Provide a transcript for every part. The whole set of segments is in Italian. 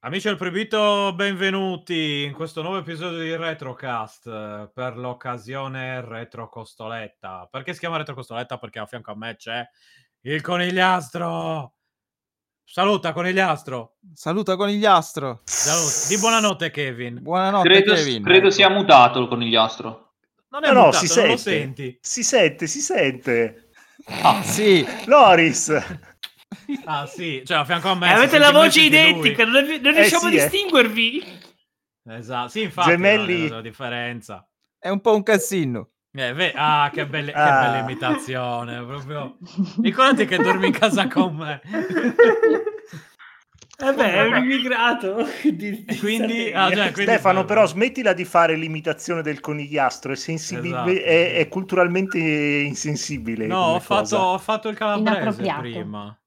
Amici del proibito, benvenuti in questo nuovo episodio di Retrocast eh, per l'occasione Retro Costoletta. Perché si chiama Retro Costoletta? Perché a fianco a me c'è il conigliastro. Saluta conigliastro. Saluta conigliastro. Saluta. Di buonanotte Kevin. Buonanotte Credo, Kevin. credo sia mutato il conigliastro. Non No, no, mutato, si non sente. lo senti. Si sente, si sente. Ah, sì. Loris. Ah sì, cioè a fianco a me. Eh, si avete sente la il voce messaggio di lui. identica, non, è- non Eh, riusciamo sì, a eh. distinguervi. Esatto, sì infatti. Gemelli. no, La differenza. È un po' un casino. Eh, ve- ah, che, belle- che Ah. bella imitazione. Proprio... Ricordati che dormi in casa con me. Eh beh, è un immigrato. di- di E quindi, Sardegna. ah, cioè, quindi- Stefano, però, smettila di fare l'imitazione del conigliastro. È, sensibile, Esatto. è, è culturalmente insensibile. No, come ho fatto, cosa. ho fatto il calabrese Inappropriato. prima.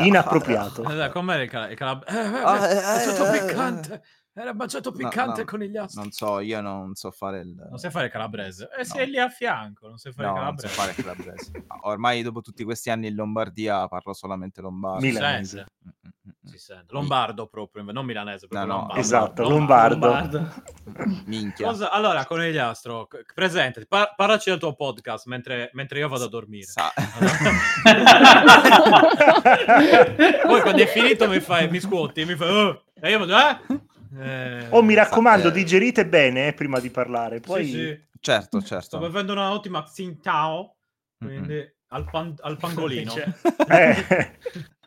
Inappropriato. Allora, com'era il, cala- il calabrese? eh, Ah, eh, è baciato eh, eh, piccante. Era baciato No, piccante no, con gli astri. Non so, io non so fare il... Non sai fare il calabrese. E No. sei lì a fianco, non sai fare No, il non so calabrese. fare il calabrese. Ma Ormai dopo tutti questi anni in Lombardia parlo solamente lombardo. Si milanese. sente, Mm, mm, mm, si sente. Lombardo proprio, non milanese. Proprio No, no, lombardo. esatto, Lombardo. mm. Minchia. Cosa- allora, Conigliastro, c- presente, par- parlaci del tuo podcast mentre, mentre io vado a dormire. Sa- Poi quando è finito mi, fai, mi scuoti, mi fai... "Oh", e io vado... Eh? Eh, Oh, mi raccomando, Eh. digerite bene eh, prima di parlare. sì, Poi sì, certo, sto certo. bevendo una ottima Xintao, Mm, mm. quindi al, pan- al pangolino. Cioè, Eh,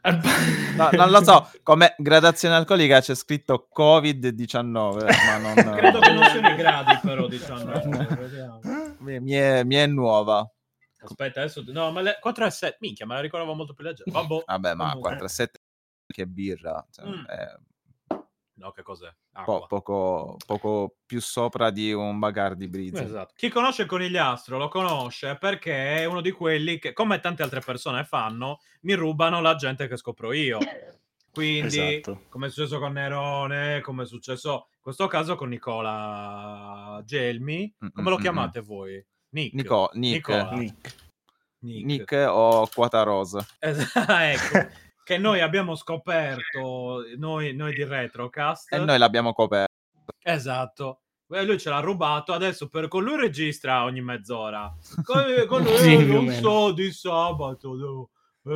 al pa- No, non lo so, come gradazione alcolica c'è scritto Covid-19, ma non... Credo che non siano i gradi però, diciamo. vediamo. mi, mi è, mi è nuova. Aspetta, adesso... No, ma le 4 e 7... Minchia, me la ricordavo molto più leggera. Vabbò. Vabbè, ma Comunque. 4 e 7 che birra. cioè, Mm. è No, che cos'è? Ah. po- Acqua. poco, poco più sopra di un Bacardi Brizzi. Esatto. Chi conosce il conigliastro lo conosce perché è uno di quelli che, come tante altre persone fanno, mi rubano la gente che scopro io. Quindi, esatto. come è successo con Nerone, come è successo in questo caso con Nicola Gelmi, Mm, come lo mm, chiamate voi? Nick. Nico, Nick, Nicola. Nick. Nick. Nick o Quata Rose. Es- ecco. che noi abbiamo scoperto, noi, noi di Retrocast. E noi l'abbiamo coperto. Esatto. Eh, Lui ce l'ha rubato, adesso per, con lui registra ogni mezz'ora. Con, con lui Sì, eh, più o non meno. so di sabato. devo-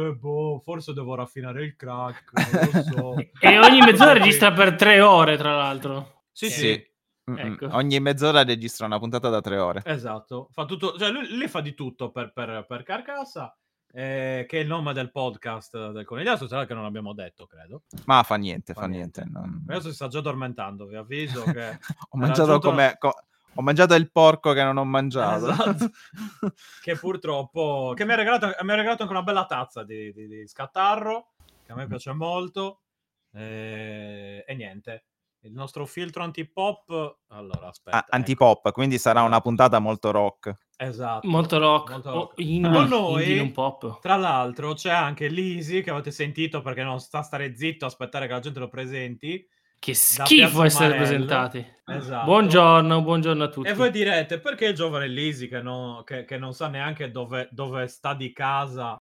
eh, boh, forse devo raffinare il crack. Non lo so. e ogni mezz'ora Sì. registra per tre ore, tra l'altro. Sì, sì. Mm, mm. Ecco. Ogni mezz'ora registra una puntata da tre ore. Esatto. Fa tutto, cioè lui, lui fa di tutto per, per, per Carcassa, eh, che è il nome del podcast del Conigliasso. Sarà che non abbiamo detto, credo. Ma fa niente, Fa fa niente. non- Adesso si sta già addormentando. Vi avviso che Ho mangiato raggiunto- come... co- Ho mangiato il porco che non ho mangiato. Esatto. che purtroppo che mi ha regalato, mi ha regalato anche una bella tazza di, di- di scattarro che a me piace molto Eh, e niente il nostro filtro antipop allora aspetta Ah, ecco. antipop, quindi sarà una puntata molto rock. esatto Molto rock. Molto o rock. indie, Con noi- indie non pop. tra l'altro c'è anche Lisi che avete sentito perché non sta a stare zitto a aspettare che la gente lo presenti Che Piazza schifo essere Marello. presentati. Esatto. Buongiorno, buongiorno a tutti. e voi direte perché il giovane Lisi che, non- che- che non sa neanche dove, dove sta di casa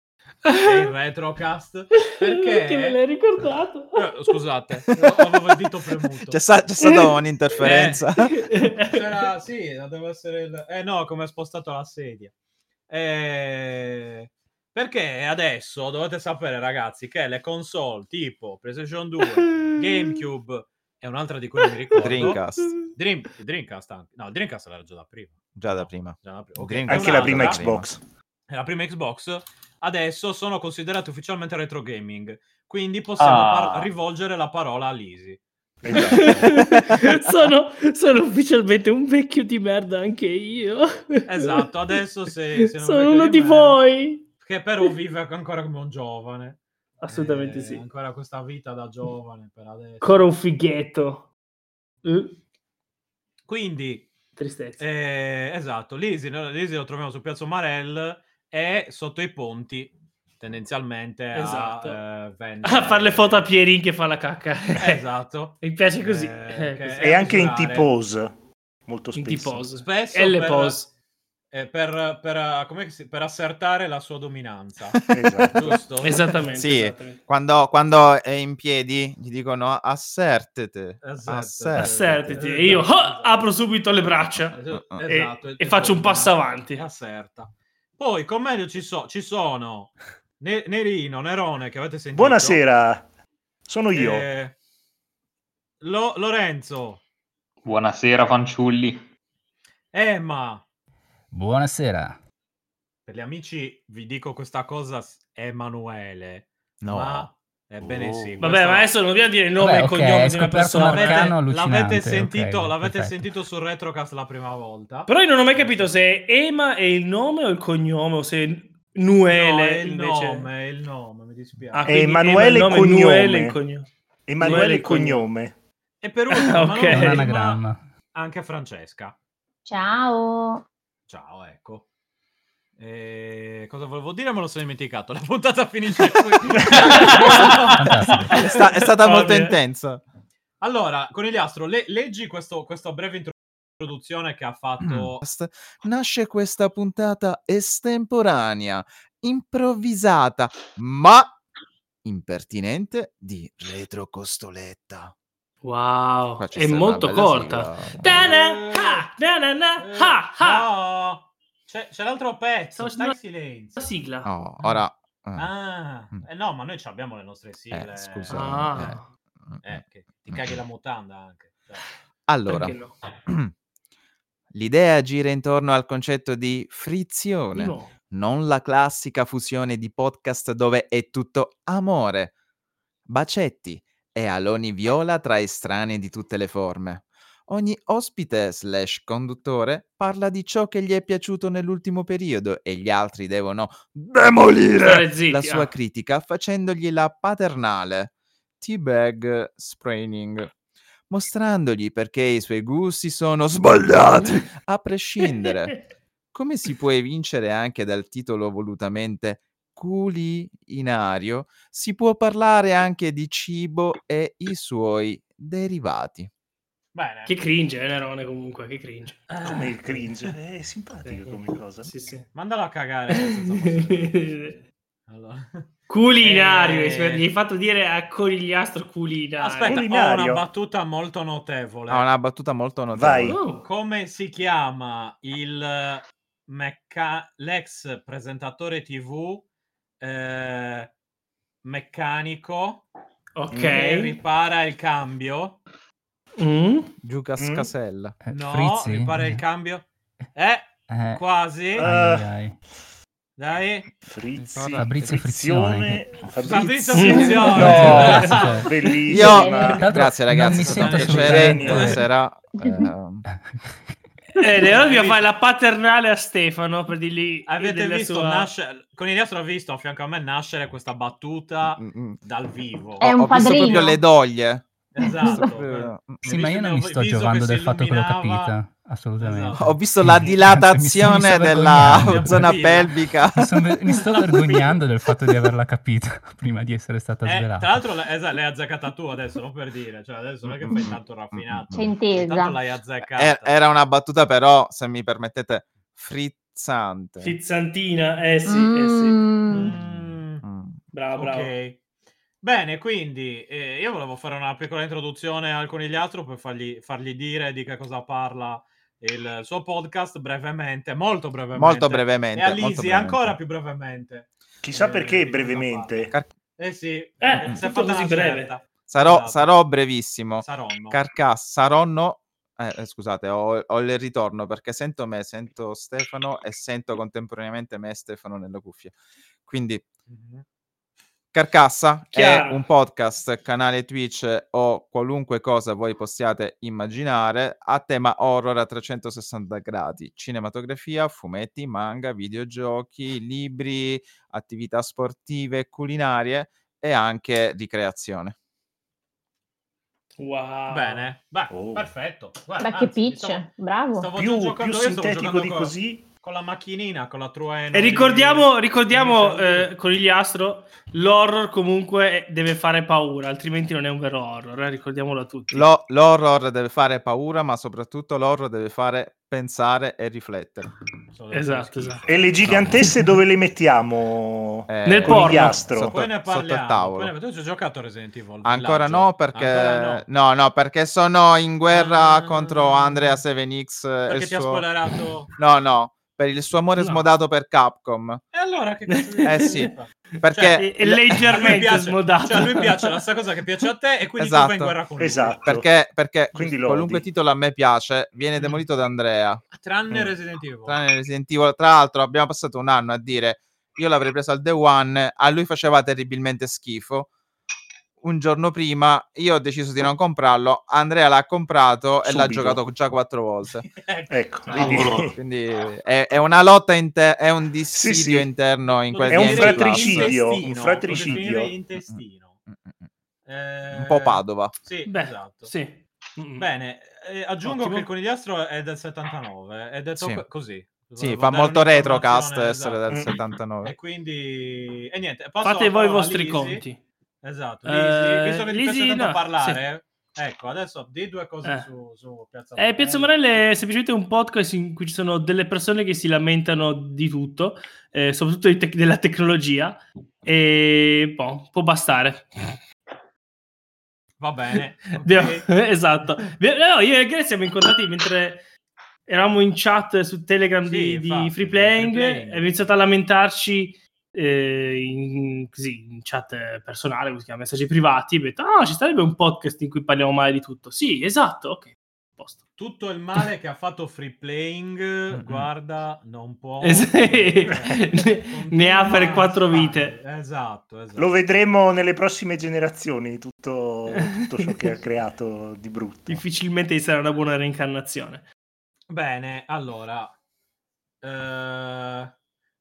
è in retrocast perché Che me l'hai ricordato? Eh, scusate, avevo il dito premuto. C'è, sta- c'è Eh. stata un'interferenza. C'era- sì, deve essere il... Eh no, come ha spostato la sedia. Eh, Perché adesso dovete sapere, ragazzi, che le console tipo PlayStation 2, GameCube e un'altra di cui mi ricordo... Dreamcast, Dream- Dreamcast anche. No, Dreamcast era già da prima. già da prima. Già da prima. Ok, Dreamcast Anche e la Un'altra prima un'altra- Xbox. e la prima Xbox, adesso sono considerate ufficialmente retro gaming. Quindi possiamo Ah. par- rivolgere la parola a Lisi. Esatto. sono, sono ufficialmente un vecchio di merda anche io. Esatto, adesso se, se non sono vedo uno di merda- voi. Che però vive ancora come un giovane. Assolutamente Eh, sì. Ancora questa vita da giovane per adesso. Ancora un fighetto. Eh, Quindi, Tristezza. eh, esatto, Lisi, no, Lisi lo troviamo su Piazza Marel e sotto i ponti, tendenzialmente Esatto. a, eh, vendere... a fare le foto a Pierin che fa la cacca. Esatto. Mi piace così. Eh, Eh, che- così. E anche in Misurare. T-pose. Molto In spesso. T-pose. Spesso E le per- pose. eh, per, per, eh, com'è che si- per assertare la sua dominanza. Esatto. giusto? Esattamente. Sì. esattamente. Quando, quando è in piedi gli dicono assertete. Assertete. Assertiti. E io ah, apro subito le braccia Ah, e, Esatto, e faccio un passo avanti. Asserta. Poi, commedio ci, so- ci sono Ne- Nerino, Nerone, che avete sentito. Buonasera, sono io. Eh, Lo- Lorenzo, Buonasera, fanciulli. Emma. Buonasera. Per gli amici vi dico questa cosa, s- Emanuele. No. Ma... Ebbene Oh. sì. Vabbè, questa- ma adesso non viene a dire il nome Vabbè, e ok, cognome hai di una scoperto un persona. arcano. l'avete, allucinante, l'avete ok, sentito, l'avete perfetto. sentito sul Retrocast la prima volta. Però io non ho mai capito se Ema è il nome o il cognome o se Nuele No, è il invece. nome, è il nome, mi dispiace. Ah, quindi Emanuele Ema è il nome, cognome. Nuele è il cognome. Emanuele Emanuele cognome. E per ultimo, ma Ok. Un non prima, anagramma. anche Francesca. Ciao. Ciao, ecco. Eh, cosa volevo dire? Me lo sono dimenticato. La puntata finisce qui. Fantastico. È, sta- è stata Va molto bene. intensa. allora, Conigliastro, le- leggi questo, questa breve introduzione che ha Mm. fatto. Nasce questa puntata estemporanea, improvvisata, ma impertinente di Retro Costoletta. Wow, Qua ci è sta una molto bella corta. sigla. Ta-na, ha, na-na-na, Eh, ha, ha. no, c'è, c'è l'altro pezzo. Stavo Stai in facendo silenzio. La sigla. No, ora... ah, Ah, Mm. eh no, ma noi ci abbiamo le nostre sigle. eh, scusa. Ah. eh, eh. Eh, che ti caghi la mutanda anche. Cioè, Allora, Perché no? l'idea gira intorno al concetto di frizione. Di nuovo. non la classica fusione di podcast dove è tutto amore, bacetti e aloni viola tra estranei di tutte le forme. Ogni ospite slash conduttore parla di ciò che gli è piaciuto nell'ultimo periodo e gli altri devono demolire Stare zitti, la ah. sua critica facendogli la paternale teabag spraining, mostrandogli perché i suoi gusti sono sbagliati a prescindere come si può evincere anche dal titolo volutamente culinario, si può parlare anche di cibo e i suoi derivati. Bene. Ah. Che cringe, eh, Nerone comunque, che cringe. Eh, Come il cringe, è simpatico come cosa. Sì, sì. Mandalo a cagare. senza possibilità. Allora. Culinario, Eh. scusa, gli hai fatto dire a conigliastro culinario. Aspetta, ho una Culinario. battuta molto notevole. Ha Ah, una battuta molto Vai. notevole. Oh. Come si chiama il mecca- l'ex presentatore TV eh, meccanico che Ok. ripara il cambio? Mm. Giuca Mm? Scasella. Eh, No, Frizzi? ripara il cambio. Eh, Eh, quasi. Eh. ai, ai. Dai. Frizzi, Fabrizio Fabrizio Frizione. No, No. Io... Tra bellissima. l'altro Grazie non ragazzi, mi è stato sento un piacere. assolutamente- Buonasera. ehm, Eh, Nerone dobbiamo fare la paternale a Stefano per dirgli Avete della visto sua- nascere, con il ha visto a fianco a me nascere questa battuta mm, mm. dal vivo. È un Ho visto padrino. proprio le doglie. Esatto. Proprio- Sì, ma io non mi sto Visto che giovando si del fatto che l'ho illuminava- capita, assolutamente. Esatto. Ho visto la Mi- mi sto- dilatazione mi sto della vergognando. zona Capito. pelvica. Mi, son- mi sto vergognando del fatto di averla capita prima di essere stata Eh, svelata. tra l'altro la- esatto, l'hai azzeccata tu adesso, non per dire, cioè adesso non è che fai tanto raffinato. C'è intesa. Intanto l'hai azzeccata. Eh, Era una battuta, però, se mi permettete, frizzante. Fizzantina, eh sì, eh sì. Mm. Mm, Mm. Bravo, bravo. ok. Bene, quindi eh, io volevo fare una piccola introduzione al conigliastro per fargli, fargli dire di che cosa parla il suo podcast brevemente, molto brevemente. Molto brevemente. E a molto Lizzy brevemente. ancora più brevemente. Chissà Eh, perché di cosa brevemente. Car- Eh sì, Eh, si è tutto fatta così una breve. certa. sarò, Esatto. sarò brevissimo. Saronno. Carcassa, Saronno. eh, eh, scusate, ho, ho il ritorno perché sento me, sento Stefano e sento contemporaneamente me e Stefano nelle cuffie. Quindi, Mhm. Carcassa Chiaro. è un podcast, canale Twitch eh, o qualunque cosa voi possiate immaginare a tema horror a 360 gradi, cinematografia, fumetti, manga, videogiochi, libri, attività sportive, culinarie e anche ricreazione. Wow. Bene, beh, Oh. perfetto. Guarda, Beh, che anzi, mi pitch, stavo- bravo. stavo già Più, giocando più io, stavo sintetico giocando di con- così con la macchinina, con la truena. E ricordiamo, di- ricordiamo di- eh, Conigliastro, l'horror comunque deve fare paura, altrimenti non è un vero horror, eh, ricordiamolo a tutti. Lo- l'horror deve fare paura, ma soprattutto l'horror deve fare pensare e riflettere. Sono delle Esatto, cose esatto. E le gigantesse dove le mettiamo? Eh, Nel con il porno. ghiastro. Poi ne Sotto, sotto il parliamo. tavolo. Poi ne... Tu ci hai giocato a Resident Evil? Ancora Villaggio? no, perché... Ancora no. no. no, perché sono in guerra Ah. contro Andrea 7X e Perché il ti ha suo- spoilerato. No, no, per il suo amore No. smodato per Capcom. E allora che cazzo di- Eh, sì. Cioè, E, Perché, e l- A lui leggermente piace- smodato. Cioè, a lui piace la sta cosa che piace a te e quindi tu vai in Esatto. guerra con lui. Esatto. perché, perché Quindi lo qualunque odi. titolo a me piace Mm. viene demolito da Andrea. Tranne Mm. Resident Evil. Tranne Resident Evil. Tra l'altro abbiamo passato un anno a dire io l'avrei preso al Day One, a lui faceva terribilmente schifo. Un giorno prima io ho deciso di non comprarlo, Andrea l'ha comprato e l'ha Subito. giocato già quattro volte. Ecco. Ecco, Ah, vedi? volo. Quindi è, è una lotta, inter- è un dissidio sì. interno in Lo quel È un definirei DSL. fratricidio, un intestino, fratricidio. lo definirei intestino. Eh, Un po' Padova. Sì, Beh, esatto. sì. Mm. Bene, eh, aggiungo Ottimo. che il conigliastro è del 79, è detto Sì. co- così. Sì, Volevo fa dare molto retrocast un'informazione, essere esatto. del esatto. 79. E quindi... E niente, passo Fate la voi i parola a vostri Lisi. conti. Esatto, Eh, Lisi, visto che ti Lisi, piace tanto no, parlare, ecco, adesso di due cose Eh. su, su Piazza Eh, Piazza Morelle è semplicemente un podcast in cui ci sono delle persone che si lamentano di tutto, eh, soprattutto di tec- della tecnologia, e boh, può bastare. Va bene. ok. Abbiamo- esatto. Vi- No, io e Greg siamo incontrati mentre eravamo in chat su Telegram Sì, di, di infatti, Free di Playing Free e Playing. abbiamo iniziato a lamentarci eh, in, così, in chat eh, personale, così, a messaggi privati. Abbiamo detto, ah, ci sarebbe un podcast in cui parliamo male di tutto. Sì, esatto, Eh. ok. Posto. Tutto il male che ha fatto Free Playing, Mm-mm. guarda, non può... Eh, sì. Ne- ne ha per Continua a quattro fare. vite. Esatto, esatto. Lo vedremo nelle prossime generazioni, tutto, tutto ciò che ha creato di brutto. Difficilmente ci sarà una buona reincarnazione. Bene, allora... eh,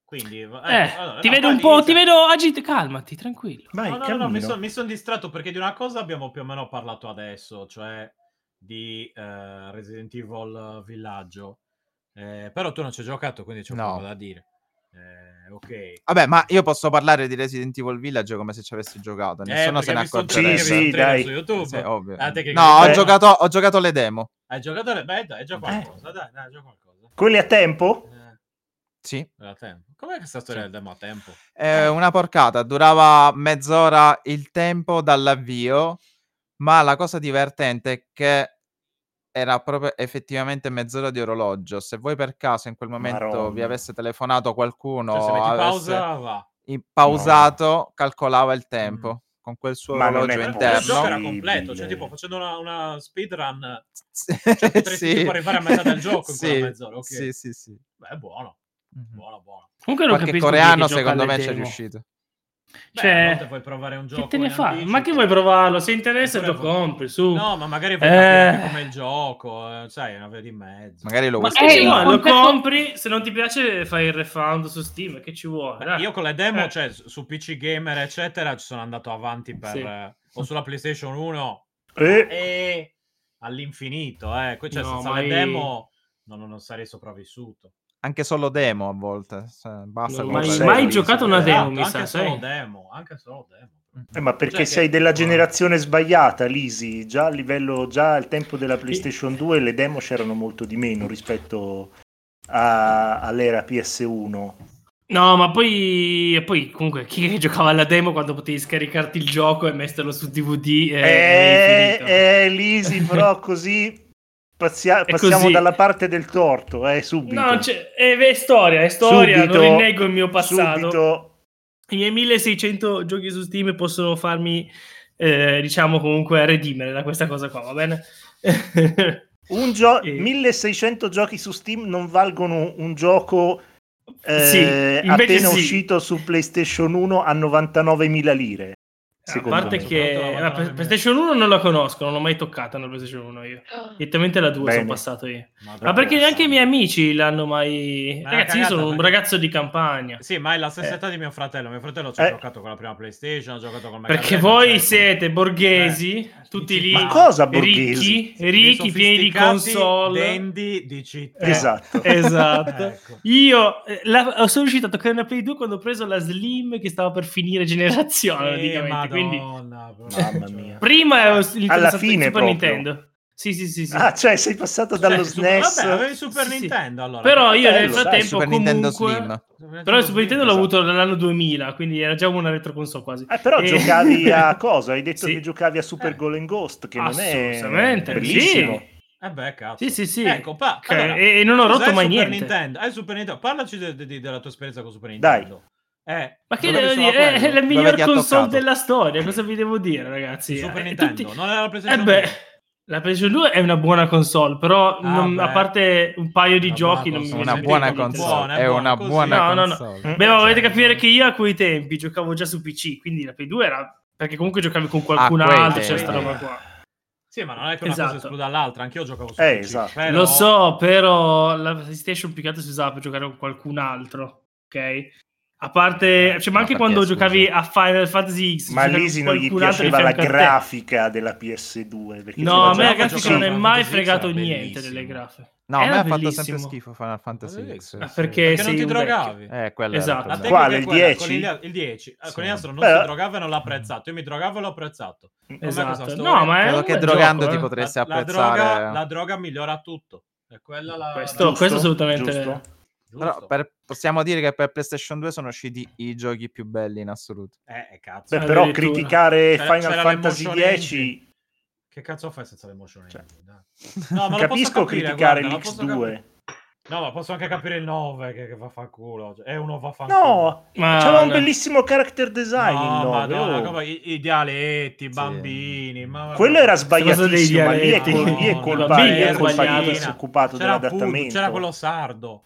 Quindi... ecco, Eh, allora, ti no, vedo poi un po', inizia- ti vedo agito, calmati, tranquillo. Vai, No, no, no, no, cammino. mi sono distratto perché di una cosa abbiamo più o meno parlato adesso, cioè di eh, Resident Evil Villaggio. Eh, però tu non ci hai giocato, quindi c'è No. poco da dire. Eh, ok. Vabbè, ma io posso parlare di Resident Evil Village come se ci avessi giocato, Eh, nessuno se ne accorgerebbe. Sì, sì, dai. su YouTube. Sì, ovvio. Ah, te che- No, ho Beh. giocato, ho giocato le demo. Hai giocato alle beh, dai, è Eh. già qualcosa, dai, dai, è già qualcosa. Quelli a tempo? Eh, Sì. era tempo. Com'è questa storia del demo a tempo? Eh. È una porcata, durava mezz'ora il tempo dall'avvio, ma la cosa divertente è che era proprio effettivamente mezz'ora di orologio. Se voi per caso in quel momento vi Maronna. avesse telefonato qualcuno, Cioè, se metti avesse pausa, va. Mm. i- pausato, calcolava il tempo con quel suo Ma non è orologio vero. Però Il gioco interno. era completo, cioè Possibile. tipo facendo una, una speedrun Sì, Cioè, potresti tipo arrivare a metà del gioco in quella Sì, mezz'ora, ok. Sì, sì, sì. Beh, è buono, Mhm. buono, buono. Comunque non Qualche capisco chi è coreano che gioca secondo alle me ci è demo. riuscito. Beh, Cioè, a volte puoi provare un gioco Che te in ne fa? anticipo. Ma che vuoi provarlo? Se interessa, Oppure lo vuoi- compri su. No, ma magari vuoi Eh. capire anche com'è il gioco, eh, sai, è una via di mezzo. Magari lo Ma vuoi che ci Eh, vuole? sfruttare. io- Lo confesso- compri, se non ti piace fai il refund su Steam, che ci vuole? Beh, dai. Io con le demo, Eh. cioè, su su PC Gamer, eccetera, ci sono andato avanti per... Sì. eh, o sulla PlayStation 1 Eh, e all'infinito, eh. Qui, Cioè, No, senza ma le i- demo non, non sarei sopravvissuto. Anche solo demo a volte. se- basta Non ho con mai, sei, mai quindi, giocato una Esatto, demo, mi anche sa, solo sai? demo, anche solo demo. eh, ma perché Cioè che- sei della generazione sbagliata, Lisi. Già a livello, già al tempo della PlayStation 2 le demo c'erano molto di meno rispetto a- all'era PS1. No, ma poi, e poi comunque chi è che giocava alla demo quando potevi scaricarti il gioco e metterlo su DVD e, e Eh, finito? eh, Lisi, però così passia- È passiamo così. dalla parte del torto, eh, subito. No, c'è- è, è storia, è storia, Subito, non rinnego il mio passato. Subito. I miei 1600 giochi su Steam possono farmi, eh, diciamo, comunque redimere da questa cosa qua, va bene? Un gio- Eh. 1600 giochi su Steam non valgono un gioco eh, Sì, invece appena sì. uscito su PlayStation 1 a 99.000 lire. A Secondo parte me. che Soprattutto la la Madonna mia. PlayStation 1 non la conosco, non l'ho mai toccata la PlayStation 1 io. Direttamente la 2 sono Bene. passato io. Madonna, Ma perché neanche i sai. miei amici l'hanno mai... Ma è una Ragazzi, io cagata, sono un perché- ragazzo di campagna. Sì, ma è la stessa Eh. età di mio fratello. Mio fratello ci ha Eh. giocato con la prima PlayStation, ha giocato con Mega Perché Drive, voi eccetera. siete borghesi, Eh, tutti lì Ma cosa, Borghesi? ricchi, ricchi, Dei pieni di sofisticati console. Eh, Dandy di città. Esatto. Esatto. Ecco. Io eh, la- sono riuscito a toccare una Play 2 quando ho preso la Slim che stava per finire generazione. Eh, praticamente, Quindi, Madonna, proprio, Mamma cioè. mia. prima ero s- il Alla Super- fine Super proprio. Nintendo. Sì, sì, sì. sì. Ah, cioè sei passato dallo Eh, Super- SNES. Vabbè, avevi Super Sì, sì. Nintendo allora. Però io nel Bello, sai, frattempo Super comunque... Nintendo Slim. Però il Super Nintendo l'ho Esatto. avuto dall'anno 2000, quindi era già una retro console quasi. Eh, però Eh. giocavi a cosa? Hai detto Sì. che giocavi a Super Eh. Golden Ghost, che non è Assolutamente, bellissimo. sì. Eh beh, cazzo. Sì, sì, sì. Ecco, pa- Ok, allora, e, e non ho cos'è rotto mai Super niente. Nintendo? Hai il Super Nintendo? Parlaci de- de- de- della tua esperienza con Super Dai. Nintendo. Eh, Ma che dove devo sono dire? quello? È la Dove miglior ti ha console toccato? della storia, cosa vi devo dire, ragazzi? Super Eh, Nintendo, tutti- non era la Eh PlayStation beh, 2? la PlayStation 2 è una buona console, però Ah, non- beh. a parte un paio di Una giochi buona non mi console. viene Una in buona mente console. niente. è buona, una così. buona No, no, no. console. Beh, ma volete Cioè, capire che io a quei tempi giocavo già su PC, quindi la Play 2 era perché comunque giocavi con qualcun A quei altro, c'era tempi. sta roba qua. Sì, ma non è che una Esatto. cosa escluda l'altra, anch'io giocavo su Eh, PC, esatto. però- cioè, Lo so, però la PlayStation più che altro si usava per giocare con qualcun altro, ok? A Eh, parte, cioè, ma Ma anche perché, quando scusa? giocavi a Final Fantasy X, Ma c'era Lisi non gli qualcun altro di piaceva la fianco a te. grafica della PS2. perché No, a si me la mangiava- la grafica grafica non Sì. è Final mai Fantasy X fregato era niente delle bellissimo. grafiche. No, a me Era ha fatto sempre bellissimo. schifo Final Fantasy Sì, X. sì. Ma sì. perché non sei ti un drogavi. Eh, quello Esatto. era La tecnica il problema. Quale, è il quella, 10? Con il, il 10. Eh, Con Sì. il astro non Beh, si drogava e non l'ha apprezzato. Io mi drogavo e l'ho apprezzato. Com'è questa Esatto. storia? No, ma è Credo un che bel drogandoti gioco, eh. potresti la, la apprezzare. droga, la droga migliora tutto. È quella la... Questo- la- questo è assolutamente- giusto? giusto. Però per- possiamo dire che per PlayStation 2 sono usciti i giochi più belli in assoluto. Eh, eh, cazzo. Beh, però Addirittura. criticare C'era- Final c'era Fantasy l'emotion X engine. Che cazzo fai senza le motion Cioè. engine? Dai. No, ma lo posso capisco capire, criticare guarda, lo posso l'X2. capire. No, ma posso anche capire il 9 che, che va fa culo. Cioè, è uno va fa No, Ma c'era un no. bellissimo character design. No, il nove, madonna, oh. come i, i dialetti, i bambini. ma- Quello era Cosa dei sbagliatissimo, ma lì è, dialetti. col- lì è No, colpa, no, lì è era colpa di sbagliato. chi si è occupato C'era, Pudu, dell'adattamento. c'era quello sardo.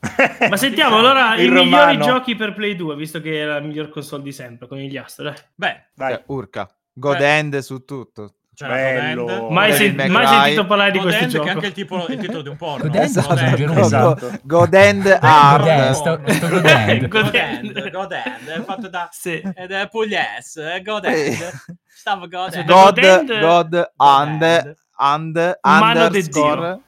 Ma sentiamo allora Il i migliori romano. giochi per Play 2, visto che era la miglior console di sempre con gli astro. dai. Beh, Dai, Cioè, urca. Godend su tutto. c'era Bello. Godend. Mai, Devil sen- May mai Cry. sentito parlare di Godend, questo che gioco. è anche il, tipo- il titolo di un porno. Godend è stato Godend. un Go- Esatto. Godend Godend, Hard. sto, sto godendo. Godend. Godend, Godend, è fatto da... Sì. Ed è pugliese, è Eh. Godend. Stavo Godend. Aspetta, God, Godend- God, and, and, Mano del underscore.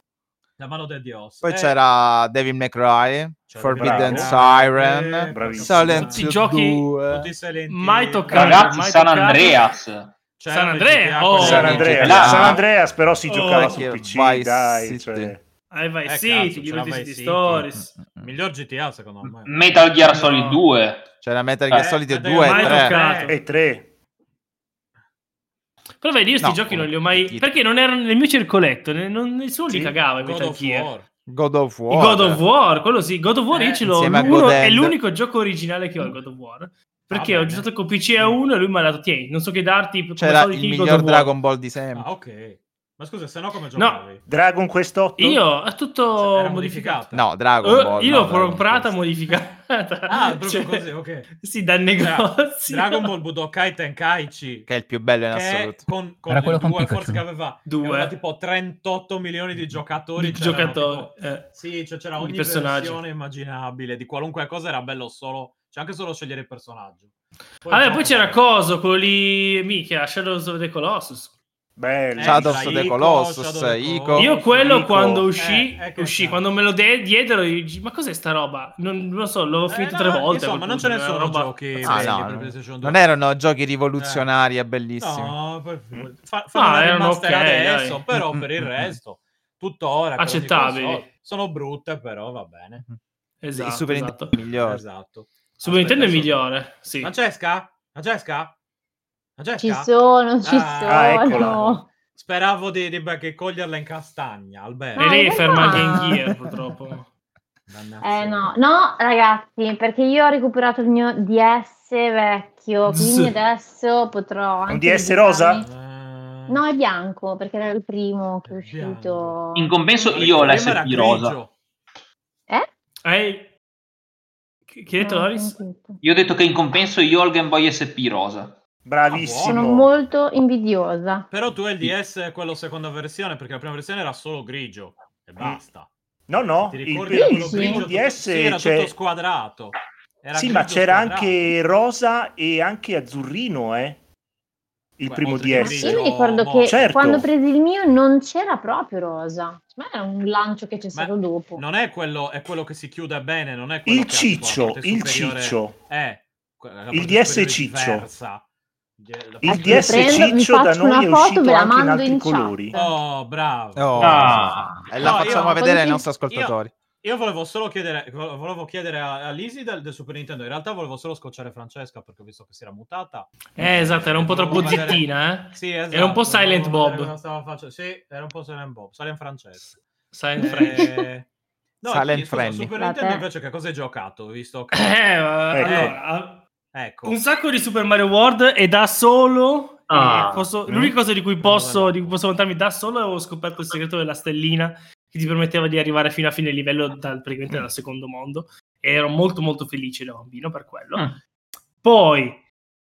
La mano del Dios. Poi Eh, c'era Devil May Cry, c'era Forbidden Bravo. Siren, Eh, Bravissimo. Silent Tutti Hill giochi- 2. tutti silenti. Mai toccato. Ragazzi, mai San toccato. Cioè, Andreas. C'era San il Andrea, GTA, oh. quello San lì. Andreas, Là. San Andreas però si Oh, giocava su che PC, vai, dai, zitti. cioè. Ai vai, Eh, sì, cazzo, c'era ti liberty Vice City City. Stories. Miglior GTA secondo me. Metal Gear Solid No. 2. C'era Metal Gear Eh, Solid Metal 2 e Gear 3. Solid. Toccato. E tre. Però vedi, io sti No, giochi non comunque, li ho mai... sì. Perché non erano nel mio circoletto, ne- non- nessuno li Sì, cagava in God Metal of Gear. War. God of I War. God of War, quello sì, God of War io Eh, ce l'ho, insieme a uno- è Godend. l'unico gioco originale che ho il God of War, perché Ah, Va ho bene. giocato con PC a uno e lui mi ha dato, tieni, non so che darti, come C'era soldi, il tieni God miglior of War". Dragon Ball di sempre. Ah, ok. Ma scusa, se no come giocavi? Dragon Quest Eh, 8? Io è tutto Cioè, era modificato. modificata. No, Dragon Eh, Ball. io no, l'ho Dragon comprata Quest. modificata. Ah, proprio Cioè, così, ok. Sì, dal Dra- negozio. Dragon Ball Budokai Tenkaichi Che è il più bello in che assoluto. con, con Era le quello con due Pikachu. forze che aveva, che Due. aveva tipo 38 milioni di giocatori. Di c'erano giocatori, tipo- eh. Sì, cioè c'era Di ogni personaggi. versione immaginabile di qualunque cosa. Era bello solo, c'è anche solo scegliere il personaggio. Poi, Vabbè, poi c'era Coso, quello lì, mica, Shadows of the Colossus. Bello. Eh, Shadow of c'era the Ico, Colossus, Shadow of the Ico. Colossus. Io quello Nico. quando uscì, Eh, ecco, uscì, esatto. quando me lo de- diedero, io dici, ma cos'è sta roba? Non, non lo so, l'ho Eh, finito no, tre volte. Insomma, a quel non ce ne punto, sono era una roba giochi Ah, belli pazzesca. no, per no. PlayStation Eh. 2. Non erano giochi rivoluzionari e bellissimi. No, poi figurati. fa, No, fanno una erano remaster eh, ok, adesso, dai. Mm, però per il resto, tuttora. quello di Accettabili. console, Sono brutte, però va bene. Esatto, il Super esatto. Nintendo è migliore. Esatto. Super Nintendo è Aspetta, migliore, sì. Francesca? Francesca? Ci Francesca? sono, ci Ah, ah, sono. Speravo di, di- che coglierla in castagna, Alberto. E Ah, lei è in ferma al realtà- Game Gear, purtroppo. Mannaggia. Eh no, no ragazzi, perché io ho recuperato il mio DS vecchio, quindi Zzz. adesso potrò anche Un DS rosa? dedicarmi- Eh, No, è bianco, perché era il primo che è Bianco. uscito. In compenso perché io ho prima era l'SP grigio. rosa. Eh? Ehi, che che hai detto, Non ho Loris? sentito. Io ho detto che in compenso io ho il Game Boy SP rosa. Bravissimo. Sono molto invidiosa. Però tu hai il DS, è quello seconda versione, perché la prima versione era solo grigio e basta. No, no, Ti Mm. il, ricordi Sì, era quello sì. grigio? il DS sì, era c'è... tutto squadrato. Era Sì, grigio ma c'era squadrato. anche rosa e anche azzurrino, eh. il Beh, primo oltre che Ma DS. io Sì, mi ricordo no, che certo. quando presi il mio non c'era proprio rosa. Ma era un lancio che c'è stato dopo. Non è quello, è quello che si chiude bene, non è quello Il che ha tipo la ciccio, parte il superiore- ciccio. Eh, quella- la Il parte DS superiore ciccio. diversa. Ge- la Il parte- DS prendo, mi Ciccio da faccio noi una è foto, uscito ve la anche in mando altri in chat. colori. Oh, bravo. Oh, Ah. E la No, io- facciamo vedere ai io- nostri ascoltatori. Io volevo solo chiedere, vo- volevo chiedere a, a Lisi del, del Super Nintendo. In realtà volevo solo scocciare Francesca perché ho visto che si era mutata. Eh, esatto, era un po' troppo Volevo vedere- zittina, eh. Sì, esatto. Era un po' volevo Silent vedere Bob. cosa stava facendo. Sì, era un po' Silent Bob. Silent Francesca. Silent Fred. Eh, no, Silent quindi, scusa, Frenny. Super Vabbè. Nintendo invece che cosa hai giocato? Visto Eh, che... eh. allora, a- Ecco. un sacco di Super Mario World e da solo. Ah. eh, posso- Mm. l'unica cosa di cui posso, Madonna. di cui posso vantarmi da solo è che ho scoperto il segreto della stellina che ti permetteva di arrivare fino a fine livello dal, praticamente Mm. dal secondo mondo. E ero molto molto felice da bambino per quello. Mm. Poi,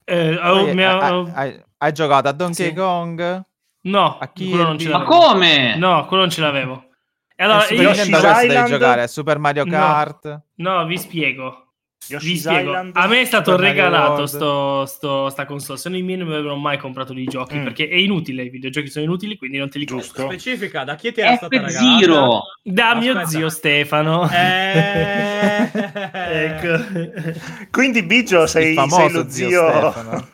eh, ho- Poi, mi ha- hai- ho- hai- hai giocato a Donkey Sì. Kong? no, a quello non Kirby? ce Ma l'avevo. come? No, quello non ce l'avevo. E Al allora, Super io- Nintendo Yoshi's adesso devi Island? giocare a Super Mario No. Kart. no, vi spiego. Vi Yoshi's spiego. Island. A me è stato Super Mario regalato World. sto, sto- sta console, se no i miei non mi avevano mai comprato dei giochi Mm. perché è inutile, i videogiochi sono inutili, quindi non te li compro. Giusto. Specifica, da chi ti era stata regalata? F0. Da mio Aspetta. zio Stefano. Eh, ecco. Quindi Biggio sei, famoso sei lo zio zio. Stefano.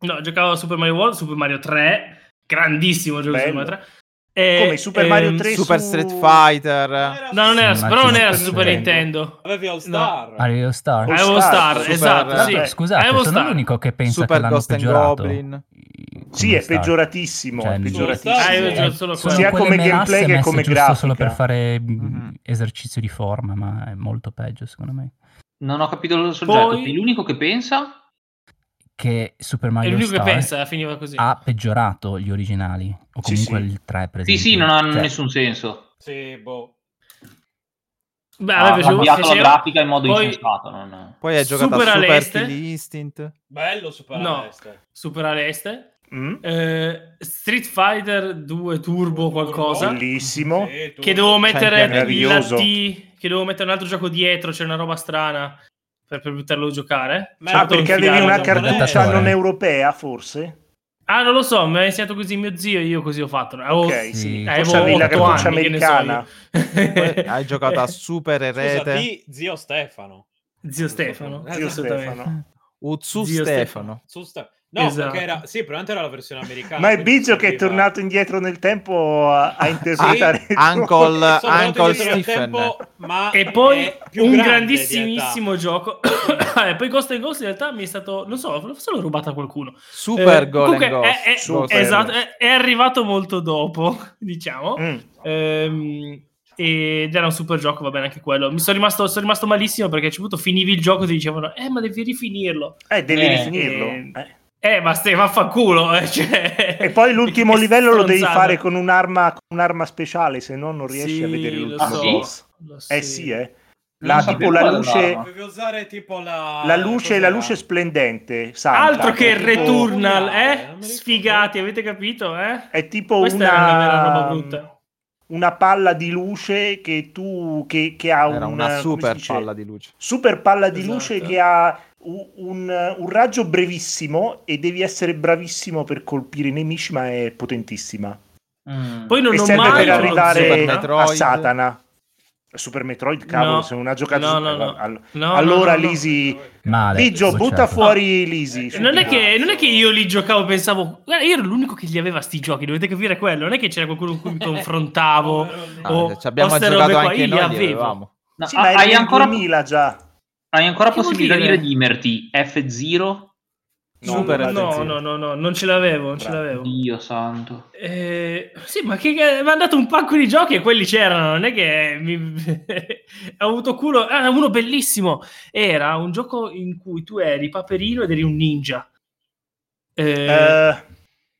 No, giocavo a Super Mario World, Super Mario 3, grandissimo gioco di Super Bello. Mario 3. E, Come Super Mario 3 Super su- Street Fighter. No, non era, Sì, ma però non ci era sta Super sempre. Nintendo. Avevi All Star. Mario Star. All Avevo Star, Star, Super- esatto, sì. Vabbè. Scusate, Avevo sono Star. l'unico che pensa Super che l'hanno Ghost and peggiorato. Goblin. I- Sì, come è Star. peggioratissimo. Cioè, è non- Ah, io peggioratissimo. ho giocato solo sono Sia quelle come melasse gameplay che messe come giusto grafica. solo per fare mh, Mhm. esercizio di forma, ma è molto peggio secondo me. Non ho capito il soggetto. Poi- Sei l'unico che pensa? Che Super È Mario l'unico che Star pensa, finiva così. ha peggiorato gli originali, o Sì, comunque sì. il 3 per Sì, esempio. sì, non ha Cioè, nessun senso. Sì, boh. Beh, Ha a me piaceva- cambiato la piaceva- grafica in modo Poi- insensato. non- Poi hai giocato Super a Super Aleste. Kill Instinct. Bello Super No. Aleste. superare Este. Mm? Eh, Street Fighter 2 Turbo qualcosa Bellissimo. Sì, tu- che devo mettere Cioè, la meraviglioso. T, che devo mettere un altro gioco dietro, c'è una roba strana per, per poterlo giocare. Ma- Cioè, Ah, Certo, perché infilare avevi una un giapponese. cartuccia adattatore. non europea, forse? Ah, non lo so, mi ha insegnato così mio zio e io così ho fatto. Avevo- Ok, eh, sì. sì. avevo Forse avevi la boh, otto cartuccia anni, che ne so americana. io. Eh, Poi hai giocato a Super Scusa, Erede. di zio Stefano. Zio Stefano. Zio Zio assolutamente. Stefano. Utsu Zio Stefano. Su Ste- No, Esatto. perché era... Sì, probabilmente era la versione americana. Ma è quindi Biggio che è serviva- tornato indietro nel tempo a, a interpretare il Ah, tuo- Uncle, Sono tornato Uncle indietro nel Stephen. tempo, ma E poi è più un grande grandissimissimo gioco. e poi Ghost and Ghost in realtà mi è stato, non so, forse l'ho rubata a qualcuno. Super Eh, Gol comunque, and Ghost. È, è- Super. esatto, è, è arrivato molto dopo, diciamo. Mm. Ehm, ed era un super gioco, va bene anche quello. Mi sono rimasto, sono rimasto malissimo perché a un certo punto finivi il gioco e ti dicevano, eh, ma devi rifinirlo. Eh, devi Eh, rifinirlo. eh. eh. Eh, ma stai, vaffanculo. eh, cioè- E poi l'ultimo Che livello lo devi stronzata. fare con un'arma, con un'arma speciale, se no non riesci Sì, a vedere lo l'ultimo so, boss. lo so. Ah, Eh sì, eh. Non La, so tipo più la qual è luce, l'arma. Dovevi usare tipo la... la luce, la cos'era? luce splendente. santa. Altro che È il tipo- Returnal, non mi eh? ricordo. Sfigati, avete capito, eh? È tipo Questa una, era la vera roba brutta. una palla di luce che tu che, che ha Era un, una come si super dice? palla di luce. super palla di Esatto. luce che ha u- un, un raggio brevissimo e devi essere bravissimo per colpire i nemici, ma è potentissima. Mm. Poi non e ho serve mai per uno arrivare Super Zelda. Metroid. a Satana. Super Metroid, cavolo, No. se non ha giocato No, Super- no, no. all- No, Allora no, no, no. Lisi, male, Biggio, bocciato. butta fuori Lisi. Non è, che, non è che io li giocavo, pensavo. Guarda, io ero l'unico che li aveva sti giochi, dovete capire quello. Non è che c'era qualcuno con cui mi confrontavo. Ah, Oh, ci abbiamo queste giocato robe qua, anche io noi. le li avevo. avevamo. No, Sì, ah, ma hai, ancora, 2000 già. hai ancora Che vuol possibilità di dire? redimerti F0? No, Super non la no, Zelda. no, no, no, non ce l'avevo. Non ce Bravo. l'avevo. Dio santo. Eh, sì, ma che, che- mi ha dato un pacco di giochi e quelli c'erano. Non è che mi- ho avuto culo. Ah, uno bellissimo. Era un gioco in cui tu eri Paperino ed eri un ninja. Eh, Eh,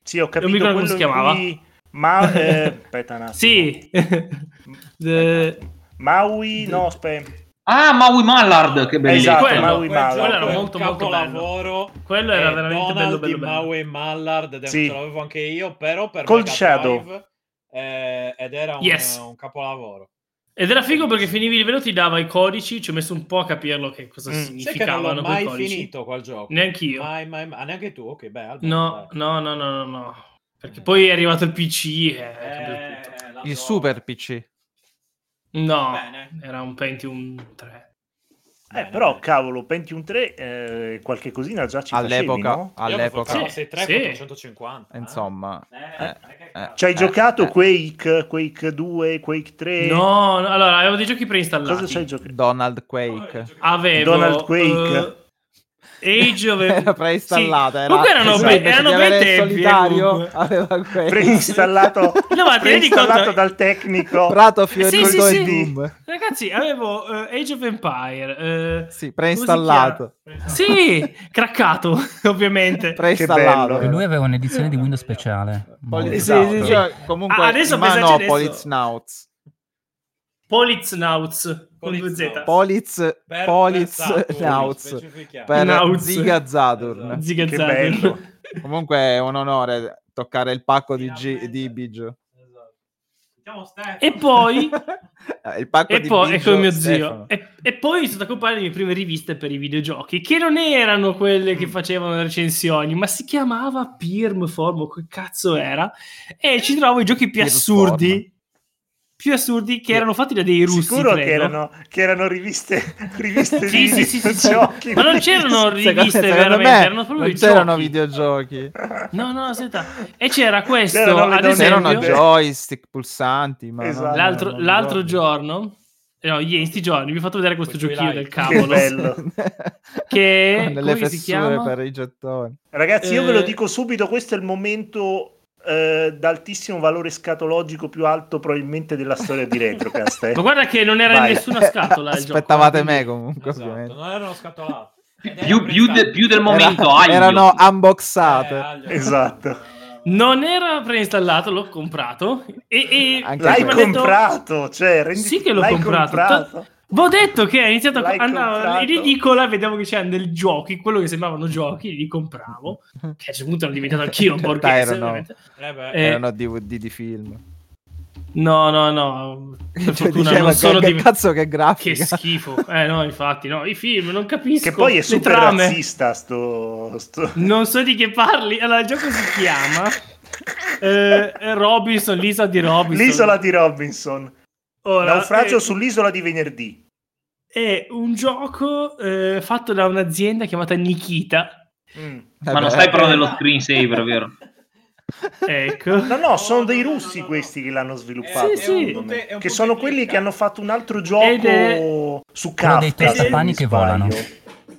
sì, ho capito quello ricordo come si in chiamava. cui- Ma eh, aspetta un attimo. sì, Eh, Maui, no, aspetta. Ah, Maui Mallard, che bello. Esatto, Quello, Maui Quel Mallard. gioco quello era è un molto, molto capolavoro. quello era Eh, veramente bello, Donald bello, di bello. Maui Mallard, ed è- Sì. ce l'avevo anche io, però per Cold Mega Shadow. Drive, eh, ed era un, Yes. un capolavoro. Ed era figo perché finivi il livello, ti dava i codici, ci ho messo un po' a capirlo che cosa Mm. Sai che non significavano l'ho quei mai codici. finito quel gioco. Neanch'io. Mai, mai, mai. Ah, neanche tu? Ok, beh, Alberto, No, dai. no, no, no, no, no. Perché poi è arrivato il PC e è cambiato Eh, tutto. la Il so. Eh, super PC. No, Bene. era un Pentium 3. Eh, Bene, però, bene. cavolo, Pentium 3, eh, qualche cosina già ci all'epoca, facevi, no? Io all'epoca facevo Sì, 63 sì. 450. insomma, Eh, eh, che cazzo. Ci hai Eh, giocato eh. Quake, Quake 2, Quake 3? No, no, allora avevo dei giochi Cosa ci hai preinstallati. giocato? Donald Quake. Avevo Donald Quake. eh, Age of era Sì. preinstallata. Era, Comunque erano, esatto, bei- invece erano di bei avere il tempi, eh, solitario, comunque. aveva Quake. Preinstallato, No, ma ti rendi preinstallato conto? dal tecnico. Prato Fiorito Sì, e sì, sì. Doom. Ragazzi, avevo eh, Age of Empire. eh, Sì, preinstallato. sì, craccato, ovviamente. Preinstallato. bello. E lui aveva un'edizione di Windows speciale. Molto- Poli- sì, sì, sì, Esatto. comunque Ah, adesso pensate no, adesso. Poliznauts. Poliznauts con due Z. Poliznauts. Poliz Per- per Poliz Saturn, Nauts specifichiamo. per Nauts. Ziga Zadurn. Esatto. Che Zigazzato. bello. Comunque è un onore toccare il pacco di, G- Finalmente. di Biggio. Esatto. Sentiamo Stefano. E poi Eh, il pacco e di poi, Biggio, ecco mio Stefano. zio. E, e poi sono andato a comprare le mie prime riviste per i videogiochi, che non erano quelle che facevano le recensioni, ma si chiamava Pirm Form, o che cazzo era. E ci trovo i giochi più Pirm assurdi. Più assurdi che erano fatti da dei russi. Sicuro che credo. erano, che erano riviste, riviste Sì, di sì, sì, sì, sì. giochi. Ma non c'erano Secondo, riviste secondo veramente, me erano proprio non i c'erano giochi. videogiochi, No, no, aspetta. E c'era questo, C'erano le ad donne c'erano esempio, nude. joystick, pulsanti, ma Esatto. non- l'altro, non mi l'altro ricordo. giorno, eh, no, ieri, sti giorni, vi ho fatto vedere questo Questi giochino like. del Che cavolo. bello. Che- Con delle come si fessure chiama? per i gettoni. Ragazzi, io Eh. ve lo dico subito, questo è il momento eh, d'altissimo valore scatologico più alto probabilmente della storia di Retrocast. eh. Ma guarda che non era Vai. in nessuna scatola. il gioco, Aspettavate eh, quindi- me comunque, Esatto, ovviamente. non erano scatolati. Ed Più, erano più de- più del Era- momento aglio. erano Eh, unboxate. aglio. Esatto. Non era preinstallato, l'ho comprato. E, e Anche L'hai mi ha quello. detto- comprato, cioè, rendi- Sì che l'ho l'hai comprato. comprato. V'ho detto che ha iniziato a L'hai andare in comprato. edicola, vedevo che c'erano dei giochi, quello che sembravano giochi, li compravo. Che a un certo punto ero diventato anch'io un borghese. Dai, no. veramente. Eh, beh, Eh, Erano DVD di film. No, no, no. Per Cioè, fortuna diceva, non che, sono che div- cazzo che Che grafica. schifo. Eh no, infatti, no, i film non capisco. Che poi è le super trame. razzista sto... sto- Non so di che parli. Allora, il gioco si chiama eh, Robinson, l'isola di Robinson. L'isola di Robinson. Ora, Naufragio eh, sull'isola di venerdì. È un gioco eh, fatto da un'azienda chiamata Nikita. Mm. Eh Ma non stai parlando dello screensaver, vero? Ecco. No, no, sono dei No, no, russi no, no. questi che l'hanno sviluppato. Eh, sì, sì. secondo me. È un Che punto sono e clic. quelli che hanno fatto un altro Ed gioco su Kafka. dei se non mi testapani che sbaglio. volano.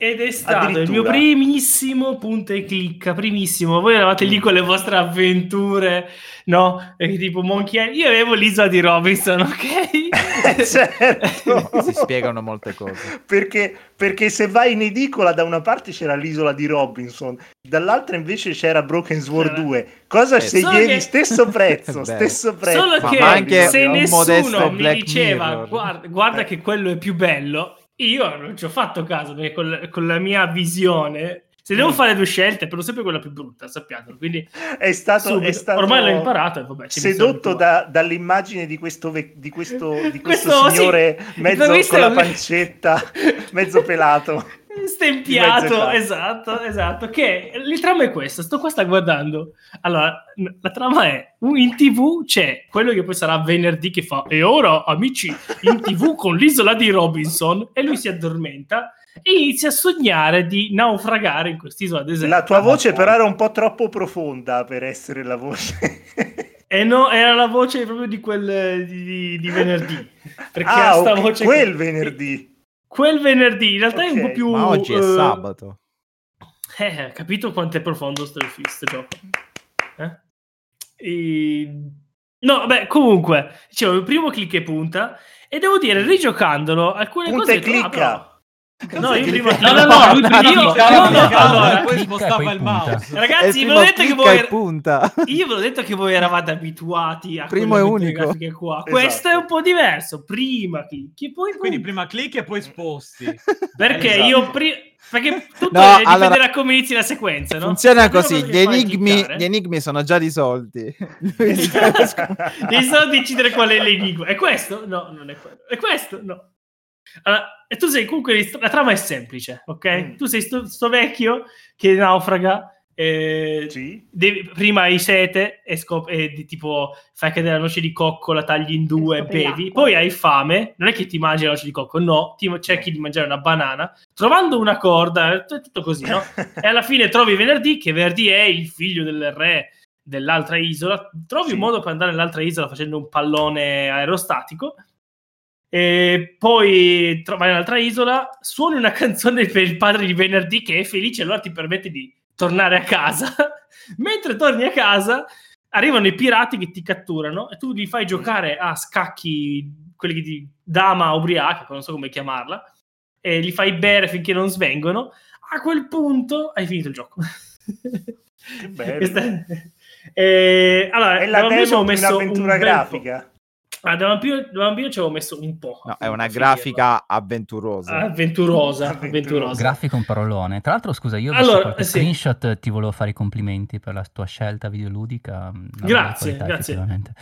Ed è stato il mio Addirittura. primissimo punta e clicca, primissimo. Voi eravate Mm. lì con le vostre avventure, no? E tipo Monkey Island. Io avevo l'isola di Robinson, Eh, ok? certo. si spiegano molte cose. Perché, perché se vai in edicola da una parte c'era l'isola di Robinson, dall'altra invece c'era Broken Sword C'era- 2. Cosa Eh, se solo ieri che- stesso prezzo, Beh. stesso prezzo. Solo Ma che anche se un nessuno modesto mi Black diceva Mirror. guarda, guarda che quello è più bello, io non ci ho fatto caso perché col- con la mia visione. Se devo fare due scelte, però sempre quella più brutta, sappiatelo. Quindi Mm. è stato, subito. è stato ormai l'ho imparato e vabbè, ci mi sono sedotto abituato. da- dall'immagine di questo, ve- di questo, di questo Questo sì. signore mezzo Questo con la è un- pancetta, mezzo pelato. Di mezzo Stempiato, età. esatto, esatto. Che il trama è questo. Sto qua sta guardando. Allora, n- la trama è un- in tv c'è quello che poi sarà venerdì che fa. E ora, amici, in tv con l'isola di Robinson. E lui si addormenta e inizia a sognare di naufragare in quest'isola deserta. La tua voce però era un po' troppo profonda per essere la voce. E Eh no, era la voce proprio di quel eh, di, di- di venerdì. Perché ah, ha sta ok, voce quel venerdì. Quel venerdì, in realtà è un Ok, po' più. Ma oggi è eh, sabato. Eh, ho capito quanto è profondo sto, sto gioco. Mm. Eh? E- No, beh, comunque, dicevo, il primo clic e punta, e devo dire, rigiocandolo, alcune Punta cose... e ho detto, clicca. "Ah, però-" No, io prima... Diciamo No, no, no, lui prima Io- cliccava, no, no, cliccava. allora, poi clicca e spostava poi il punta. mouse. E Ragazzi, il ve primo l'ho detto che clicca voi... er- e punta. Io ve l'ho detto che voi eravate abituati a Primo quelle e avventure unico. grafiche qua. Esatto. Questo è un po' diverso. Prima clicchi e poi Quindi punta. prima clic e poi sposti. Perché Esatto. io pri- Perché tutto No, dipenderà allora, come inizi la sequenza, no? Funziona Ognuno così, cosa gli gli fa enigmi, cliccare. gli enigmi sono già risolti. Devi solo decidere qual è l'enigma. È questo? No, non è quello. È questo? No. Allora, e tu sei comunque. La trama è semplice, ok? Mm. Tu sei sto, sto vecchio che naufraga. eh, Sì. devi- prima hai sete e, scop- e di- tipo fai cadere la noce di cocco, la tagli in due, E scopri bevi. l'acqua. Poi hai fame. Non è che ti mangi la noce di cocco, no. Ti cerchi di mangiare una banana. Trovando una corda, è tutto così, no? e alla fine trovi venerdì che venerdì è il figlio del re dell'altra isola trovi Sì. un modo per andare nell'altra isola facendo un pallone aerostatico e poi tro- vai in un'altra isola suoni una canzone per il padre di venerdì che è felice allora ti permette di tornare a casa mentre torni a casa arrivano i pirati che ti catturano e tu li fai giocare a scacchi quelli che ti dama ubriaca non so come chiamarla e li fai bere finché non svengono a quel punto hai finito il gioco. bello. Questa- Eh, allora, È la da bambino ci demo avevo di messo un un'avventura bel po'. grafica. Ah, da, bambino, da bambino ci avevo messo un po'. No, è appunto, una a finirlo. grafica avventurosa. avventurosa. Avventurosa. avventurosa. Grafico un parolone. Tra l'altro, scusa, io ho visto Allora, qualche sì. screenshot, ti volevo fare i complimenti per la tua scelta videoludica. mm, una bella Grazie, grazie. effettivamente.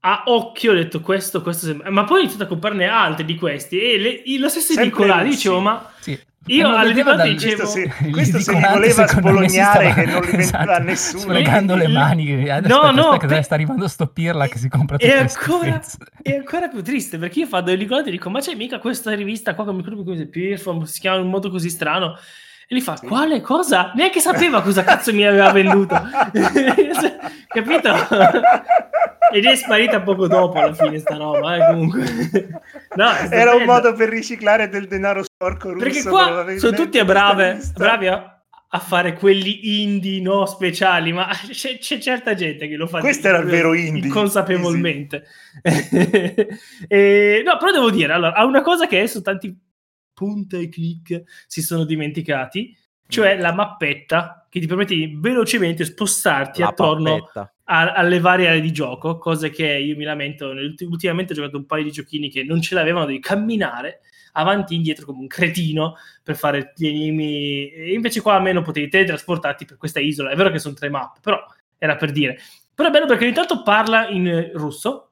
a occhio ho detto questo, questo sembra... Ma poi ho iniziato a comprarne altri di questi e le, i- lo stesso Sempre edicolare russi. dicevo, ma Sì. Io Eh, lo alle vedevo domande dal- dicevo- Questo se, Gli questo se li dicono, voleva secondo me, si sbolognare stava- che non li vendeva a esatto, nessuno. Sfregando le Il- mani. eh, Adesso No, aspetta, no, aspetta che pe- sta arrivando sto pirla che si compra E tutte le ancora- schifezze. è ancora più triste perché io vado edicolare e dico, ma c'è mica questa rivista qua che mi ricordo come Pirform, si chiama in un modo così strano. E gli fa, Sì. quale cosa? Neanche sapeva cosa cazzo mi aveva venduto. Capito? Ed è sparita poco dopo alla fine sta roba, eh, comunque. No, è Era un stupendo. modo per riciclare del denaro sporco russo. Perché che qua aveva sono dentro tutti questa a brave, lista. bravi a, a fare quelli indie no speciali, ma c'è, c'è certa gente che lo fa Questo era il vero indie, inconsapevolmente. E- no, però devo dire, allora, ha una cosa che su tanti punta e clic si sono dimenticati, cioè Mm. la mappetta che ti permette di velocemente spostarti La attorno pappetta. a- alle varie aree di gioco, cose che io mi lamento. nel- Ultimamente ho giocato un paio di giochini che non ce l'avevano, devi camminare avanti e indietro come un cretino per fare gli enigmi. E invece qua almeno potevi teletrasportarti per questa isola. È vero che sono tre mappe, però era per dire. Però è bello perché ogni tanto parla in eh, russo,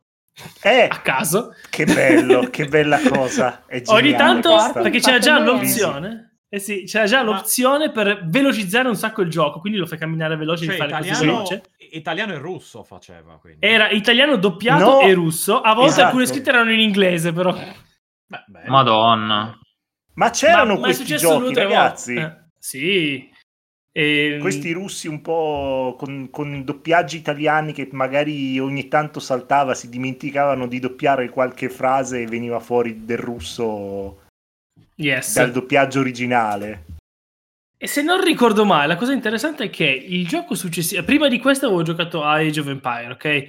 Eh, a caso. che bello, che bella cosa. È Ogni geniale tanto, questa. perché c'era già Fatto bene. l'opzione. Eh sì, c'era già Ma- l'opzione per velocizzare un sacco il gioco, quindi lo fai camminare veloce Cioè, di fare così italiano, veloce. italiano e russo faceva. Quindi. Era italiano doppiato No. e russo. A volte Esatto. alcune scritte erano in inglese, però. Beh, beh. Madonna. Ma c'erano è questi successo due o giochi, tre ragazzi. volte. Eh, sì. Ehm, Questi russi un po' con, con doppiaggi italiani che magari ogni tanto saltava, si dimenticavano di doppiare qualche frase e veniva fuori del russo yes. dal doppiaggio originale. E se non ricordo male, la cosa interessante è che il gioco successivo. Prima di questo avevo giocato a Age of Empire, ok?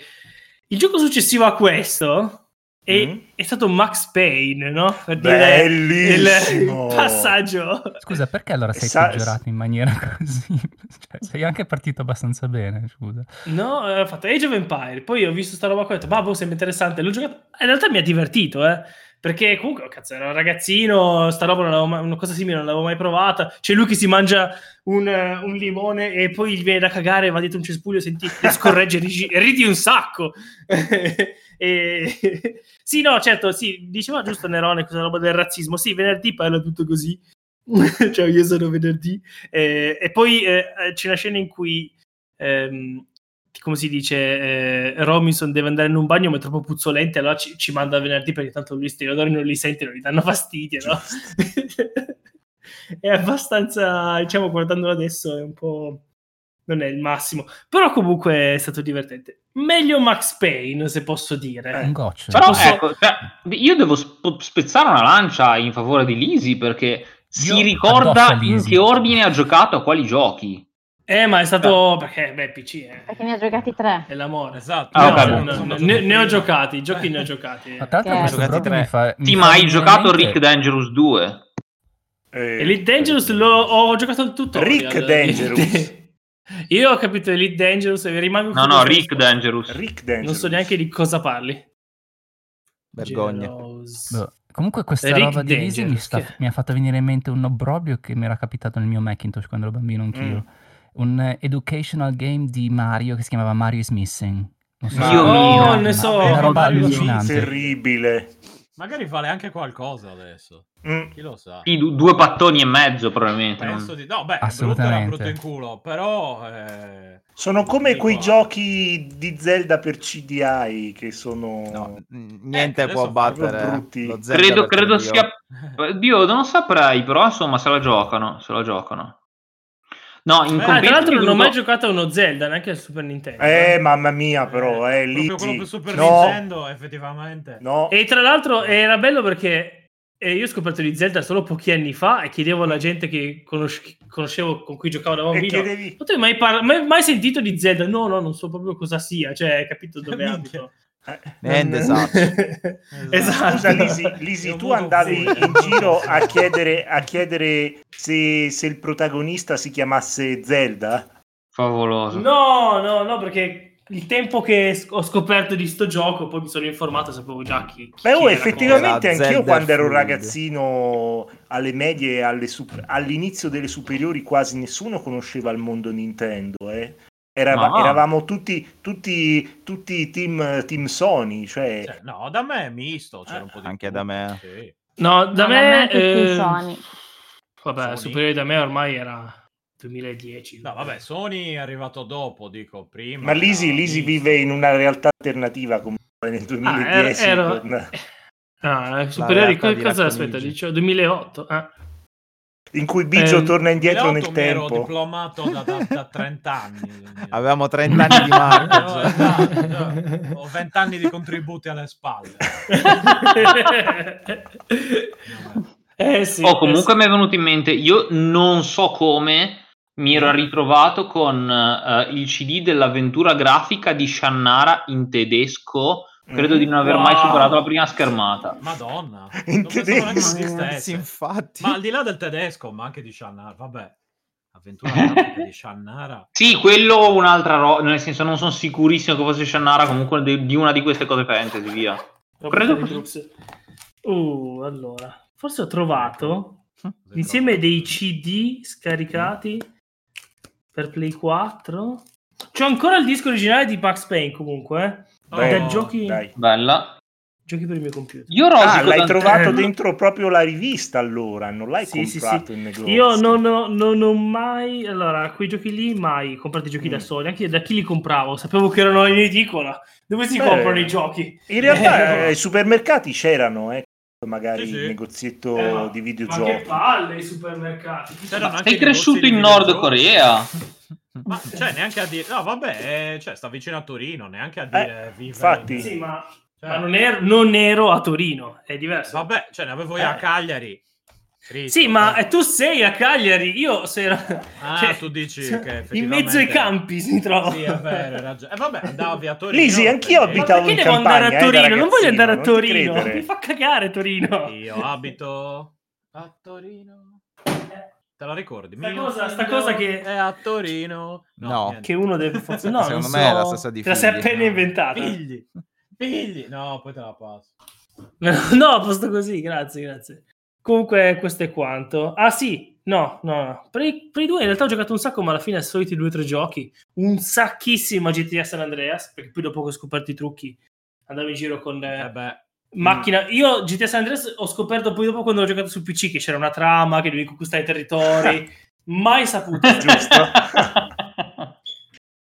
Il gioco successivo a questo è, Mm. è stato Max Payne, no? Per Bellissimo! il passaggio. Scusa, perché allora sei Sa- peggiorato in maniera così? Cioè, sei anche partito abbastanza bene, scusa. No, eh, ho fatto Age of Empire, poi ho visto sta roba qua e ho detto, ma boh, sembra interessante, l'ho giocato, in realtà mi ha divertito, eh, perché comunque, oh, cazzo, era un ragazzino, sta roba non l'avevo mai- una cosa simile non l'avevo mai provata, c'è lui che si mangia un, eh, un limone e poi gli viene da cagare, va dietro un cespuglio, senti, le scorregge e dici, ridi un sacco! E- Sì, no, certo, sì, diceva giusto Nerone questa roba del razzismo, sì, venerdì parla tutto così, cioè io sono venerdì, Eh, e poi eh, c'è una scena in cui... ehm, come si dice, eh, Robinson deve andare in un bagno ma è troppo puzzolente, allora ci, ci manda a venerdì perché tanto lui sti odori non li sente, non gli danno fastidio, no? è abbastanza, diciamo, guardandolo adesso è un po'... non è il massimo, però comunque è stato divertente. Meglio Max Payne, se posso dire. Eh, Un goccio. Però Posso- ecco, cioè, io devo sp- spezzare una lancia in favore di Lisi perché si Io addosso a ricorda in Lisi. che ordine ha giocato a quali giochi. Eh, ma è stato... perché, beh, PC eh, Perché ne ha giocati tre. è l'amore. Esatto. Ah, No, ok, no, beh. no, ne, ne ho giocati, i giochi ne ho giocati. Ma tra l'altro Eh, questo giocati proprio tre. mi fa... mi Sì, fa ma hai venire giocato in mente- Rick Dangerous 2? Eh, Elite Dangerous lo, ho giocato tutto. Rick Dangerous. Io ho capito Elite Dangerous e rimango No, no, curioso. Rick Dangerous. Rick Non Dangerous. so neanche di cosa parli. Vergogna. Generous. Boh, Comunque questa Rick roba di Easy mi, Dangerous, sta- che- mi ha fatto venire in mente un obbrobrio che mi era capitato nel mio Macintosh quando ero bambino Mm. anch'io. Un eh, educational game di Mario che si chiamava Mario is Missing. Non Dio se- mio. Era Oh, ne so, Una roba Mario is allucinante. Terribile. Magari vale anche qualcosa adesso. Mm. Chi lo sa? Sì, du- due pattoni e mezzo probabilmente. no? Penso di... No, beh, brutto era Assolutamente. brutto in culo, però... eh, Sono come Dico, quei ah. giochi di Zelda per CDI che sono... No, n- niente adesso può fanno battere brutti. lo Zelda Credo, perché credo io- sia... Dio, non saprei, però insomma se la giocano, se la giocano. No, in Ah, Ah, tra compenso l'altro mi non ho mai venuto- giocato a uno Zelda, neanche al Super Nintendo. Eh, mamma mia, però, eh, lì... Proprio quello per Super no, Nintendo, effettivamente. no. E tra l'altro era bello perché eh, io ho scoperto di Zelda solo pochi anni fa e chiedevo alla gente che conosce- conoscevo con cui giocavo da E bambino. chiedevi... Non ti hai mai, par- mai- mai sentito di Zelda? No, no, non so proprio cosa sia, cioè, hai capito dove Minchia. abito. Eh, Niente, esatto. Esatto. Scusa Lisi, Lisi, Io tu voto andavi pure. in giro a chiedere, a chiedere se, se il protagonista si chiamasse Zelda? Favoloso. No, no, no, perché il tempo che sc- ho scoperto di sto gioco, poi mi sono informato, sapevo già chi. chi Beh, oh, era, effettivamente Era anch'io Zelda quando ero Fluid. ragazzino alle medie e alle sup- all'inizio delle superiori quasi nessuno conosceva il mondo Nintendo, eh. Erava- Ah. No. Eravamo tutti, tutti, tutti team, team Sony, cioè... Cioè, no, da me è misto. C'era un po' di Anche tutto, da me. sì. No, da No, me... tutti eh, i Sony. vabbè, Sony. superiore da me ormai era 2010. No, eh. vabbè, Sony è arrivato dopo, dico prima. Ma Lisi, era Lisi misto. vive in una realtà alternativa comunque nel 2010. Ah, ero- con- Ah, eh, superiori, realtà co- di cosa Racconigi. aspetta? Dicevo 2008. ah. In cui Biggio Eh, torna indietro 2008 nel mi ero tempo. diplomato da, da- da 30 anni. Avevamo 30 anni di Avevo- Mario. esatto, ho 20 anni di contributi alle spalle. eh sì. Oh, comunque mi è venuto in mente, io non so come mi Mm. ero ritrovato con eh, il CD dell'avventura grafica di Shannara in tedesco. Credo di non aver mai Mm. Wow. superato la prima schermata. Madonna, In non pensavo neanche tedesco. Anzi, esistesse. infatti. Ma al di là del tedesco, ma anche di Shannara, vabbè. Avventura grafica di Shannara. Sì, quello un'altra roba, nel senso non sono sicurissimo che fosse Shannara comunque de- di una di queste cose fantasy, via. Robert credo- Phillips. Uh, allora, forse ho trovato insieme dei CD scaricati per Play 4. C'ho ancora il disco originale di Max Payne comunque, eh. Oh, Dai, da giochi- dai. Bella. Giochi per il mio computer. Io rosico Ah, l'hai tante- trovato eh, dentro proprio la rivista allora, non l'hai Sì, sì, comprato in negozio. Io non ho, non ho mai, allora, quei giochi lì mai comprati i giochi Mm. da soli, anche io da chi li compravo, sapevo che erano in edicola. Dove si Beh. comprano i giochi? In realtà Eh, eh, i supermercati c'erano, eh, magari Sì, sì. il negozietto Eh, ma- di Ma che videogiochi. palle i supermercati. C'erano anche Sei i negozi cresciuto di in Nord videogiochi. Corea. Ma cioè, neanche a dire. No, vabbè, eh, cioè, sta vicino a Torino, neanche a dire vive infatti. in- Eh, Sì, ma, cioè, ma non, ero, non ero a Torino, Eh, è diverso. Vabbè, cioè, ne avevo io a Eh. Cagliari. Cristo, Sì, ma eh. eh, tu sei a Cagliari, io sono Ah, tu dici che in mezzo ai effettivamente- campi si trova. Sì, è vero, hai ragione. E vabbè, andavi a Torino. Lisi, anch'io perché- Ma abitavo perché in devo andare campagna, a eh, da Torino? non voglio andare a ragazzino, non ti Torino, credere. mi fa cagare Torino. Io abito a Torino. Te la ricordi? Sta Mio cosa- sta figlio cosa che- È a Torino. No. niente. Che uno deve forse no, Secondo non me è so, la stessa di te la sei figli. appena inventata. Figli. Figli. No, poi te la passo. No, a posto così, grazie, grazie. Comunque, questo è quanto. Ah, sì, no, no, no. Per i, per i due in realtà ho giocato un sacco, ma alla fine al solito i due o tre giochi. Un sacchissimo a GTA San Andreas, perché poi dopo che ho scoperto i trucchi andavo in giro con eh, Eh beh, macchina. Io GTA San Andreas ho scoperto poi dopo quando l'ho giocato su PC che c'era una trama, che dovevi conquistare i territori. Mai saputo. Giusto.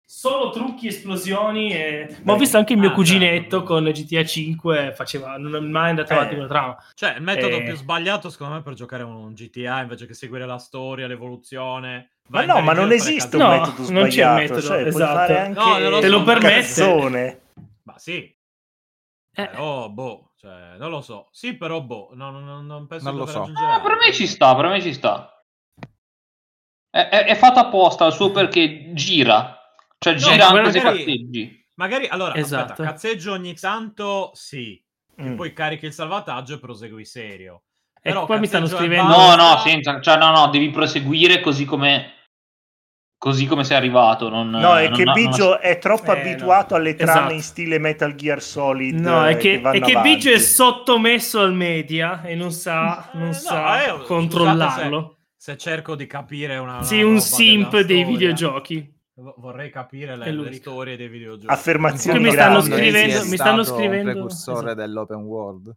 Solo trucchi, esplosioni e... Ma ho visto anche il mio Ah, cuginetto certo. con GTA 5, faceva... non è mai andato avanti Eh. con la trama. cioè, il metodo Eh. più sbagliato, secondo me, per giocare a un GTA invece che seguire la storia, l'evoluzione. Ma vai no, in ma giro non a fare esiste un No, cazzo- metodo sbagliato. non c'è un metodo, cioè, puoi esatto. fare anche No, non lo Te lo un permette. cazzone. Ma sì, Eh. però boh, cioè, non lo so. Sì, però boh, no, no, no, non penso Non che lo te so. raggiungerà. Ah, per me ci sta, per me ci sta. È, è- è fatto apposta il suo perché gira. Cioè gira ma anche se magari- cazzeggi. Magari, allora, Esatto. aspetta, cazzeggio ogni tanto, sì. Mm. Poi carichi il salvataggio e prosegui serio. E Però qua mi stanno cazzeggio e scrivendo... basta. No, no, senza, cioè no, no, devi proseguire così come... così come sei arrivato. Non, eh, No, è non- che non- Biggio è troppo Eh, no. abituato alle trame Esatto. in stile Metal Gear Solid. No, eh, è che, vanno è che avanti. Biggio è sottomesso al media e non sa, Eh, non no, sa eh, controllarlo. Se cerco di capire una. una Sì, un roba simp della dei storia, videogiochi. vo- Vorrei capire È le, le l'unico. storie dei videogiochi. Affermazioni Che mi stanno grandi. scrivendo- Sì, mi è stanno stato scrivendo- un precursore esatto. dell'open world.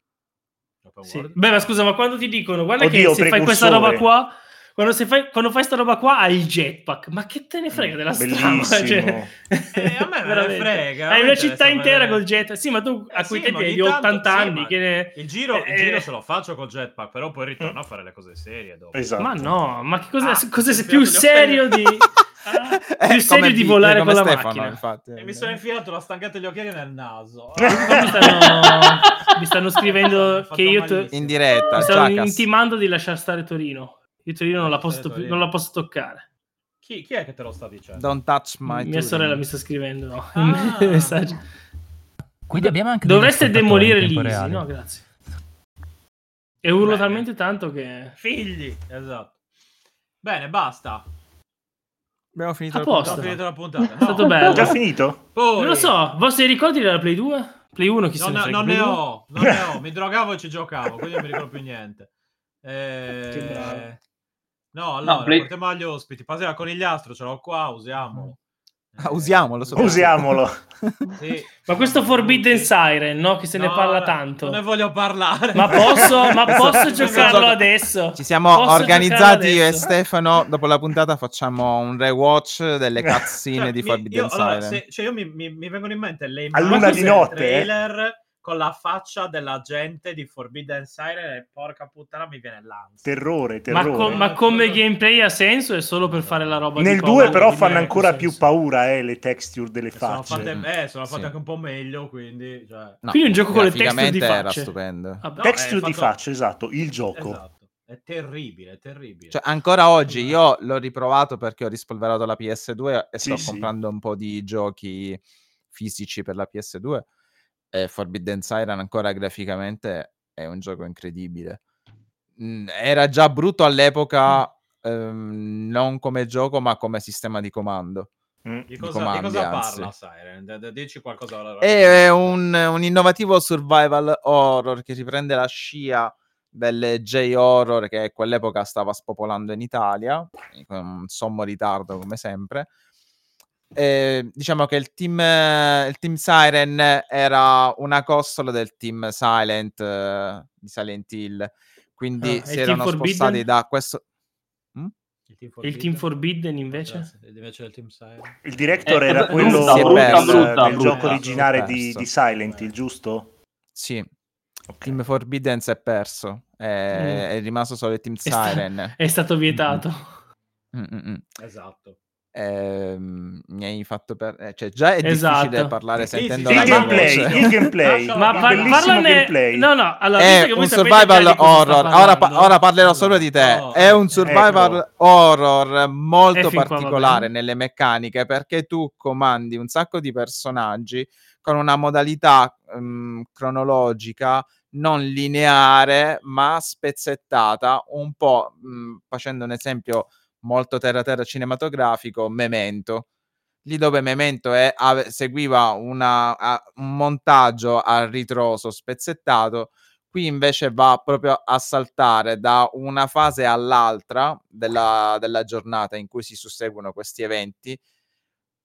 Open Sì. world. Beh, ma scusa, ma quando ti dicono, guarda Oddio, che se fai precursore. questa roba qua, quando, se fai, quando fai sta roba qua hai il jetpack, ma che te ne Mm, frega della Bellissimo. strada? Cioè, Eh, a me me ne veramente. frega, Hai mi una città interessa intera vedere. col jetpack. Sì, ma tu a Eh, quei sì, ma tempi ogni hai tanto- 80 sì, anni. ma che ne- Il giro, il Eh. giro se lo faccio col jetpack, però poi ritorno a fare le cose serie dopo. Esatto. Ma no, ma che cosa, Ah, cosa sei mi più sono infilato gli serio di... occhiali. Ah, Eh, più serio come di Bi- volare come con la Stefano, macchina. infatti. E mi Eh. sono infilato la stancata e gli occhiali nel naso. mi stanno, mi stanno scrivendo Fatto che io to- malissimo. in diretta, mi stanno Giacas. intimando di lasciare stare Torino. Io Torino non la posso, Torino. più- non la posso toccare. Chi, chi è che te lo sta dicendo? Don't touch my Mia Turing. sorella mi sta scrivendo Ah. messaggi. Quindi abbiamo anche degli Dovreste ascoltatori demolire in tempo l'Easy, reale. no? Grazie. E urlo Bene. talmente tanto che... Figli! Esatto. Bene, basta. Abbiamo finito A la posto. Ho puntata. finito la puntata. No. stato bello. Già finito? Poi- Non lo so, vostri ricordi della Play 2? Play 1 chi se Non, ne frega? non Play ne 2? ho, non ne ho. Mi drogavo e ci giocavo, quindi non mi ricordo più niente. Eh, Che bravo. No, allora, No, Play- portiamo agli ospiti. Pasera con il astro, ce l'ho qua, usiamolo. Ah, usiamolo, so- Usiamolo. Sì. Ma questo Forbidden Siren, no? Che se ne No, parla no, tanto. Non ne voglio parlare. Esatto, Ma posso, ma posso Questo giocarlo gioco- adesso? Ci siamo Posso organizzati giocarlo io e adesso? Stefano. Dopo la puntata facciamo un rewatch delle Cioè, cazzine di mi- Forbidden io, Siren. allora, se- cioè, io mi, mi- mi vengono in mente le A immagini luna di del notte, trailer con la faccia della gente di Forbidden Siren e porca puttana mi viene l'ansia. Terrore, Ma, terrore. co- ma come gameplay ha senso è solo per fare la roba Nel di paura, 2 però quindi fanno non ha ancora senso. più paura eh, le texture delle E Sono facce. fatte, eh, sono fatte Sì. anche un po' meglio, quindi... Cioè... No, Quindi un gioco con le texture graficamente di era facce. stupendo. Vabbè. No, eh, Texture di fatto- faccia, esatto, il gioco. Esatto. È terribile, è terribile. Cioè, ancora oggi io l'ho riprovato perché ho rispolverato la PS2 e sto Sì, sì. comprando un po' di giochi fisici per la PS2. E Forbidden Siren ancora graficamente è un gioco incredibile. Mm, Era già brutto Mm. all'epoca, ehm, non come gioco, ma come sistema di comando. Mm. di i cosa, comandi, di cosa anzi. Eh. parla Siren? D- d- dici qualcosa. alla- È un, un innovativo survival horror che riprende la scia del J-horror che a quell'epoca stava spopolando in Italia, con un sommo ritardo come sempre. Eh, diciamo che il team, eh, il team Siren era una costola del team Silent eh, di Silent Hill, quindi Ah, e si Team erano Forbidden? spostati da questo... Il Team Il Team Forbidden invece? Eh, Invece del Team Siren. Il director Eh, era brutta, quello brutta, del, brutta, del brutta. gioco originare di, Perso. di Silent Hill, giusto? Sì, Team Forbidden si è perso, è, è rimasto solo il Team Mm. È sta- Siren. È stato vietato. Mm, mm, mm. Esatto. Ehm, mi hai fatto per... eh, cioè già è Esatto. difficile parlare Sì, sì, sentendo sì, la Il ma- mia gameplay, voce. il gameplay. Ma Ma il par- bellissimo parlane... gameplay. No, no, allora, visto È che voi un sapete già survival di cosa sta horror. Ora, pa- parlando- ora parlerò solo di te. No, è un ecco. Oh, survival horror E molto fin qua va particolare bene. nelle meccaniche perché tu comandi un sacco di personaggi con una modalità ehm, cronologica non lineare ma spezzettata un po' mh, facendo un esempio molto terra terra cinematografico Memento lì dove Memento è- ave- seguiva una- a- un montaggio a ritroso spezzettato qui invece va proprio a saltare da una fase all'altra della, della giornata in cui si susseguono questi eventi,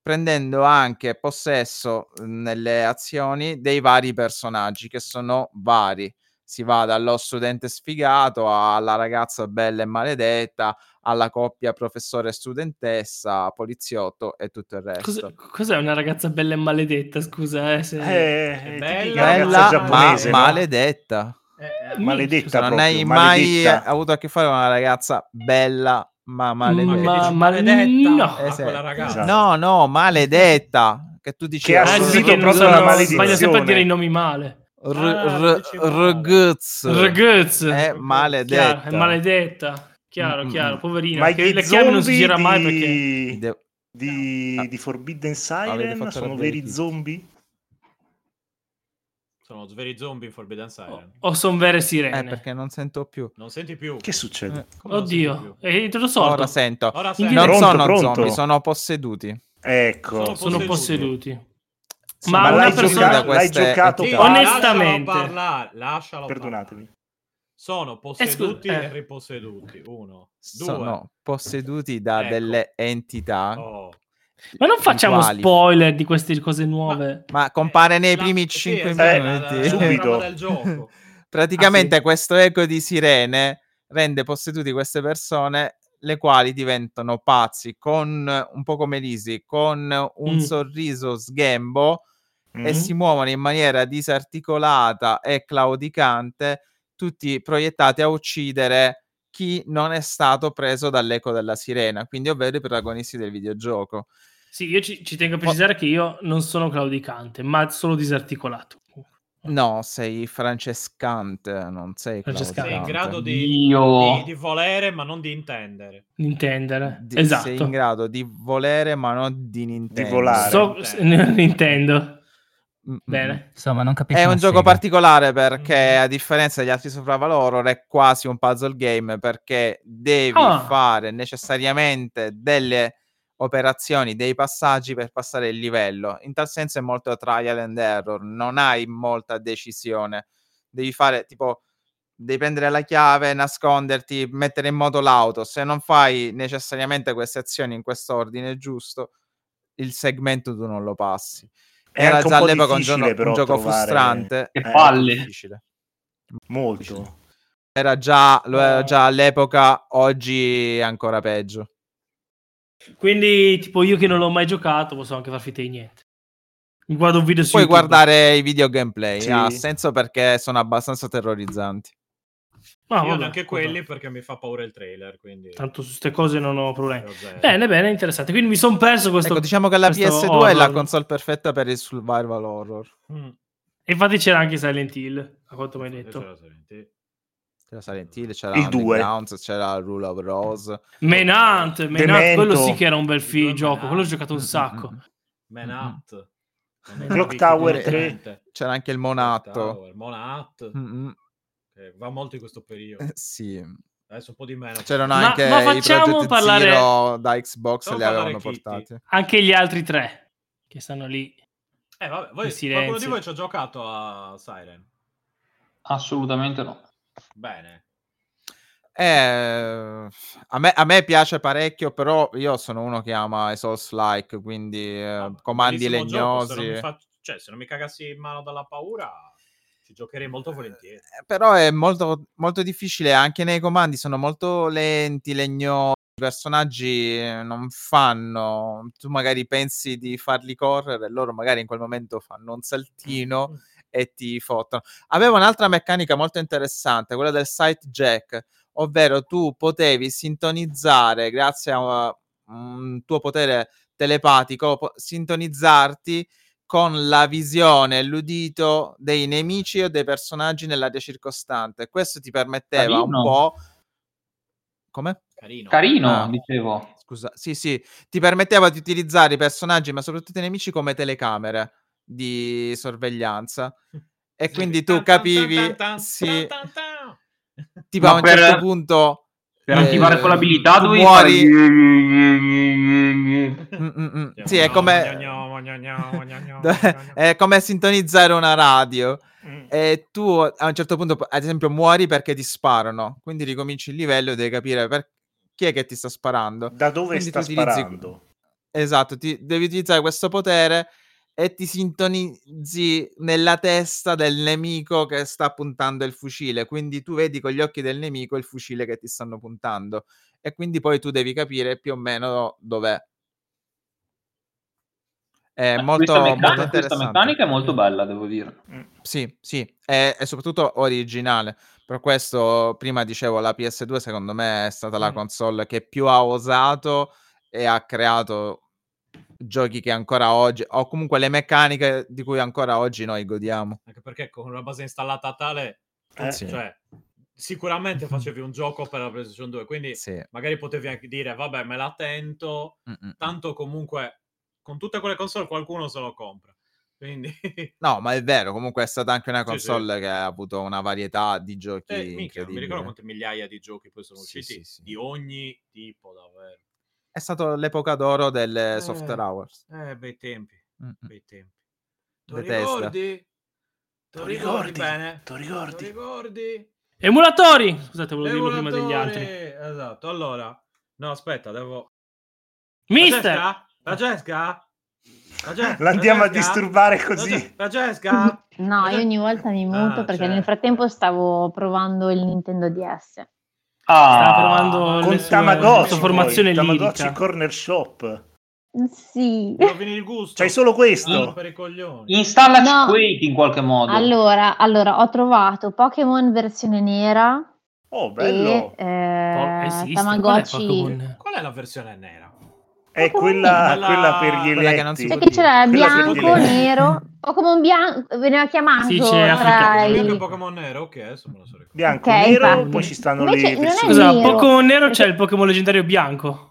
prendendo anche possesso eh, nelle azioni dei vari personaggi che sono vari. Si va dallo studente sfigato alla ragazza bella e maledetta, alla coppia professore e studentessa, poliziotto e tutto il resto. Cos'è, cos'è una ragazza bella e maledetta, scusa? Eh, se- Eh, Bella, tipica Bella ragazza ma giapponese, no? maledetta. Eh, Ma- maledetta Scusa, non proprio, hai mai eh, maledetta. avuto a che fare con una ragazza bella ma maledetta. Ma- dici, ma maledetta no. a Eh, sì. quella ragazza. Esatto. No, no, maledetta. Che tu dici Che ha Ah, sì, subito che non proprio la sono... maledizione. Sbaglio sempre a dire i nomi male. r- Ah, r- dici male. ragazz. Ragaz. È maledetta. Chiaro, è maledetta. Chiaro, Mm, chiaro, mm. poverina. Ma che gli le chiavi non si zombie gira mai perché... di, De- di, di Forbidden Avete Siren fatto sono arrabbiare veri tutti. zombie? Sono Sveri Zombie in Oh. Forbidden Siren. O son vere sirene. Eh, perché non sento più. Non senti più. Che succede? Eh, Come non senti Oddio, più? è Eh, entrato sordo. Ora sento. Ora In senti. Non Pronto, sono pronto. zombie, sono posseduti. Ecco. Sono Sono posseduti. posseduti. Sì, Ma una l'hai, persona- gioca- l'hai queste giocato entità. Sì, qua? Onest- lascialo Onestamente. parlare, lascialo Perdonatemi. parlare. Sono posseduti Eh, scusa, eh. e riposseduti. Uno, due. Sono posseduti da Ecco. delle entità. Oh. Ma non facciamo Uguali. spoiler di queste cose nuove. Ma compare nei La- primi sì, 5 esatto, la- la- minuti. la Subito. trama del gioco. Ah, Praticamente questo eco di sirene rende posseduti queste persone, le quali diventano pazzi, con un po' come Lisi, con un Mm. Mm-hmm. sorriso sghembo Mm? e si muovono in maniera disarticolata e claudicante, tutti proiettati a uccidere chi non è stato preso dall'eco della sirena, quindi ovvero i protagonisti del videogioco. Sì, io ci, ci tengo a precisare che io non sono claudicante, ma solo disarticolato. No, sei francescante, non sei Francescante. Sei in claudicante. grado di, Dio. di- di volere, ma non di intendere. Intendere. Di- esatto. Sei in grado di volere ma non di Nintendo. volare. So, s- Nintendo. Mm-mm. Bene. Mm, Insomma, non capisco. È un una gioco sega. particolare perché Mm. a differenza degli altri sopravvalor è quasi un puzzle game perché devi Ah. fare necessariamente delle operazioni, dei passaggi per passare il livello. In tal senso è molto trial and error, non hai molta decisione. Devi fare tipo devi prendere la chiave, nasconderti, mettere in moto l'auto. Se non fai necessariamente queste azioni in quest'ordine giusto, il segmento tu non lo passi. È Era anche già un po' all'epoca un, difficile, giorno- un però, gioco trovare- frustrante. Che Era palle. difficile. Molto. Eh. Era già, lo era già all'epoca, oggi è ancora peggio. Quindi, tipo, io che non l'ho mai giocato, posso anche far finta di niente. Mi guardo un video su Puoi YouTube. guardare i video gameplay, Sì. ha senso perché sono abbastanza terrorizzanti. Ma Io vabbè, neanche scusa. quelli perché mi fa paura il trailer. Quindi Tanto su queste cose non Eh, ho problemi. Zero, zero. Bene, bene, interessante. Quindi mi sono perso questo. Ecco, diciamo che la questo PS2 è la horror. console perfetta per il survival horror. Mm. E Infatti c'era anche Silent Hill, a quanto mi hai Adesso detto. la senti. C'era Silent Hill, c'era Il due. Underground, c'era Rule of Rose. Menant, Menant, Demento. quello sì che era un bel fi- Due gioco, Menant. quello ho giocato un sacco. Menat. Non ne Clock capisco Tower più 3. niente. C'era anche il Clock Monatto. Tower, Monat. Mm-mm. che va molto in questo periodo. Eh, Sì, Adesso un po' di meno. c'erano Ma- anche ma i facciamo Project parlare- Zero da Xbox, Facciamo li avevano parlare Kitty. portati. Anche gli altri tre che stanno lì. Eh, vabbè, In voi, silenzio. qualcuno di voi ci ha giocato a Siren. Assolutamente no. Bene. Eh, a, me, a me piace parecchio, però io sono uno che ama i Souls-like, quindi eh, Ah, comandi bellissimo gioco, se non legnosi. mi fa- cioè, se non mi cagassi in mano dalla paura, ci giocherei molto volentieri. Eh, Però è molto, molto difficile, anche nei comandi sono molto lenti, legnosi, i personaggi eh, non fanno... Tu magari pensi di farli correre, loro magari in quel momento fanno un saltino e ti fottono. Aveva un'altra meccanica molto interessante, quella del site jack, ovvero tu potevi sintonizzare grazie a uh, un tuo potere telepatico, po- sintonizzarti con la visione e l'udito dei nemici o dei personaggi nell'area circostante. Questo ti permetteva un Carino. po' Come? Carino. Carino, Ah. dicevo. Scusa, sì, sì, ti permetteva di utilizzare i personaggi, ma soprattutto i nemici come telecamere di sorveglianza. E Sì. quindi tu Tan, tan, capivi, tan, tan, sì, tan, tan, tan. tipo Ma a un per- certo punto... Per eh, attivare quell'abilità tu dovevi muori- Eh, fare... Mm, mm, mm. Cioè, Sì, è no, come... no, no, no, no, no, no, no, no. è come sintonizzare una radio. Mm. E tu a un certo punto, ad esempio, muori perché ti sparano. Quindi ricominci il livello e devi capire per... chi è che ti sta sparando. Da dove Quindi sta tu utilizzi- sparando? Esatto, ti, devi utilizzare questo potere e ti sintonizzi nella testa del nemico che sta puntando il fucile. Quindi tu vedi con gli occhi del nemico il fucile che ti stanno puntando. E quindi poi tu devi capire più o meno dov'è. È Eh, molto, questa, molto meccanica, questa interessante. meccanica è molto bella, devo dire. Mm. Sì, sì, è, è soprattutto originale. Per questo, prima dicevo, la PS2 secondo me è stata la Mm. console che più ha osato e ha creato giochi che ancora oggi, o comunque le meccaniche di cui ancora oggi noi godiamo. Anche perché con una base installata tale, Eh, Sì. cioè, sicuramente facevi un gioco per la PlayStation 2, quindi Sì. magari potevi anche dire, vabbè, me la tento, Mm-mm. tanto comunque con tutte quelle console qualcuno se lo compra. Quindi, cioè, No, ma è vero, comunque è stata anche una Sì, sì. console che ha avuto una varietà di giochi eh, minchia, non mi ricordo incredibile. quante migliaia di giochi poi sono Sì, usciti, sì, sì. di ogni tipo davvero. È stata l'epoca d'oro delle Eh. software hours. Eh, bei tempi, Mm, mm. bei tempi. Te Detesta. ricordi? Te T'ho ricordi ricordi? bene? T'ho Te ricordi? ricordi? Emulatori! Scusate, volevo dirlo prima degli altri. Emulatore! Esatto, allora. No, aspetta, devo... Mister! La Gesca? La Gesca? L'andiamo La a Gesca? disturbare La Ge- così. La Gesca? Ah, No, io ogni volta mi muto Ah, perché certo. nel frattempo stavo provando il Nintendo DS. Stava Ah, provando Con le Con sue- diciamo. la Tamagotchi, sua poi, formazione Tamagotchi lirica. Corner Shop. Sì. Devo finire il gusto. C'hai solo Sono questo. per i coglioni. installaci No. Quake in qualche modo. Allora, allora, ho trovato Pokémon versione nera Oh, bello. e eh, Oh, esiste? Qual è Tamagotchi. Pokémon? Qual è la versione nera? È quella, Quella- quella per gli eletti. quella che non si può Perché c'era Quella per gli bianco, eletti. nero, Pokémon bianco, veniva chiamato Sì, c'è tra africano. Io i- che Pokémon nero, ok, adesso me lo so ricordare. Bianco, Ok, nero, infatti. poi ci stanno Invece le non è versioni. Scusa, Nero. Pokémon nero c'è il Pokémon leggendario bianco.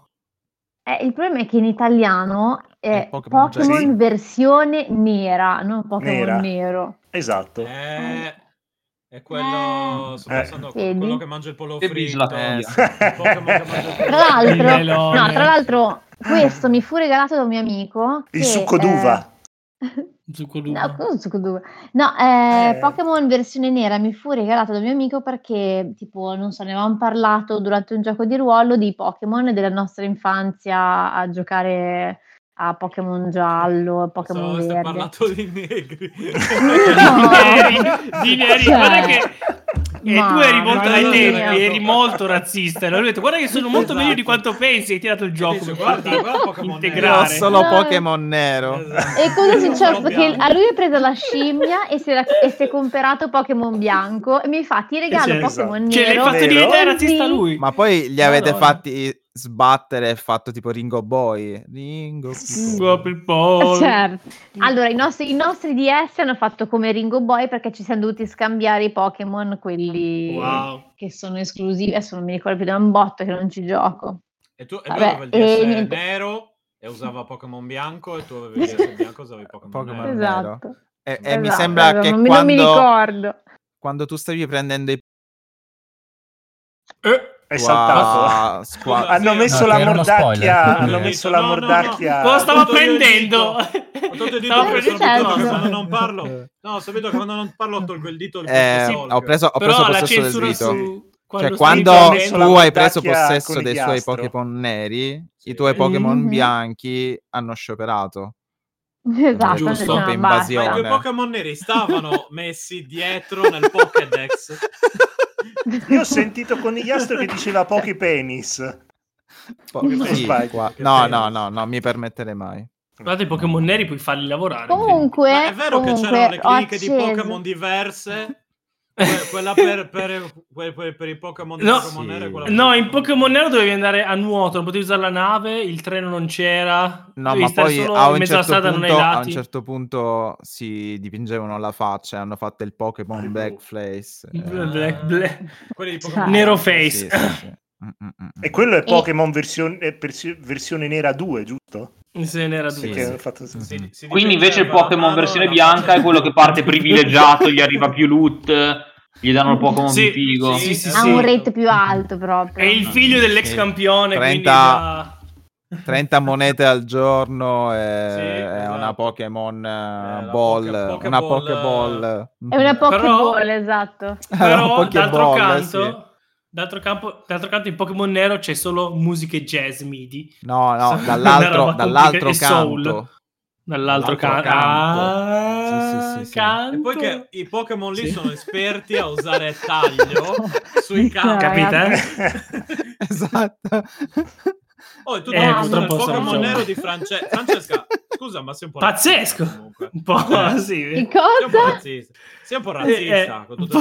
Eh, il problema è che in italiano è È Pokémon Pokémon, giallo. Sì. versione nera, non Pokémon Nera. nero. Esatto. Eh, è quello... Sto Eh. pensando a Vedi? quello che mangia il pollo Che fritto. bislacca. Il Pokémon che mangia il Tra pollo fritto. Il l'altro, melone. no, tra l'altro questo mi fu regalato da un mio amico. che, Il succo eh, d'uva. Zucco No, d'uva. cosa un succo d'uva? No, eh, Eh. Pokémon versione nera mi fu regalato da un mio amico perché, tipo, non so, ne avevamo parlato durante un gioco di ruolo di Pokémon e della nostra infanzia a giocare a Pokémon giallo, a Pensavo Pokémon aveste verde. parlato di negri. No. Di neri, Cioè, guarda che... E tu mamma eri molto ai mia. tempi, eri molto razzista. E allora ho detto, guarda che sono molto Esatto. meglio di quanto pensi. Hai tirato il gioco. Dice, mi guarda, fai guarda Pokémon Io ho integrare. solo No, Pokémon nero. Esatto. E cosa è successo? Pokémon Che bianco. a lui è presa la scimmia e si, era- e si è comperato Pokémon bianco e mi fa ti regalo Esatto. Pokémon Cioè, l'hai nero. fatto Vero? diventare Sì. razzista lui. Ma poi li avete Madonna. fatti sbattere e fatto tipo Ringo Boy. Ringo Guarda Boy. il pollo. Certo. Allora, i nostri, i nostri DS hanno fatto come Ringo Boy perché ci siamo dovuti scambiare i Pokémon, quelli Wow. che sono esclusivi. Adesso non mi ricordo più da un botto che non ci gioco. E tu e lui Vabbè, aveva il e DS niente. nero e usava Pokémon bianco e tu avevi il DS bianco e usavi Pokémon, Pokémon nero. nero. Eh, Esatto. E, e mi Esatto, sembra esatto, che non, mi- non quando, mi ricordo. quando tu stavi prendendo i Eh, È saltato. Wow, squa- Scusa, Hanno sì, messo no, la che era uno mordacchia. spoiler, quindi- Hanno Ho messo detto, la no, no, no. mordacchia. Cosa stava tutto io prendendo? Ho tolto il dito Stava ho preso il prendendo dito, certo. che quando non parlo. No, ho sapete che quando non parlo tolgo il dito al Eh, posto ho preso, ho preso Però la possesso del censura dito. su... Cioè, stavi quando prendendo- la tu hai preso mordacchia possesso con dei il suoi diastro. Pokémon neri, Sì. i tuoi Pokémon Mhm. bianchi hanno scioperato. Esatto, Giusto, adesso no, basta. per Ma i due invasione. Pokémon neri stavano messi dietro nel Pokédex. Io ho sentito con Conigliastro che diceva pochi penis. Po- Che sì, sbagli. qua- Che No, pena. no, no, non mi permetterei mai. Guardate, i Pokémon neri puoi farli lavorare. Comunque, Ma è vero comunque, che c'erano le ho cliniche di acceso. Pokémon diverse. Que- Quella per, per, que- que- per i Pokémon No. Pokémon nero e quella per No, i in Pokémon Nero dovevi andare a nuoto, non potevi usare la nave, il treno non c'era. No, dovevi ma stare poi solo a in un, mezzo alla certo strada, non punto, hai a un lati. certo punto si dipingevano la faccia e hanno fatto il Pokémon Blackface. eh. Bla- bla- bla- Quelli di Ah. Pokémon Nero Sì, face. sì, sì. Mm, mm, mm, mm. E quello è Pokémon version- eh, persi- versione nera 2, giusto? Se n'era Sì, due. Perché sì. hanno fatto- Sì, Si- si Quindi invece il dipingeva la Pokémon mano, versione la bianca faccia- è quello che parte privilegiato, gli arriva più loot, gli danno il Pokémon Sì, più figo. sì, sì, Ha sì. un rate più alto proprio. È il figlio dell'ex Sì. campione, quindi 30. già... 30 monete al giorno e Sì, e esatto. una Pokémon eh, la Ball, Poké- una Pokéball, Pokéball. È eh. una Pokéball, Però- esatto. Però, Pokéball, d'altro eh, canto... D'altro, campo- d'altro canto in Pokémon Nero c'è solo musica e jazz MIDI. No, no, Una dall'altro, roba dall'altro complica- e soul. canto. Dall'altro Dall'altro canto. canto. Ah, Eh, Sì, sì, sì, sì. canto. E poi che i Pokémon lì Sì. sono esperti a usare taglio sui campi. Capito? Capite? Eh, esatto. Oh, e tu Eh, devi usare il purtroppo sono Pokémon solo. nero di France- Francesca. Scusa, ma sei un po' Pazzesco! razzista comunque. Un po' Eh, Che sì. Sei un po' cosa? razzista. Sei un po' Eh, razzista. eh, con un tutte queste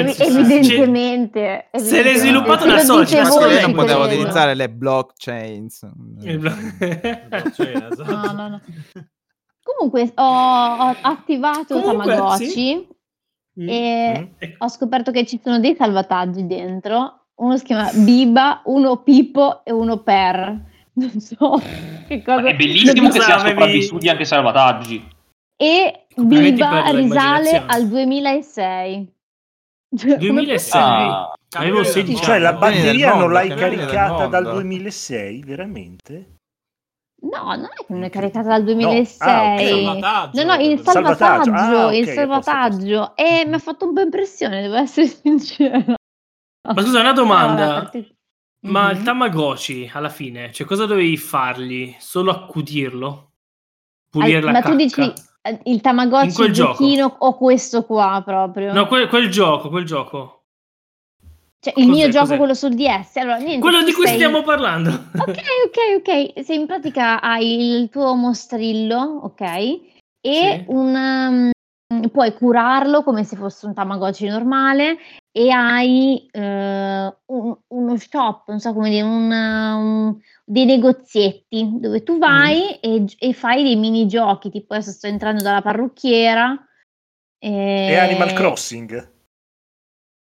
cose. Evi- sì, sì. evidentemente, l'è evidentemente. sviluppato Se da lo esatto. solo, dice ci Ma vuole voi, lei ci non ci poteva credo. utilizzare le blockchains. No, cioè, esatto. No, no, no. Comunque ho, ho attivato Comunque, Tamagotchi sì. e Mm. Ecco. ho scoperto che ci sono dei salvataggi dentro. Uno si chiama Biba, uno Pippo e uno Per. Non so che cosa. È bellissimo Lo che siano usavi- sopravvissuti anche ai salvataggi. e Complimenti per Biba la risale immaginazione. al 2006. Cioè, come 2006. Ah, Avevo 16 Sì, anni. Cioè, la Campioni del batteria mondo, non l'hai campioni del caricata dal mondo. 2006, veramente? No, non è che non è caricata dal 2006. No, No, no, il ah, Salvataggio. salvataggio, Ah, ok, il a posto, a posto. salvataggio. E mi ha fatto un po' impressione, devo essere sincera. Ma scusa, una No, la domanda. parte- Ma Mhm. Mm-hmm. il Tamagotchi, alla fine, cioè cosa dovevi fargli? Solo accudirlo? Pulire Al- la Ma cacca? tu dici eh, il In Tamagotchi quel il gioco. giochino o questo qua proprio? No, quel, quel gioco, quel gioco. cioè, il mio cos'è, gioco cos'è? quello sul DS. Allora, niente, Quello tu di cui sei- stiamo parlando. Ok, ok, ok. Se in pratica hai il tuo mostrillo, ok? E Sì. un, um, puoi curarlo come se fosse un Tamagotchi normale e hai eh, un- uno shop, non so come dire, un, um, dei negozietti dove Mm. tu vai e, gi- e fai dei minigiochi, tipo adesso sto entrando dalla parrucchiera. Eh. È Animal Crossing?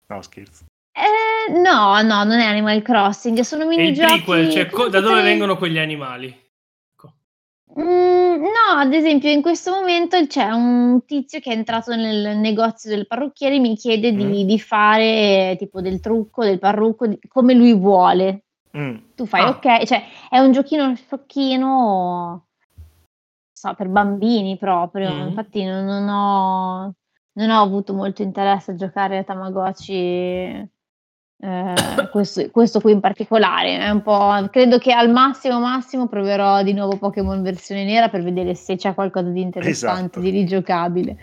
No, scherzo. Eh, no, no, non è Animal Crossing, sono E il minigiochi. prequel, cioè come co- da dove potrei- vengono quegli animali? Ecco. Mm, no, ad esempio, in questo momento c'è un tizio che è entrato nel negozio del parrucchiere e mi chiede Mm. di, di fare eh, tipo del trucco, del parrucco, di- come lui vuole. Mm. Tu fai Ah. ok, cioè è un giochino sciocchino, non so, per bambini proprio. Mm. Infatti, non, non ho, non ho avuto molto interesse a giocare a Tamagotchi. eh, questo, questo qui in particolare è un po'. Credo che al massimo, massimo proverò di nuovo Pokémon versione nera per vedere se c'è qualcosa di interessante, Esatto. di rigiocabile.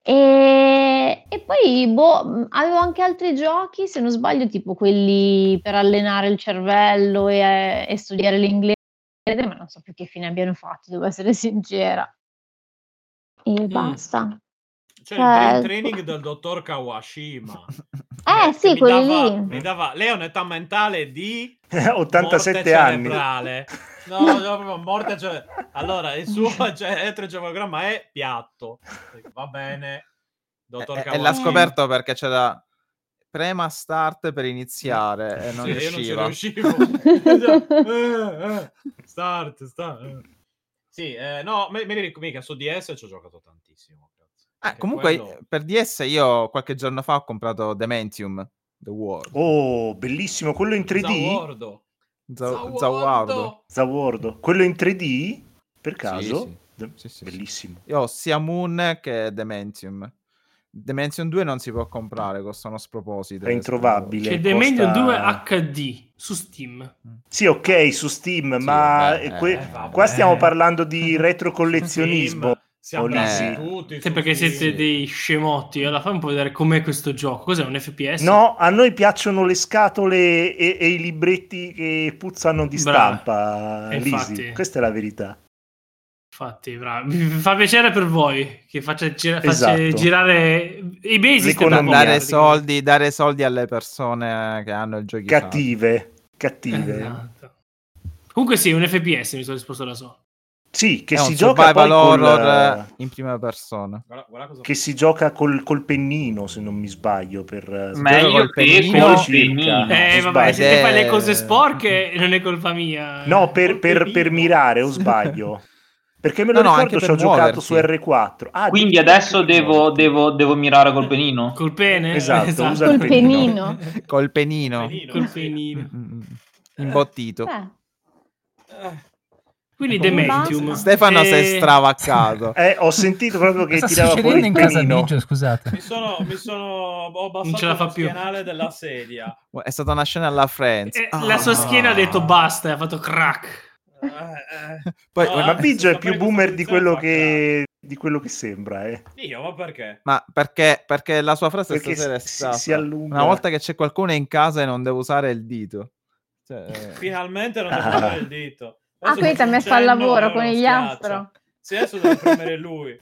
E, e poi boh, mh, avevo anche altri giochi, se non sbaglio, tipo quelli per allenare il cervello e, e studiare l'inglese, ma non so più che fine abbiano fatto, devo essere sincera. E basta. C'è Cioè- il brain training del dottor Kawashima. Eh, Che sì, mi quelli dava- lì. Mi dava, lei ha un'età mentale di... 87 morte anni. cerebrale. No, no, proprio morte cerebrale. Allora, il suo cioè, elettroencefalogramma è piatto. Va bene. Dottor E- Eh, e Kawashima. l'ha scoperto perché c'era prema start per iniziare e non Sì, io riusciva. non ci riuscivo. Eh, eh, start, start. eh. Sì, eh, no, me, me li ricordo mica, su DS ci ho giocato tantissimo. cazzo. Ah, Anche comunque quello- per DS io qualche giorno fa ho comprato Dementium, The World, Oh, bellissimo. Quello in 3D? Zawardo. Za- Zawardo. Zawardo. Zawardo. Quello in 3D? Per caso? sì. D- Sì, sì, sì. Bellissimo. Io ho sia Moon che Dementium. Dementium 2 non si può comprare, costa uno sproposito. È introvabile. C'è The Ah. Medium costa- 2 HD su Steam. Sì, ok, su Steam, Sì, ma vabbè, que- eh, vabbè. qua stiamo parlando di retrocollezionismo. Sì, ma Siamo Eh. bravi tutti. Sì, perché tutti. siete dei scemotti. Allora fammi un po' vedere com'è questo gioco. Cos'è un FPS? No, a noi piacciono le scatole e, e i libretti che puzzano di Brava. stampa, E infatti- Lisi. Questa è la verità. Infatti, bravo. Mi fa piacere per voi che faccia, gira- faccia Esatto. girare i basic. Per Economia. dare Dare soldi, dare soldi alle persone che hanno il giochino. Cattive, cattive. Esatto. Comunque sì, un FPS mi sono risposto da solo. Sì, che È si un gioca poi survival col, horror eh, in prima persona. Guarda, guarda cosa che si gioca col, col pennino, se non mi sbaglio, per eh, Ma- meglio col che pennino. col Circa. pennino. No, eh, non vabbè, se sbaglio. te fai le Eh. cose sporche non è colpa mia. No, per, Col per- pennino. per mirare, o sbaglio. Perché me lo No, no, ricordo, anche ci ho per giocato muoversi. su R4. Ah, Quindi devi- adesso devi devo, muoverti. devo, devo mirare col penino? Col pene? Esatto, usa il Col pennino. penino. Col penino. Penino, Col sì. penino. Mm, mm, mm. Imbottito. Beh, Quindi Comunque, Dementium. Stefano si è Eh, stravaccato. Eh, ho sentito proprio che Cosa sta tirava fuori succedendo il in casa penino. Biggio, Mi scusate? sono, mi sono ho abbassato ce la fa lo più. schienale della sedia. È stata una scena alla Friends. eh, Ah. La sua schiena ha detto basta, ha fatto crack. Eh, eh. Poi- No, Ah, Ma anzi, Biggio è sapere più questa boomer di posizione quello fa che, di quello che sembra, eh. crack. Io, ma perché? Ma perché, perché la sua frase Perché stasera è si- stata si allunga. una volta che c'è qualcuno in casa e non devo usare il dito. Eh. Cioè, Finalmente non Ah. devo fare il dito. ah, Adesso qui ti ha faccio un messo al cenno, lavoro allora con lo gli schiaccio. astro. Sì, adesso devo premere lui.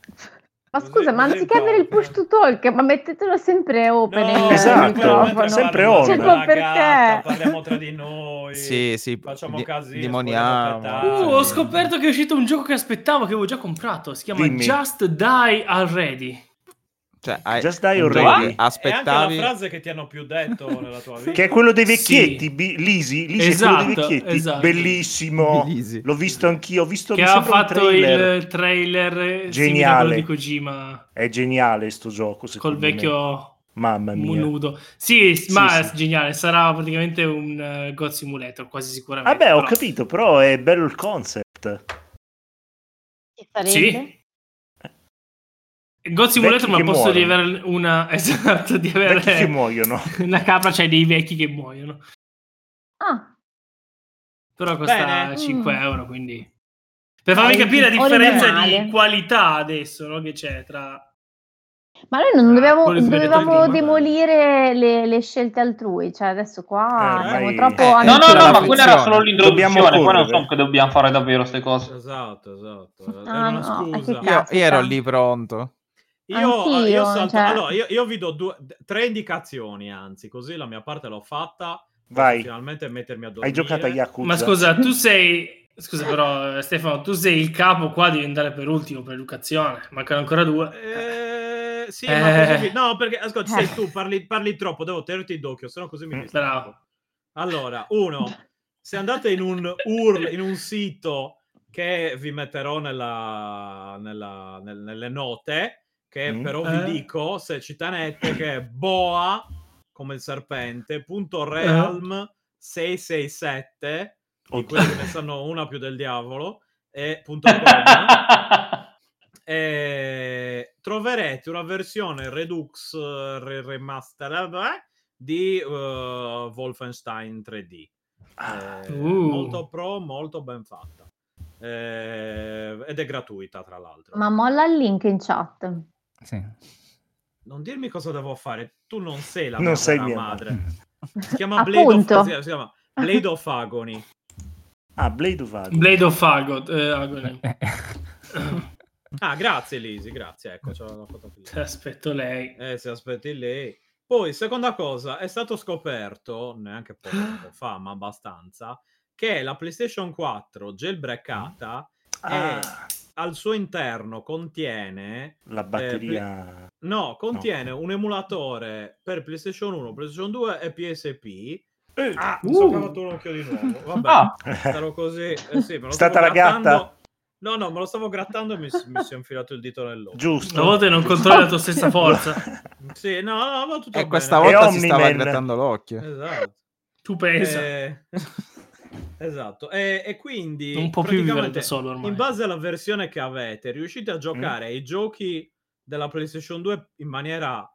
Ma Così- scusa, ma così eh. anziché avere il push to blocca. talk, ma mettetelo sempre open il esatto, microfono. sempre Eh, parliamo on. Cioè, con la perché? gatta, parliamo tra di noi. sì, sì, Facciamo di- casino, dimoniamo. spogliamo Uh, Ah, ho sì. scoperto che è uscito un gioco che aspettavo, che avevo già comprato. Si chiama Dimmi. Just Die Already. Cioè, hai- Just die appunto, already. È anche Aspettavi la frase che ti hanno più detto nella tua vita. Che è quello dei vecchietti, Sì. bi- Lisi, Lisi è quello Esatto, dei vecchietti, esatto. bellissimo. Lisi. L'ho visto anch'io, ho visto che mi ha sembra un fatto trailer. il trailer eh, simile a quello Geniale. di Kojima È geniale sto gioco, secondo col me. vecchio Mamma mia. nudo. Sì, Sì, ma sì. geniale, sarà praticamente un eh, God Simulator quasi sicuramente. Vabbè, Ah ho però- capito, però è bello il concept. Che sarebbe? Sì. God Simulator, Vecchi ma che posso di muoiono. avere una esatto, di avere Vecchi che muoiono. una capra, cioè dei vecchi che muoiono. Ah, Però costa Bene. 5 Mm. euro, quindi per farvi Ah, capire la differenza originale. di qualità adesso no, che c'è tra Ah, ma noi non Ah, dovevamo, quello si vede dovevamo prima. demolire le, le scelte altrui, cioè adesso qua Eh, siamo ormai- troppo... Eh, No, no, amici no, della ma quella era solo Dobbiamo l'introduzione. Poi non so correre. che dobbiamo fare davvero queste cose. Esatto, esatto. eh, È Ah, una no, è che scusa. Io, io ero Caspita. lì pronto. Io, io Anch'io, salto- cioè- allora, io- io vi do due- d- tre indicazioni, anzi, così la mia parte l'ho fatta. Vai. Finalmente mettermi a dormire. Hai giocato a Yakuza. eh. Ma scusa, tu sei. Scusa, però, eh, Stefano, tu sei il capo qua, devi andare per ultimo per educazione. Mancano ancora due. Eh, sì, Eh. ma così mi- no, perché ascolta, Eh. sei tu, parli, parli troppo, devo tenerti d'occhio, sennò così mi Mm, distraggo. bravo. Allora, uno, se andate in un URL, in un sito che vi metterò nella- nella- nel- nelle note, che Mm. però Eh. vi dico, se ci tenete, che è boa, come il serpente, punto realm Eh, 667, di Oddio. quelli che ne sanno una più del diavolo, e punto com, eh, troverete una versione Redux eh, re- Remaster eh, di eh, Wolfenstein 3D. Ah, Eh, Uh. Molto pro, molto ben fatta. Eh, ed è gratuita, tra l'altro. Ma molla il link in chat. Sì. Non dirmi cosa devo fare, tu non sei la Non mia sei vera mia madre. Mm. Si chiama Blade Appunto. of, si chiama Blade of Agony. Ah, Blade of Agony. Blade of Agot, eh, Agony. Eh, eh. Ah, grazie Lisi, grazie. Ecco, c'ho la foto qui. Ti aspetto lei. Eh, se aspetti lei. Poi, seconda cosa, è stato scoperto, neanche poco tempo fa, ma abbastanza, che la PlayStation 4 jailbreakata Ah, al suo interno contiene, la Eh, batteria... no, contiene un emulatore per PlayStation 1, PlayStation 2 e PSP. Eh, Ah, mi sono Uh. cavato un occhio di nuovo. Vabbè, Ah. sarò così. eh sì, me lo Stata stavo la grattando- gatta? No, no, me lo stavo grattando e mi, s- mi si è infilato il dito nell'occhio. Giusto. Una volta non controlli la tua stessa forza. Sì, no, no, va tutto E bene. questa E volta si Omniman. stava grattando l'occhio. Esatto. Tu pensa. Eh, esatto. E, e quindi Non può più vivere praticamente, da solo ormai. Mm. in base alla versione che avete, riuscite a giocare ai giochi della PlayStation 2 in maniera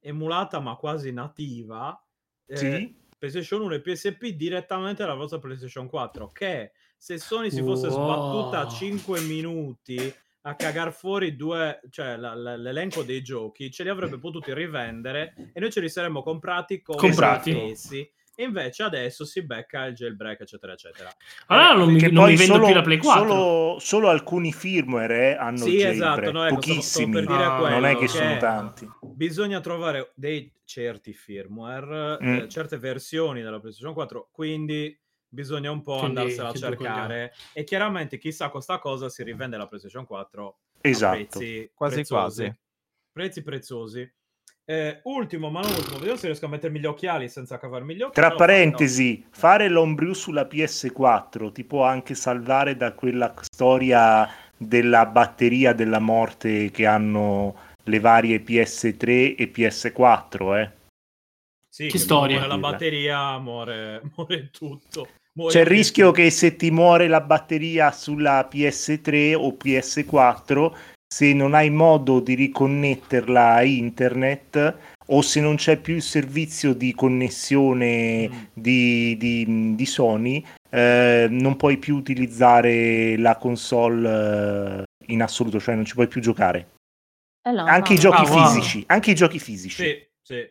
emulata ma quasi nativa. eh, Sì. PlayStation 1 e PSP direttamente alla vostra PlayStation 4 che se Sony si fosse Wow. sbattuta 5 minuti a cagar fuori due, cioè la- la- l'elenco dei giochi ce li avrebbe potuti rivendere e noi ce li saremmo comprati come Comprati. se avessi. E invece adesso si becca il jailbreak, eccetera, eccetera. Allora Ah, non, mi, Che non poi mi vendo solo, più la Play 4. Solo, solo alcuni firmware eh, hanno Sì, jailbreak, esatto, no, ecco, stavo- stavo pochissimi, per dire Ah, quello, non è che che- sono tanti. Bisogna trovare dei certi firmware, Mm. eh, certe versioni della PlayStation 4, quindi bisogna un po' Quindi, andarsela a chi due cercare. E chiaramente chissà con sta cosa si rivende la PlayStation 4 a Esatto. prezzi Quasi, prezzosi. quasi. Prezzi prezzosi. Eh, ultimo, ma non ultimo, vediamo se riesco a mettermi gli occhiali senza cavarmi gli occhi. Tra No, parentesi, fare l'ombriu sulla PS4 ti può anche salvare da quella storia della batteria della morte che hanno le varie PS3 e PS4, eh. no. Sì, Che che storia. muore La batteria muore, muore tutto. Muore C'è il anche rischio tu. che se ti muore la batteria sulla PS3 o PS4, se non hai modo di riconnetterla a internet o se non c'è più il servizio di connessione Mm. di, di- di Sony, eh, non puoi più utilizzare la console eh, in assoluto, cioè non ci puoi più giocare. Eh no, Anche i no. giochi Ah, wow. fisici, anche i giochi fisici. Sì, sì.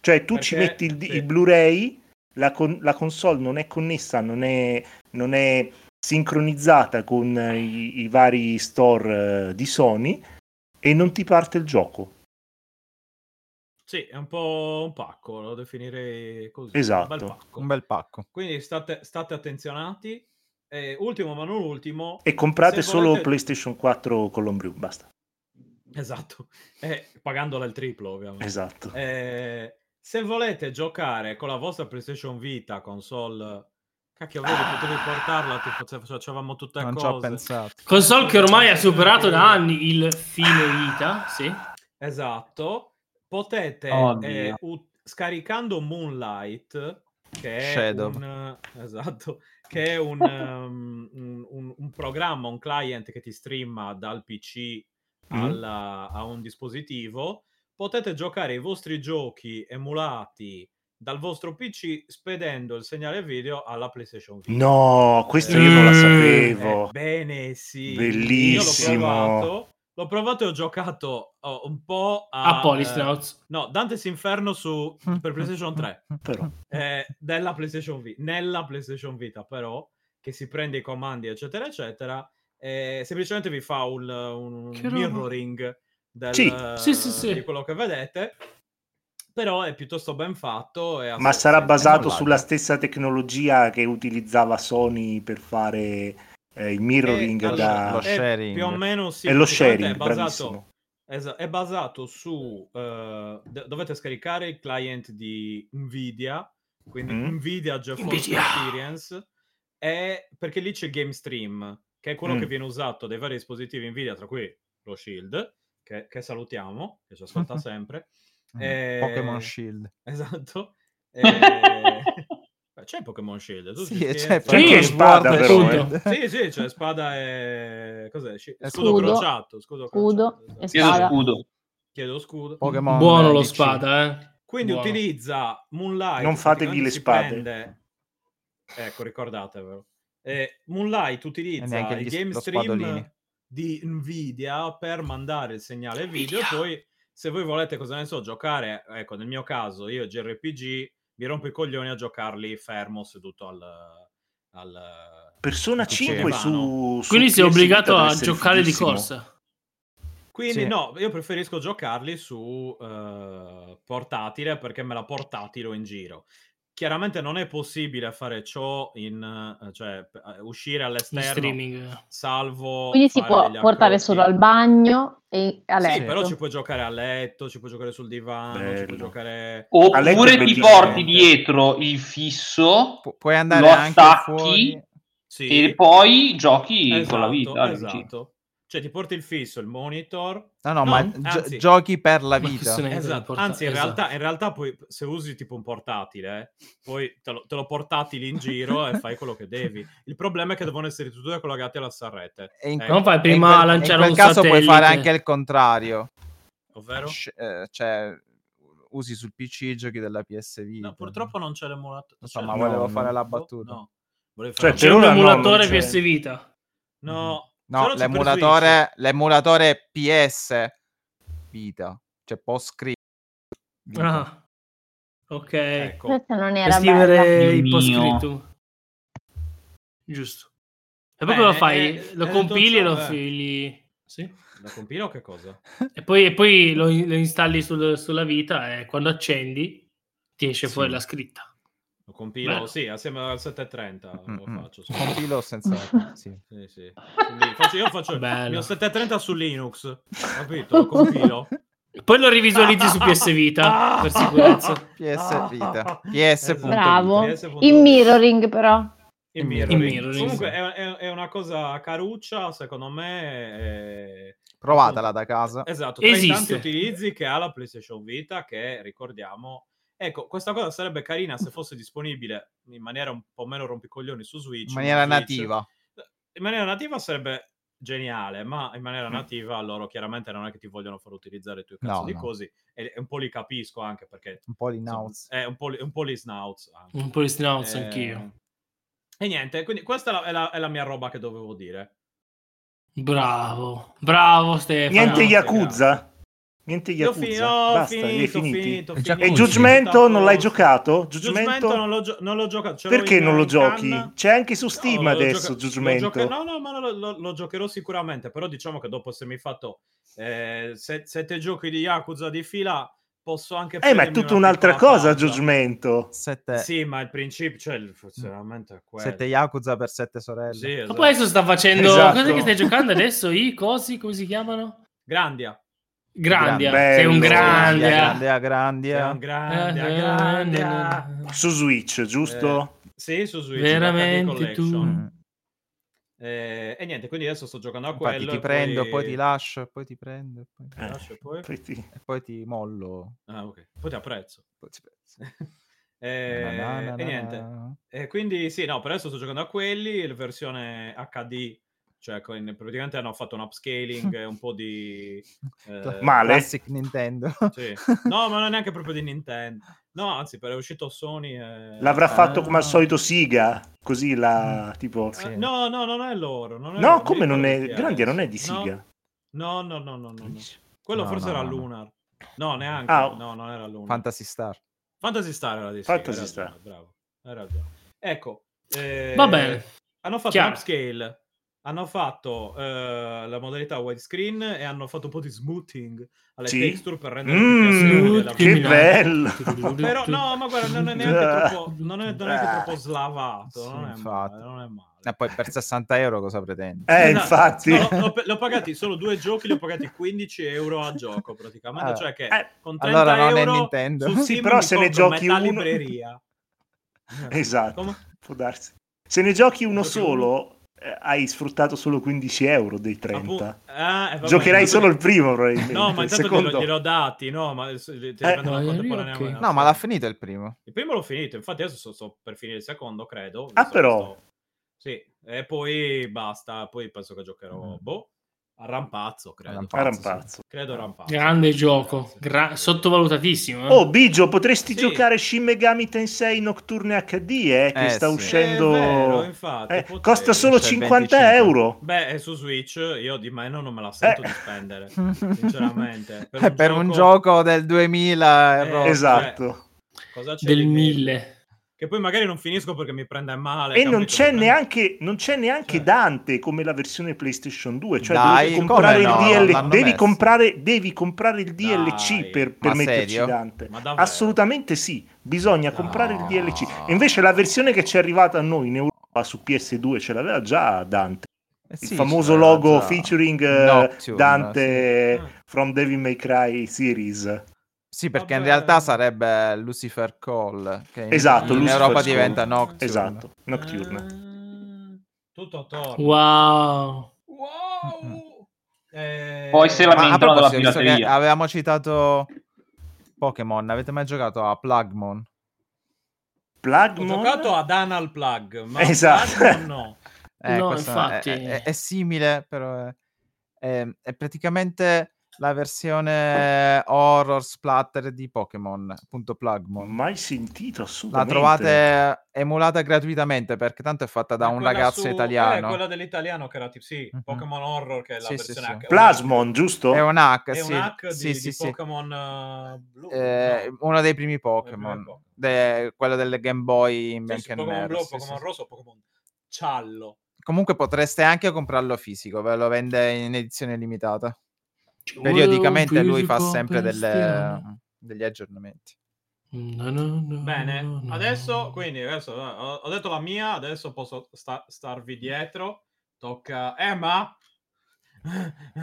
Cioè, tu ci metti Perché- il, sì. il Blu-ray, la, con- la console non è connessa, non è, non è sincronizzata con eh, i, i vari store eh, di Sony e non ti parte il gioco. Sì, è un po' un pacco, lo definirei così. Esatto. Un bel pacco. Un bel pacco. Quindi state, state attenzionati. E ultimo ma non ultimo, E comprate Se solo volete- PlayStation 4 con l'ombrium, basta. Esatto, eh, pagandola il triplo ovviamente. Esatto. Eh, se volete giocare con la vostra PlayStation Vita, console... Cacchio, vedi, Ah. potevi portarla, ti face- facevamo tutte non ci ho cose. pensato. Console che ormai eh, ha superato da anni il fine vita, sì. Esatto. Potete, Oh, Oddio. eh, ut- scaricando Moonlight, che è Shadow. un... Esatto, che è un, um, un- un- un programma, un client che ti streama dal PC Mm. alla- a un dispositivo, potete giocare i vostri giochi emulati dal vostro PC spedendo il segnale video alla PlayStation Vita. No, questo io non la Mm. sapevo. Eh, bene, sì. Bellissimo. Io L'ho provato, l'ho provato e ho giocato oh, un po' a... A eh, Polistrauts. no, Dante's Inferno su, per PlayStation 3. Mm. Però. eh, della PlayStation Vita. Nella PlayStation Vita, però, che si prende i comandi, eccetera, eccetera, eh, semplicemente vi fa un, un Che roba. mirroring del- Sì. Sì, sì, sì. di quello che vedete. Però è piuttosto ben fatto. e Ma assolutamente sarà basato Eh, non lagga. sulla stessa tecnologia che utilizzava Sony per fare eh, il mirroring Eh, allora, da... lo è sharing. Più o meno sì, è lo sicuramente sharing, è basato, bravissimo. Esa- è basato su eh, d- dovete scaricare il client di Nvidia, quindi Mm. Nvidia GeForce Nvidia. Experience e- perché lì c'è Game Stream, che è quello Mm. che viene usato dai vari dispositivi Nvidia, tra cui lo Shield, che, che salutiamo, che ci ascolta sempre. Mm. Eh, Pokémon Shield. Esatto. Eh, c'è Pokémon Shield, tu Sì, ci e scherzi? c'è Sì, Pokémon spada, Sword e però, eh. Shield. sì, sì, c'è spada e... Cos'è? Sci- E Scudo, scudo. crociato. Scudo, Scudo crociato, e esatto. Chiedo Spada. scudo. Chiedo scudo. Pokémon Buono eh, lo DC. spada, eh. Quindi Buono. utilizza Moonlight. Non fatevi le praticamente si spade. prende- Ecco, ricordatevelo. Eh, Moonlight E utilizza neanche il gli- game lo stream spadolini. di Nvidia per mandare il segnale video. Poi, se voi volete, cosa ne so, giocare, ecco, nel mio caso, io JRPG, mi rompo i coglioni a giocarli fermo, seduto al... al Persona Sì, 5 ma su, su Quindi sei PS obbligato Vita deve a essere giocare di fighissimo. corsa. Quindi Sì. no, io preferisco giocarli su eh, portatile perché me la portatilo in giro. Chiaramente non è possibile fare ciò in eh, cioè p- eh, uscire In all'esterno streaming. salvo Quindi si fare può degli portare accrocchi. solo al bagno e a letto. Sì, però ci puoi giocare a letto, ci puoi giocare sul divano, ci puoi Bello. giocare Alex Oppure è ti bellissimo. porti dietro il fisso Pu- puoi andare Lo anche attacchi fuori. Sì. e poi giochi Esatto, con la vita. dici. Esatto. Cioè ti porti il fisso, il monitor, No, no, No, ma anzi- gio- giochi per la Ma che vita. se ne- Esatto, porta- anzi in, esatto. Realtà, in realtà poi se usi tipo un portatile, eh, poi te lo, te lo portatili in giro e fai quello che devi. Il problema è che devono essere tutti e due collegati alla sarrete. E in- Ecco, Non fai e Eh, in prima quel- lanciare in un quel caso puoi satellite. fare anche il contrario. Ovvero? Sc- eh, cioè, usi sul PC i giochi della PS Vita. No, purtroppo non c'è l'emulatore. Lo so, Cioè, ma no, volevo no, fare no. la battuta. No, volevo Cioè, fare C'è Per un ora no, non emulatore c'è. PS Vita. No, Mm. No, però c'è per Switch. l'emulatore, l'emulatore PS Vita. Cioè, post script. Ah, ok. Ecco. Questa non Per era bella. scrivere il Dio post-scriptum. Giusto. E poi Bene, cosa fai? eh, lo eh, compili e lo eh. fili. Sì. Da compilo che cosa? E poi, e poi lo, lo installi sul- sulla vita e quando accendi ti esce fuori la scritta. Lo compilo, Bello. sì, assieme al 730 lo Mm, mm. faccio. sì. Compilo senza... sì. Sì, sì. Quindi faccio- io faccio Bello. il mio 730 su Linux, capito? Lo compilo. Poi lo rivisualizzi su PS Vita per sicurezza. PS Vita. Esatto. PS. Bravo. PS.it. In mirroring però. In In mirroring. mirroring, Comunque sì. è, è- è una cosa caruccia, secondo me. eh, Provatela da casa. Esatto, tra i tanti Esiste. utilizzi che ha la PlayStation Vita, che ricordiamo... Ecco, questa cosa sarebbe carina se fosse disponibile in maniera un po' meno rompicoglioni su Switch. In maniera ma Switch- nativa. In maniera nativa sarebbe geniale, ma in Mm. maniera nativa loro chiaramente non è che ti vogliono far utilizzare i tuoi cazzo No, di no. cose e e un po' li capisco anche perché... Un po' di insomma, naus. È un po' li, un po' li snauts anche. Un po' di snouts Eh, anch'io. E niente, quindi questa è la, è la- è la mia roba che dovevo dire. Bravo, bravo Stefano. Niente no, Yakuza? Niente Io ho fi- Yakuza? ho Basta, finito, li hai finiti? ho finito, ho E finito. E Yakuza. Giugmento non l'hai Tutto a giocato? posto. Giugmento Giugmento? non l'ho, gio- non l'ho giocato. ce l'ho Perché in- non lo in giochi? canna. C'è anche su No, Steam lo adesso gioca- Giugmento. lo gioca- no, no, ma lo, lo- lo giocherò sicuramente. Però diciamo che dopo se mi fatto eh, se- sette giochi di Yakuza di fila, posso anche... eh, ma è prendermi tutta una un'altra piccola cosa pausa. Giugmento. Sette, Sì, ma il principio, cioè il funzionamento è quello. Mm. sette Yakuza per sette sorelle. Sì, Ma esatto. poi adesso sta facendo... Esatto. Cosa che stai giocando adesso? I cosi, come si chiamano? Grandia. Grandia, Gran- sei un bello, grande. grande, grande, È un grande. grande, Eh, grande. eh, Su Switch, giusto? Sì, su Switch. Veramente HD tu. Collection. Mm. Eh, e niente, quindi adesso sto giocando a quello. Infatti e ti prendo, poi... ti lascio, e poi ti prendo, e poi- Eh. lascio. e Poi... Pretty. e poi ti mollo. Ah, ok. Poi ti apprezzo. poi ti penso. Eh, Na na na e na niente. na. E quindi sì, no, per adesso sto giocando a quelli, la versione HD, cioè con- praticamente hanno fatto un upscaling, e un po' di... eh, Male. Classic Nintendo. sì. No, ma non è neanche proprio di Nintendo. No, anzi, per è uscito Sony... e- L'avrà Eh, fatto come al no. solito Siga, così la tipo... Eh, No, no, non è loro. Non è loro, No, mi come non ricordo è... chi era. Grandia non è di No, Siga. No, no, no, no, no. no. Quello No, forse no, era no, no. Lunar. No, neanche. Ah. No, non era Lunar. Fantasy Star. Fantasy Star era di Sega, Fantasy hai Star. ragione, Bravo. Hai ragione. Ecco. eh, Va bene. Hanno fatto Chiaro. un upscale. Hanno fatto eh, la modalità widescreen e hanno fatto un po' di smoothing alle Sì. texture per rendere più Mm, piacevole la Smoothing. che visuale. bello! Però no, ma guarda, non è neanche troppo, non è, non è neanche Ah. troppo slavato, Sì, non, è infatti. male, non è male. E poi per 60 euro cosa pretendi? Eh, No, infatti. No, l'ho, l'ho pagati solo due giochi, li ho pagati 15 euro a gioco praticamente, Ah. cioè che Eh, con 30 Allora non è euro Nintendo. su Sì, Steam però mi se ne compro giochi metà uno- libreria. Esatto, Come- può darsi. Se ne giochi uno Giochi solo, eh, hai sfruttato solo 15 euro dei 30. Appunto- ah, eh, vabbè, Giocherai intanto- solo il primo, probabilmente. No, ma il intanto secondo... glielo, gliel'ho dati, no, ma adesso li- te ne Eh, prendono no, conto e poi io non ne ok. voglio- No, ma l'ha finito il primo. Il primo l'ho finito, infatti adesso sto, sto per finire il secondo, credo. Ah, visto però. che sto- Sì, e poi basta, poi penso che giocherò, boh, a rampazzo, credo. Arrampazzo. Era un pazzo. Credo a rampazzo. Grande gioco, Grazie. gra- sottovalutatissimo. eh. Oh, Bigio, potresti Sì. giocare Shin Megami Tensei Nocturne HD, eh, che Eh, sta sì. uscendo... È vero, infatti, Eh, potrei. costa solo Esce il 50 25. euro. Beh, è su Switch io di meno non me la sento Eh. di spendere, sinceramente. Per, Eh, per un gioco del 2000 Eh, euro. cioè, Esatto. cosa c'è di del meglio? mille. Che poi magari non finisco perché mi prende male. E non capito? c'è Mi prende- neanche, non c'è neanche Cioè. Dante come la versione PlayStation 2. Cioè, Dai, dovete comprare come il no? DL L'hanno Devi messo. comprare, devi comprare il Dai, DLC per, ma per metterci serio? Dante. Ma davvero? Assolutamente sì, bisogna comprare il No. DLC. E invece la versione che ci è arrivata a noi in Europa su PS2 ce l'aveva già Dante. Eh Il sì, famoso c'era logo già featuring eh, Nocturne, Dante sì. Ah. from Devil May Cry series. Sì, Sì, perché in Vabbè. realtà sarebbe Lucifer Call. Che in, Esatto, in Lucifer Europa Call. diventa Nocturne. Esatto, Nocturne. Ah, Tutto attorno. Wow. Wow! Eh, Poi se la Ma a Lamentano della proposito, visto che pirateria. avevamo citato Pokémon, avete mai giocato a Plugmon? Ho Plugmon? giocato ad Anal Plug, ma Esatto. Plug no. No, questo Eh, è- infatti. È, è- è simile, però è, è- è praticamente la versione horror splatter di Pokémon, appunto Plugmon. Mai sentito La assolutamente. trovate emulata gratuitamente perché tanto è fatta da È un quella ragazzo su- italiano. Eh, quella dell'italiano che era tipo, sì, Mhm. Pokémon Horror, che è la Sì, sì, versione sì. H- Plasmon, giusto? È un hack, È sì. un hack Sì, di, sì, di sì. Pokémon eh, blu. Eh, no. uno dei primi primi Pokémon, Pokémon. de- quello del Game Boy in Sì, bianco sì, e Pokémon nero. blu, sì, sì, Pokémon sì. rosso, Pokémon giallo. Comunque potreste anche comprarlo fisico, ve lo vende in edizione limitata. Cioè, Ci vuole un Periodicamente lui fa fisico sempre per stirare. delle- degli aggiornamenti. No, no, no, Bene, no, no. Mm. adesso, quindi, adesso eh, ho, ho detto la mia, adesso posso sta- starvi dietro. Tocca eh, Emma.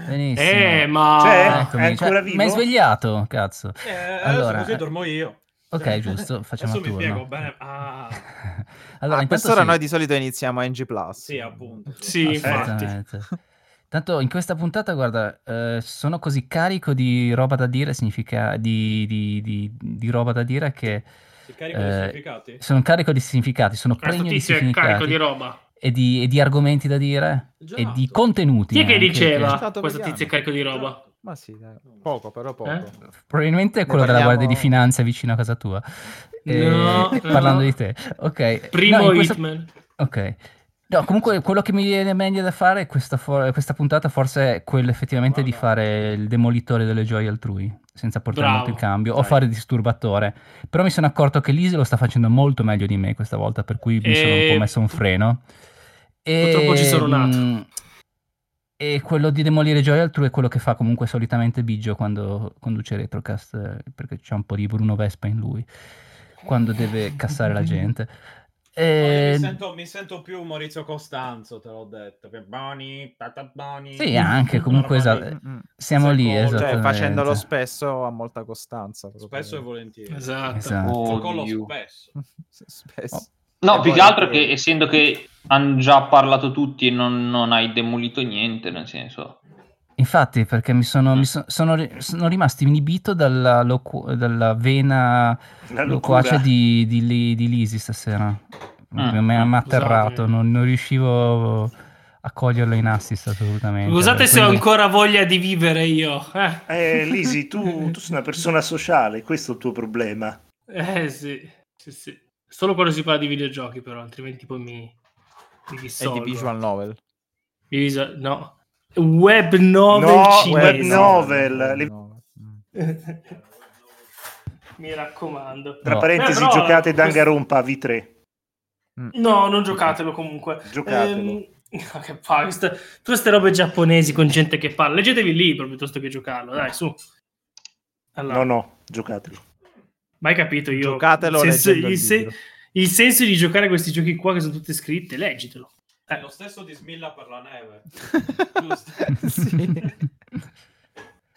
Benissimo. Eh, ma... C'è? Eccomi, è ancora cioè, vivo? Mi hai svegliato, cazzo. Eh, Allora, eh, adesso così dormo io. Ok, giusto, facciamo cioè, Adesso il mi turno. spiego bene. allora, Ah, a intanto quest'ora sì. noi di solito iniziamo a NG Plus. Cioè, sì, appunto. Sì, infatti. Assolutamente. Tanto in questa puntata, guarda, eh, sono così carico di roba da dire, significa di, di- di- di roba da dire che Si carico Eh, dei significati? sono carico di significati, sono Questo pregno di tizio è carico significati di roba. e, di, e di argomenti da dire e di Esatto. contenuti. Chi è che anche, diceva? stato Questo vegano. Cioè, tizio è carico di roba. Ma sì, dai, poco però poco. Eh? Probabilmente è Ne quello della parliamo- Guardia di Finanza vicino a casa tua. E- No, no. parlando di te. Ok. Primo no, in questa- Hitman. Ok. No, comunque quello che mi viene meglio da fare questa, for- questa puntata forse è quello effettivamente di Guarda. fare il demolitore delle gioie altrui, senza portare Bravo. molto in cambio, o Dai. fare il disturbatore. Però mi sono accorto che Lise lo sta facendo molto meglio di me questa volta, per cui mi sono un E- po' messo un freno. E... Purtroppo ci Ehm, sono nato. mm, E quello di demolire gioie altrui è quello che fa comunque solitamente Biggio quando conduce Retrocast, eh, perché c'è un po' di Bruno Vespa in lui, quando deve cassare la gente. Eh, mi, sento, mi sento più Maurizio Costanzo, te l'ho detto. Che Boni, tataboni. Sì, eh. anche, comunque, normali. esatto. siamo lì, Secondo- esatto. Cioè, facendolo esattamente. spesso a molta costanza. proprio. Spesso e volentieri. Esatto. Esatto. Oh, Protocollo Dio. spesso. Spesso. Oh. No, E più poi- che altro che essendo che hanno già parlato tutti e non, non hai demolito niente, nel senso... Infatti, perché mi sono, mi so- sono ri- sono rimasto inibito dalla, locu- dalla vena La loquace locura. di, di, Li- di Lisi stasera. Mi mi ha mi ha atterrato, scusate. non, non riuscivo a coglierlo in assist assolutamente. Scusate se ho Quindi- ancora voglia di vivere io. Eh, Eh, Lisi, tu, tu sei una persona sociale, questo è il tuo problema. eh, sì. Sì, sì. Solo quando si parla di videogiochi, però, altrimenti poi mi, mi È di dissolvo. visual novel. Mi disol- no. Web novel No, web cinese. novel, le- Mm. Mi raccomando. Tra No. parentesi, Beh, però, giocate questo- Dangarompa a V3. No, non giocatelo comunque. Giocatelo. Ehm, no, che palle, sta- tutte queste robe giapponesi con gente che parla. Leggetevi il libro piuttosto che giocarlo, dai, su. Allora, No, no, giocatelo. ma hai capito io. Giocatelo il senso, leggendo il il se- libro. il senso di giocare a questi giochi qua che sono tutte scritte, leggitelo. È Cioè, lo stesso di Smilla per la neve. Giusto.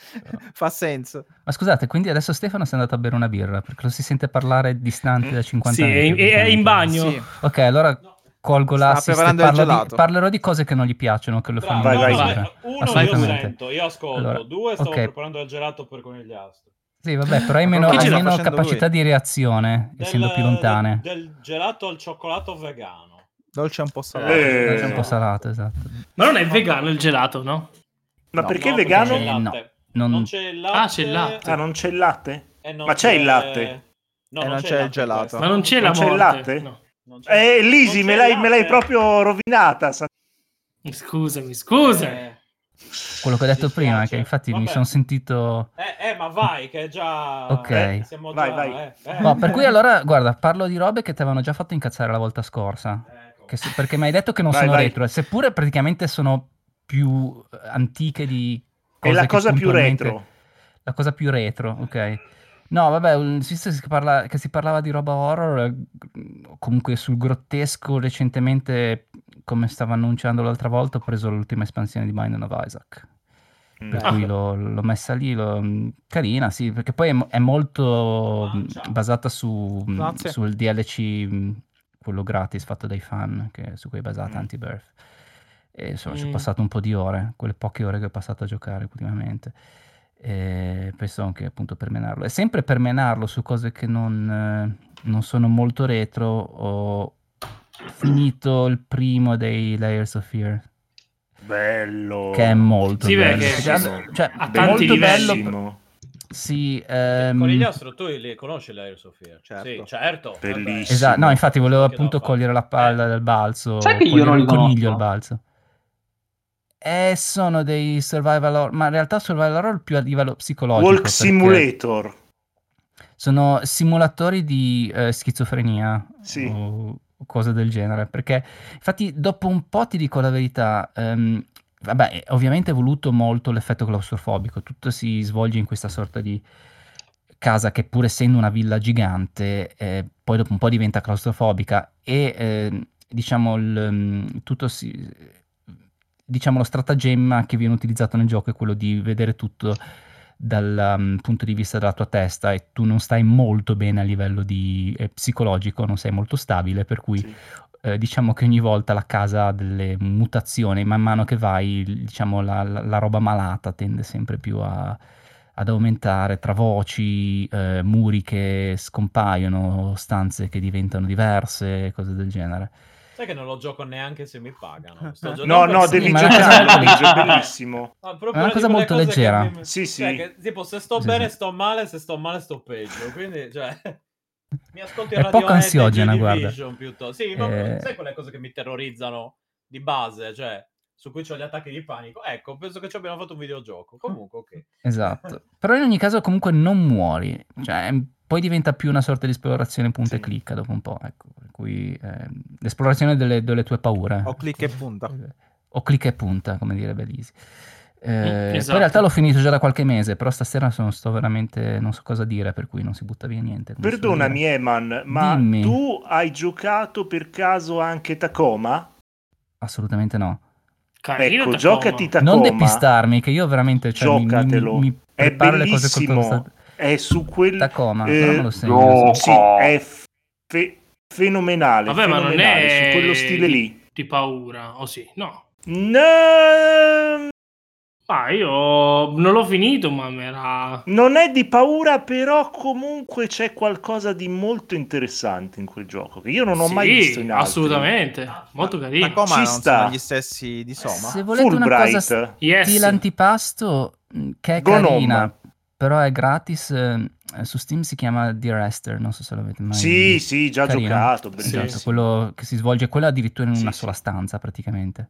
Cioè, Sì. Fa senso. Ma scusate, quindi adesso Stefano si è andato a bere una birra perché lo si sente parlare distante da 50 Sì, anni. è in, è in bagno. Sì. Ok, allora colgo Sta l'assist e preparando il parlo di- gelato. parlerò di cose che non gli piacciono, che lo Bravo. fanno Vai, vai, arrabbiare. no, no, Uno io Assolutamente. sento, io ascolto. Allora, Due, stavo ok. preparando il gelato per conigliastro. Sì, vabbè, però hai meno, Perché ce hai l'ha meno facendo capacità di reazione, essendo più lontane. Del, del gelato al cioccolato vegano. Dolce un po' salato. Eh. È un po' salato, esatto. Ma non è vegano il gelato, no? Ma No, perché no, vegano? c'è il Eh, no. latte. Non- Non c'è il latte. Ah, c'è il latte. Ah, non c'è il latte? e non Ma c'è il latte? No, E non c'è il gelato. questo. Ma non c'è la Non c'è il morte. latte? No. Non c'è- Eh, non eh. Lisi, c'è me il l'hai, latte. me l'hai proprio rovinata. sa- Scusami, scusa. Eh, Quello che ho detto Dispiace. prima, che infatti mi Vabbè. sono sentito... eh, eh, ma vai, che è già. Ok. eh, siamo Vai, già, vai. eh, eh. No, per cui allora, guarda, parlo di robe che ti avevano già fatto incazzare la volta scorsa. Ecco. Che se- perché mi hai detto che non Vai, sono vai. retro, eh, seppure praticamente sono più eh, antiche di... È la che cosa più puntualmente- retro. La cosa più retro, ok. No, vabbè, un- visto che si, parla- che si parlava di roba horror, eh, g- comunque sul grottesco recentemente, come stavo annunciando l'altra volta, ho preso l'ultima espansione di Binding of Isaac. Mm. Per Ah, cui l'ho, l'ho messa lì, l'ho- mh, carina, sì, perché poi è, mo- è molto mh, Ciao. basata su, mh, Grazie. sul DLC, mh, mm, quello gratis fatto dai fan, che- su cui è basata Mm. Anti-Birth. E insomma, ci ho Mm. passato un po' di ore, quelle poche ore che ho passato a giocare ultimamente. E penso anche appunto per menarlo. E sempre per menarlo su cose che non, eh, non sono molto retro, ho finito il primo dei Layers of Fear Bello. che è molto Sì, beh, bello. che- Cioè, cioè, a tanti molto livelli. bello. Bellissimo. Sì, Eh, ehm, Conigliastro, tu li conosci l'Air Sofia? Certo. Sì, certo. Bellissimo. esatto. No, infatti volevo Perché appunto l'ho fatto? cogliere la palla Eh. del balzo. Sai che io cogliere non li il coniglio conosco? al balzo. Eh, sono dei survival horror, ma in realtà survival horror più a livello psicologico. Walk perché Simulator. Sono simulatori di eh, schizofrenia Sì. o o cose del genere. Perché, infatti, dopo un po' ti dico la verità. ehm, vabbè, ovviamente è voluto molto l'effetto claustrofobico. Tutto si svolge in questa sorta di casa che pur essendo una villa gigante, eh, poi dopo un po' diventa claustrofobica e ehm, diciamo il, mm, tutto si... diciamo lo stratagemma che viene utilizzato nel gioco è quello di vedere tutto dal mm, punto di vista della tua testa e tu non stai molto bene a livello di, eh, psicologico, non sei molto stabile, per cui Sì. eh, diciamo che ogni volta la casa ha delle mutazioni, man mano che vai, il- diciamo, la, la- la roba malata tende sempre più a- ad aumentare tra voci, eh, muri che scompaiono, stanze che diventano diverse, cose del genere. Sai che non lo gioco neanche se mi pagano. Sto No, giocando no, per- devi ma- giocarlo, Luigi, è bellissimo. Ma proprio È una di cosa quelle molto cose leggera. che mi- Sì, sì. Cioè, che, tipo, se sto Sì, bene sì. sto male, se sto male sto peggio. Quindi, cioè, mi ascolto in È radio poco ansiogena, guarda. Piuttosto. Sì, ma Eh. sai quelle cose che mi terrorizzano di base, cioè, su cui ho gli attacchi di panico? Ecco, penso che ci abbiano fatto un videogioco. Comunque, ok. Esatto. Però in ogni caso comunque non muori, cioè m, poi diventa più una sorta di esplorazione punta e Sì. clicca dopo un po', ecco, per cui ehm, l'esplorazione delle, delle tue paure. O clicca e punta. O clicca e punta, come direbbe Lisi. Eh, esatto. Poi in realtà l'ho finito già da qualche mese, però stasera sono, sto veramente, non so cosa dire, per cui non si butta via niente. come si suol Perdonami, dire. Eman, ma Dimmi. tu hai giocato per caso anche Tacoma? Assolutamente no. Carino ecco, Tacoma. giocati Tacoma. Non depistarmi, che io veramente cioè, mi- mi- Giocatelo. Mi, mi È preparo le cose col bellissimo. questa- È su quel... Tacoma, Eh, però me lo segno. no. lo so. Sì, è fe- fenomenale. Vabbè, ma non fenomenale, è Su quello stile lì. di paura, o sì? No. No, Ma Ah, io non l'ho finito, ma mi era... non è di paura, però comunque c'è qualcosa di molto interessante in quel gioco che io non ho Sì, mai visto in altri. assolutamente. Molto carino. Tacoma Tacoma Ci non sta. sono gli stessi di Soma? Se volete una cosa Fulbright. Yes. stile antipasto mh, che è Gonom. carina, però è gratis, eh, su Steam si chiama Dear Esther, non so se l'avete mai Sì, sì, già Carino. giocato. Sì, Esatto, bellissimo. quello che si svolge, quello addirittura in Sì, una sì. sola stanza praticamente.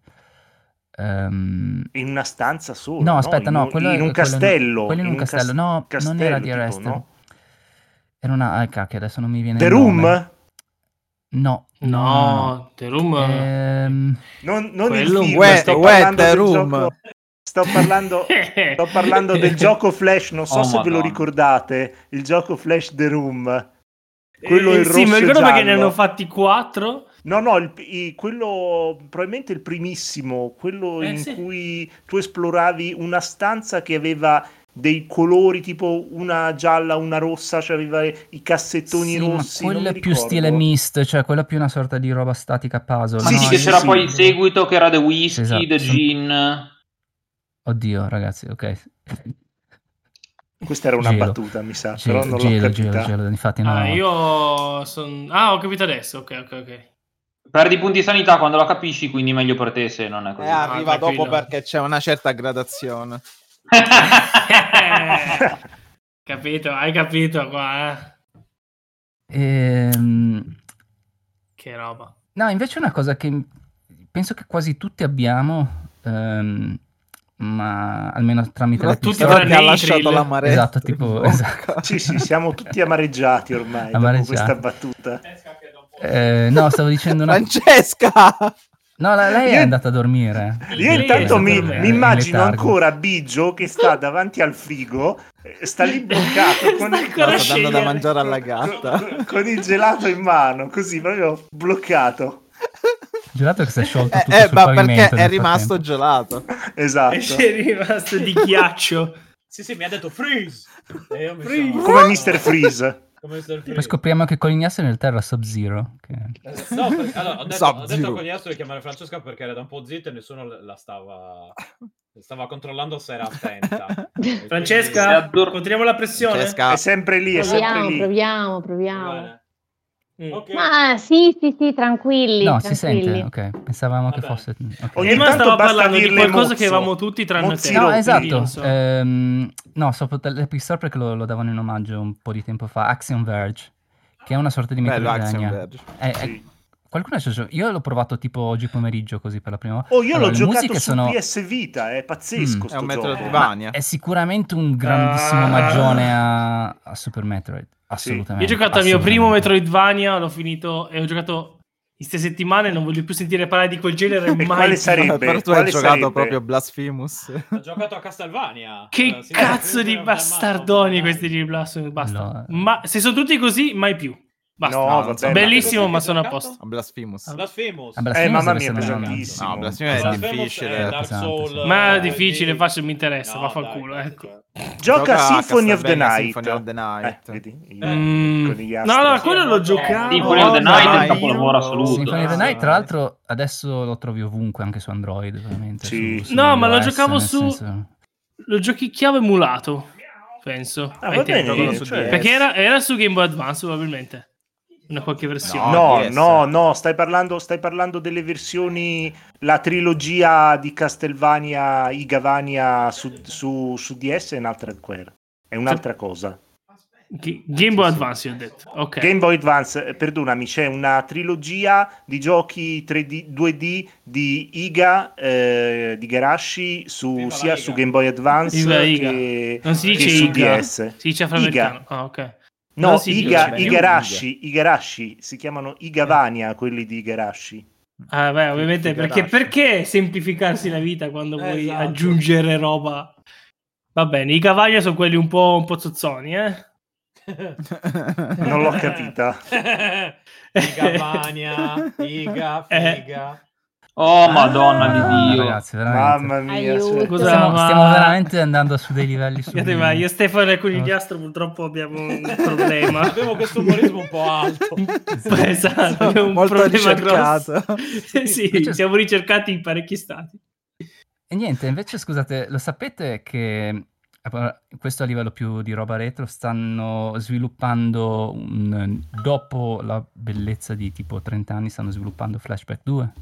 Ehm, In una stanza sola. no, aspetta, in no, un- quello in è- un quello castello. quello in un cas- castello, no, non era castello, di tipo, Arrested. no? Era una, ah, cacchio, adesso non mi viene The il Room? nome. No, No, The Room... Ehm, Non, non il Quello- film, Wet- sto Wet parlando del Room. gioco- Sto parlando, sto parlando del gioco Flash, non so Oh, se ve lo Madonna. ricordate, il gioco Flash The Room. quello Eh, in sì, rosso mi e ricordo perché ne giallo. hanno fatti quattro. No, no, il- i- quello probabilmente il primissimo, quello Eh, in sì. cui tu esploravi una stanza che aveva dei colori tipo una gialla, una rossa, cioè aveva i cassettoni sì, ma rossi. Oh, non quello mi è più ricordo. stile mist, cioè quello è più una sorta di roba statica puzzle. Sì, No, sì, che io- c'era sì. poi il seguito che era The Whiskey, Esatto. The Gin. Oddio, ragazzi, ok. Questa era una Gelo. battuta, mi sa, Gelo, però non l'ho gelo, capita. gelo, gelo, infatti no, Ah, no. io sono... Ah, ho capito adesso. Ok, ok, ok. Perdi punti sanità quando la capisci, quindi meglio per te se non è Eh, così. arriva Ah, tranquillo. dopo perché c'è una certa gradazione. Eh, capito, hai capito qua, eh? Ehm, Che roba. No, invece una cosa che penso che quasi tutti abbiamo, ehm, ma almeno tramite la tutti pista- avranno Però che ha i lasciato thrill. l'amare. Esatto, tipo- esatto. Sì, sì, siamo tutti amareggiati ormai dopo Amareggiati. questa battuta. Eh, no, stavo dicendo una... Francesca! No, la- lei è Io- andata a dormire. Io Lei intanto è mi, stato- mi è in immagino eh, letargo. ancora Biggio che sta davanti al frigo, eh, sta lì bloccato con, Sta ancora No, sto dando da scegliere. mangiare alla con- gatta. con il gelato in mano, così proprio bloccato. Gelato che si è sciolto Eh, tutto eh, sul ma pavimento perché è nel rimasto frattempo. gelato. E Esatto. c'è rimasto di ghiaccio. Sì, sì, mi ha detto freeze. E io mi Freeze. sono- Come Mr. Freeze. Come Mr. Poi Freeze. scopriamo che Colignassi è nel terra Sub-Zero. che- No, perché, allora, ho detto, ho Sub-Zero. detto a Cognazzo di chiamare Francesca perché era da un po' zitta e nessuno le- la stava, stava controllando se era attenta. E Si è Francesca, addor- continuiamo la pressione. Francesca, Eh, È sempre lì, è sempre Proviamo, lì. proviamo, quindi- va proviamo. bene. Mm. Ok. Ma sì, sì, sì, tranquilli. No, si sente, tranquilli. ok. Pensavamo che Vabbè. fosse... ok. Ogni E ma tanto stava basta parlando di dirle qualcosa mozzo. che avevamo tutti tranne Mozzi te. No, rompi. quindi esatto. non so. Ehm, no, sopra l'Epic Store perché lo, lo davano in omaggio un po' di tempo fa. Axiom Verge, che è una sorta di bello Action metroidvania. Verge. È- è- Sì. Qualcuno ci ha gio- Io l'ho provato tipo oggi pomeriggio così per la prima volta. Oh, io Allora, l'ho le giocato musiche su sono- PS Vita, è Mm. pazzesco È sto un gioco. metroidvania. È sicuramente un grandissimo eh. Ah. omaggione a, a Super Metroid. Assolutamente. Io ho giocato al mio assolutamente. primo Metroidvania, l'ho finito e ho giocato in queste settimane, non voglio più sentire parlare di quel genere E mai. quale più. sarebbe? Eh, Però tu quale hai giocato sarebbe? proprio Blasphemous. Ha giocato a Castlevania. Che Eh, sì, cazzo sì, di sì, eh. bastardoni ma- questi di Blasphemous, basta. No. Ma se sono tutti così, mai più. Basta. No, No, vabbè, insomma, ma- Bellissimo, ma sono a Giocato? posto. Ah, Blasphemous. Blasphemous. Ah, Blasphemous Eh, mamma deve mia, essere veramente- pesantissimo. No, Blasphemous è Esatto. Eh, difficile, è è Dark pesante, Soul, sì. Ma è eh, difficile, quindi- facile, mi interessa, No, va fa il dai, culo, dai, ecco. dai. Gioca Gioca a Symphony of the Castlevania, Night. Symphony of the Night. Eh, vedi? Eh. Mm. Con gli No, no, astri. quello Sì, lo molto- giocavo. Symphony of the Night è un dai. capolavoro assoluto. Symphony of the Ah, Night, tra l'altro, adesso lo trovi ovunque, anche su Android, veramente. Sì. su- su No, ma lo iOS, giocavo nel su- senso- Lo giochicchiavo emulato, penso. Ah, Ai va tempi, bene, quello su cioè- Game. Perché era, era su Game Boy Advance, probabilmente. Una qualche versione. No, yes. no, no, stai parlando, stai parlando delle versioni, la trilogia di Castelvania, Igavania su, su, su DS è un'altra, guerra. è un'altra cosa. G- Game Boy Advance, io ho detto. Ok. Game Boy Advance, eh, perdonami, c'è una trilogia di giochi 3D, 2D di Iga, eh, di Garashi, su, Viva la sia Iga. su Game Boy Advance Viva Iga. che, Non si che dice su Iga. DS. Si dice afroamericano. Ah, ok. No, Non si dice Iga, Iga. Igarashi, Igarashi, si chiamano Igavania quelli di Igarashi. Ah, beh, ovviamente perché, figheraccio. perché semplificarsi la vita quando vuoi Esatto. aggiungere roba? Va bene, i cavaglia sono quelli un po', un po' zozzoni, eh? Non l'ho capita. Figa Vania, figa, Eh. Ah, figa. Oh, madonna di Dio. Ragazzi, veramente. Mamma mia, Aiuto. cioè, Scusa, stiamo, ma- stiamo veramente andando su dei livelli su. Scusate, ma io, Stefano e Conigliastro purtroppo abbiamo un problema. Avevo questo umorismo un po' alto. esatto, abbiamo un Molto problema grosso. ricercato. Cioè, sì, siamo ricercati in parecchi stati. E niente, invece scusate, lo sapete che eh, questo a livello più di roba retro stanno sviluppando un- dopo la bellezza di tipo 30 anni stanno sviluppando Flashback 2.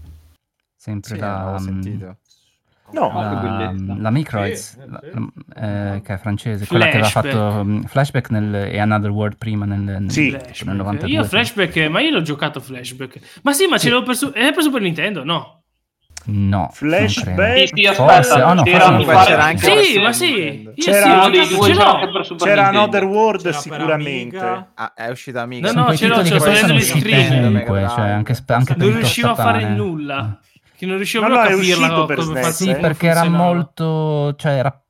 Sempre Sì, la l'avevo mm, sentito. No, Ah, che la, bellezza. la Microids, Sì, eh, la- sì. la- eh, che è francese, quella che aveva Flashback. fatto mm, Flashback nel, e Another World prima nel, nel, Sì. nel Flashback. 92. Io flashback, ma io l'ho giocato flashback. Ma sì, ma ce l'ho per, su- è per Super Nintendo? No. No, non Flashback. credo. Sì, sì, aspetta, Forse, oh no, forse c'era mi non Comunque pare- c'era anche la Sì, Super ma sì. Nintendo. Io C'era sì, uno ho dei giocato- due ce l'ho. giochi per Super C'era Nintendo. Another World C'era per sicuramente. Amiga. Ah, è uscita amica. eh, No, Sono no, quei ce l'ho, titoli ce che l'ho, poi sono sono delle usciti scritte. comunque, cioè, anche, anche per Non riuscivo a fare Tostapane. nulla. Che non riuscivo No, proprio no, è a capirla uscito co- per come SNES, fazzi- Sì, eh. come perché era funzionava. molto, cioè era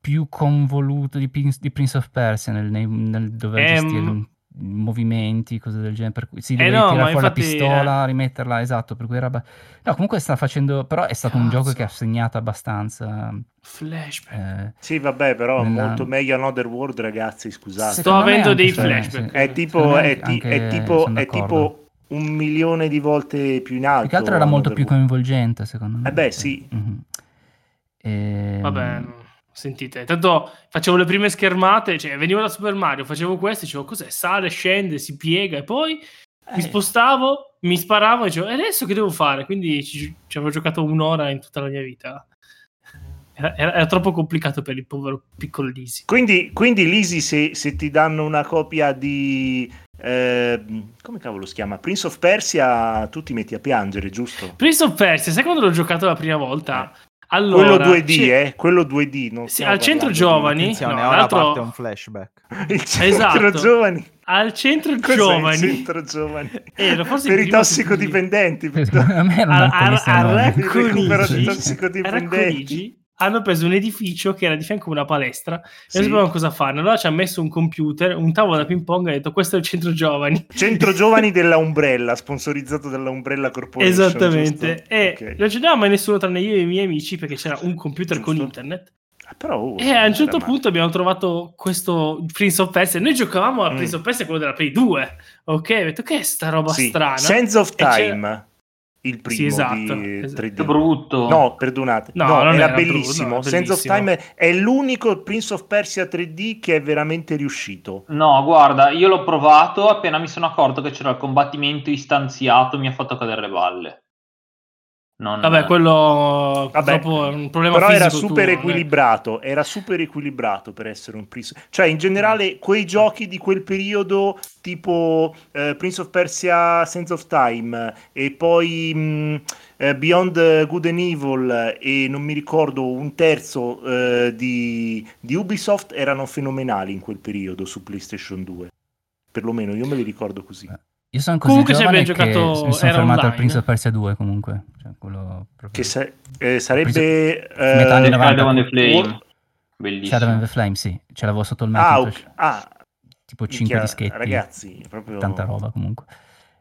più convoluto di, Prin- di Prince of Persia nel, nei- nel dover Ehm. gestire i movimenti, cose del genere, per cui si Eh deve no, ma tirare fuori infatti, eh, la pistola, rimetterla, esatto, per cui era ba- No, comunque sta facendo, però è stato un Cazzo. gioco che ha segnato abbastanza Flashback. eh, Sì, vabbè, però Nella- molto meglio Another World, ragazzi, scusate. Sto secondo me avendo anche dei secondo me, flashback. sì. È secondo tipo, me è, ti- anche- è tipo, sono è d'accordo. tipo un milione di volte più in alto. Più che altro era molto più Another coinvolgente, secondo me. Eh beh, sì. Mhm. Ehm, Mm. Vabbè, mm, sentite, tanto facevo le prime schermate, cioè venivo da Super Mario, facevo questo, dicevo cos'è? Sale, scende, si piega e poi Eh. mi spostavo, mi sparavo e dicevo e adesso che devo fare? Quindi ci, ci avevo giocato un'ora in tutta la mia vita. Era, era- era troppo complicato per il povero piccolo Lisi. Quindi, quindi Lisi, se, se ti danno una copia di... ehm, come cavolo si chiama? Prince of Persia, tu ti metti a piangere, giusto? Prince of Persia, sai quando l'ho giocato la prima volta? Allora, Eh. Quello 2D, c'è- eh? Quello 2D. Non Sì, stiamo al parlando centro di- giovani- Attenzione, No, ora l'altro- parte un flashback. Il centro Esatto. giovani. al centro Cos'è il giovani. centro giovani? Era Eh, forse per il i primo tossicodipendenti. secondo me era un Al- alcolista al- al enorme. rec- Il recupero Racconigi. dei a tossicodipendenti. Racconigi hanno preso un edificio che era di fianco a una palestra e Sì. non sapevano cosa fare. Allora ci ha messo un computer, un tavolo da ping pong e ha detto questo è il centro giovani. Centro giovani della Umbrella, sponsorizzato dalla Umbrella Corporation. Esattamente. giusto? E Ok. non ci andava mai nessuno tranne io e i miei amici perché c'era un computer con Giusto. internet. Ah, Però, oh, E a un era certo male. punto abbiamo trovato questo Prince of Persia. Noi giocavamo a Mm. Prince of Persia quello della Play 2. Ok, ho detto che è sta roba Sì, strana. Sense of E c'era- Time, il primo Sì, esatto, di esatto. 3D. Che brutto. No, perdonate. No, No, non era, era brutto, bellissimo. no, è Sense of bellissimo. Time è l'unico Prince of Persia 3D che è veramente riuscito. No, guarda, io l'ho provato, appena mi sono accorto che c'era il combattimento istanziato, mi ha fatto cadere le balle. Non- Vabbè, quello Vabbè, purtroppo è un problema Però era fisico super tuo, eh. non è- equilibrato, era super equilibrato per essere un Prince. Cioè, in Mm. generale, quei giochi di quel periodo, tipo eh, Prince of Persia Sense of Time e poi mh, eh, Beyond Good and Evil e non mi ricordo un terzo eh, di, di Ubisoft erano fenomenali in quel periodo su PlayStation 2. Perlomeno io me li ricordo così. Eh, Io sono così Comunque ci giovane abbiamo che giocato- mi sono era fermato al online. Prince of Persia 2 comunque. Cioè, quello proprio- Che sa- eh, sarebbe... Metà anni eh, 90. Shadow and the Flame. War- Shadow and Bellissimo. the Flame, sì. Ce l'avevo sotto il Ah, Macintosh. ok. Ah, Tipo 5 minchia, dischetti. Ragazzi, proprio... Tanta roba comunque.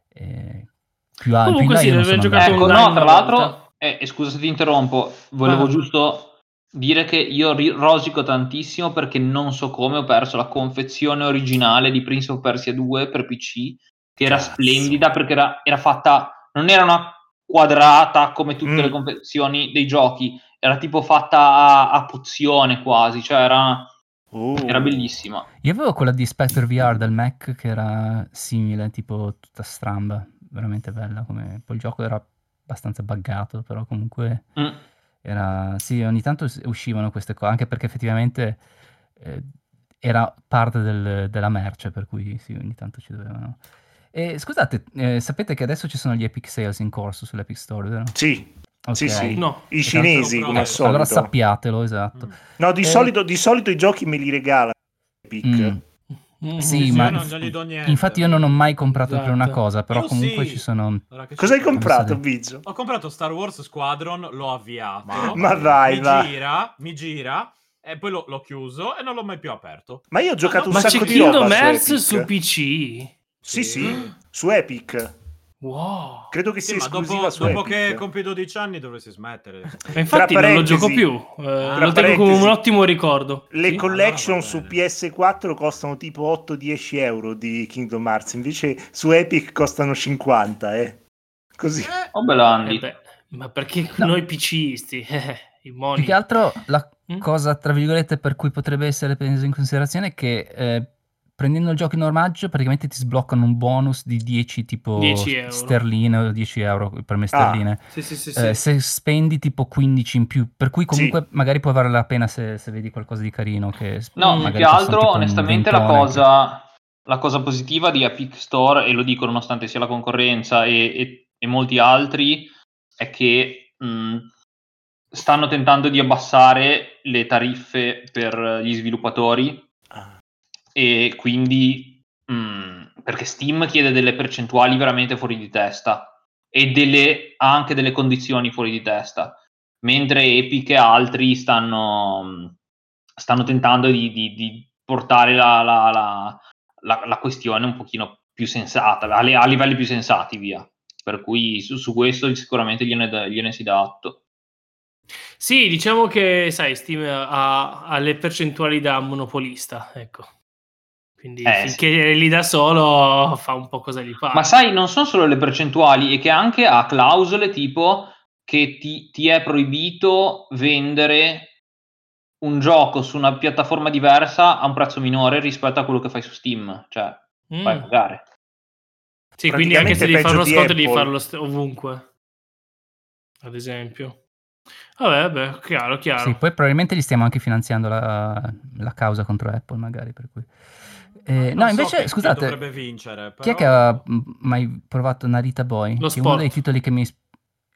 Eh, più alto. Comunque sì, io non l'avevo sono giocato andato. Ecco, online no, tra una l'altro, volta. eh, eh, scusa se ti interrompo, volevo Vai. giusto dire che io ri- rosico tantissimo perché non so come ho perso la confezione originale di Prince of Persia 2 per PC, che era Cazzo. splendida perché era, era fatta, non era una quadrata come tutte Mm. le confezioni dei giochi, era tipo fatta a, a pozione quasi, cioè era, Oh. era bellissima. Io avevo quella di Spectre VR del Mac che era simile, tipo tutta stramba. Veramente bella. Come... Poi il gioco era abbastanza buggato, però comunque... Mm. Era, sì, ogni tanto us- uscivano queste cose, anche perché effettivamente eh, era parte del- della merce, per cui sì, ogni tanto ci dovevano. E scusate, eh, sapete che adesso ci sono gli Epic Sales in corso sull'Epic Store, vero? Sì, Ok. sì, sì. No. I cinesi, Ecco, come al Ecco, solito. Mm. allora sappiatelo, esatto. No, di, Eh. solito, di solito i giochi me li regala Epic. Mm. Mm. Sì, Sì, ma io non- non gli do niente. Infatti, io non ho mai comprato per una Esatto. cosa, però Io comunque sì. ci sono. Ora che Cosa hai ci- comprato, Pensa Biggio? Ho comprato Star Wars Squadron, l'ho avviato. Ma- Ma vai, mi vai. gira, mi gira, e poi l'ho, l'ho chiuso e non l'ho mai più aperto. Ma io ho giocato un Ma c'è sacco di roba Kingdom su Hearts Epic. su PC. Sì, sì, su Epic. Wow. Credo che Sì, sia ma esclusiva dopo, su dopo Epic. che compie 12 anni dovresti smettere. Ma infatti Tra non lo parentesi- gioco più. eh, lo tengo parentesi- come un ottimo ricordo. Le Sì? Ah, collection allora va su bene. PS4 costano tipo 8-10 euro di Kingdom Hearts, invece su Epic costano 50, eh. Così. Oh, belandi. Eh beh, ma perché No. noi PCisti? eh, I moni. Più che altro la Mm? cosa, tra virgolette, per cui potrebbe essere presa in considerazione è che eh, prendendo il gioco in ormaggio praticamente ti sbloccano un bonus di 10 tipo 10 euro. sterline o 10 euro per Ah, me sterline. Sì, sì, sì, Eh, se spendi tipo 15 in più, per cui comunque magari può valere la pena se, se vedi qualcosa di carino. Che s- No, Mm, più magari che costano tipo altro, un onestamente, la ventone. cosa, la cosa positiva di Epic Store, e lo dico nonostante sia la concorrenza e, e- e molti altri, è che mh, stanno tentando di abbassare le tariffe per gli sviluppatori Ah. e quindi mh, perché Steam chiede delle percentuali veramente fuori di testa e delle, ha anche delle condizioni fuori di testa mentre Epic e altri stanno, mm, stanno tentando di, di- di portare la, la- la- la- la questione un pochino più sensata, a, li- a livelli più sensati, via. Per cui su, su questo sicuramente gliene, da- gliene si dà atto. Sì, diciamo che, sai, Steam ha, ha le percentuali da monopolista, ecco. Quindi Eh, finché lì da solo Oh, fa un po' cosa gli pare. Ma sai, non sono solo le percentuali, e che anche ha clausole tipo che ti, ti è proibito vendere un gioco su una piattaforma diversa a un prezzo minore rispetto a quello che fai su Steam. Cioè, Mm. vai a pagare. Sì, quindi anche se Praticamente devi fare uno peggio di sconto devi Apple. farlo st- ovunque. Ad esempio. Vabbè, vabbè, chiaro, chiaro. Sì, poi probabilmente gli stiamo anche finanziando la, la causa contro Apple, magari. Per cui. Eh, Non no, so invece, chi- chi scusate, dovrebbe vincere, chi è che però- ha mh, mai provato Narita Boy? Lo che è uno sport. dei titoli che mi...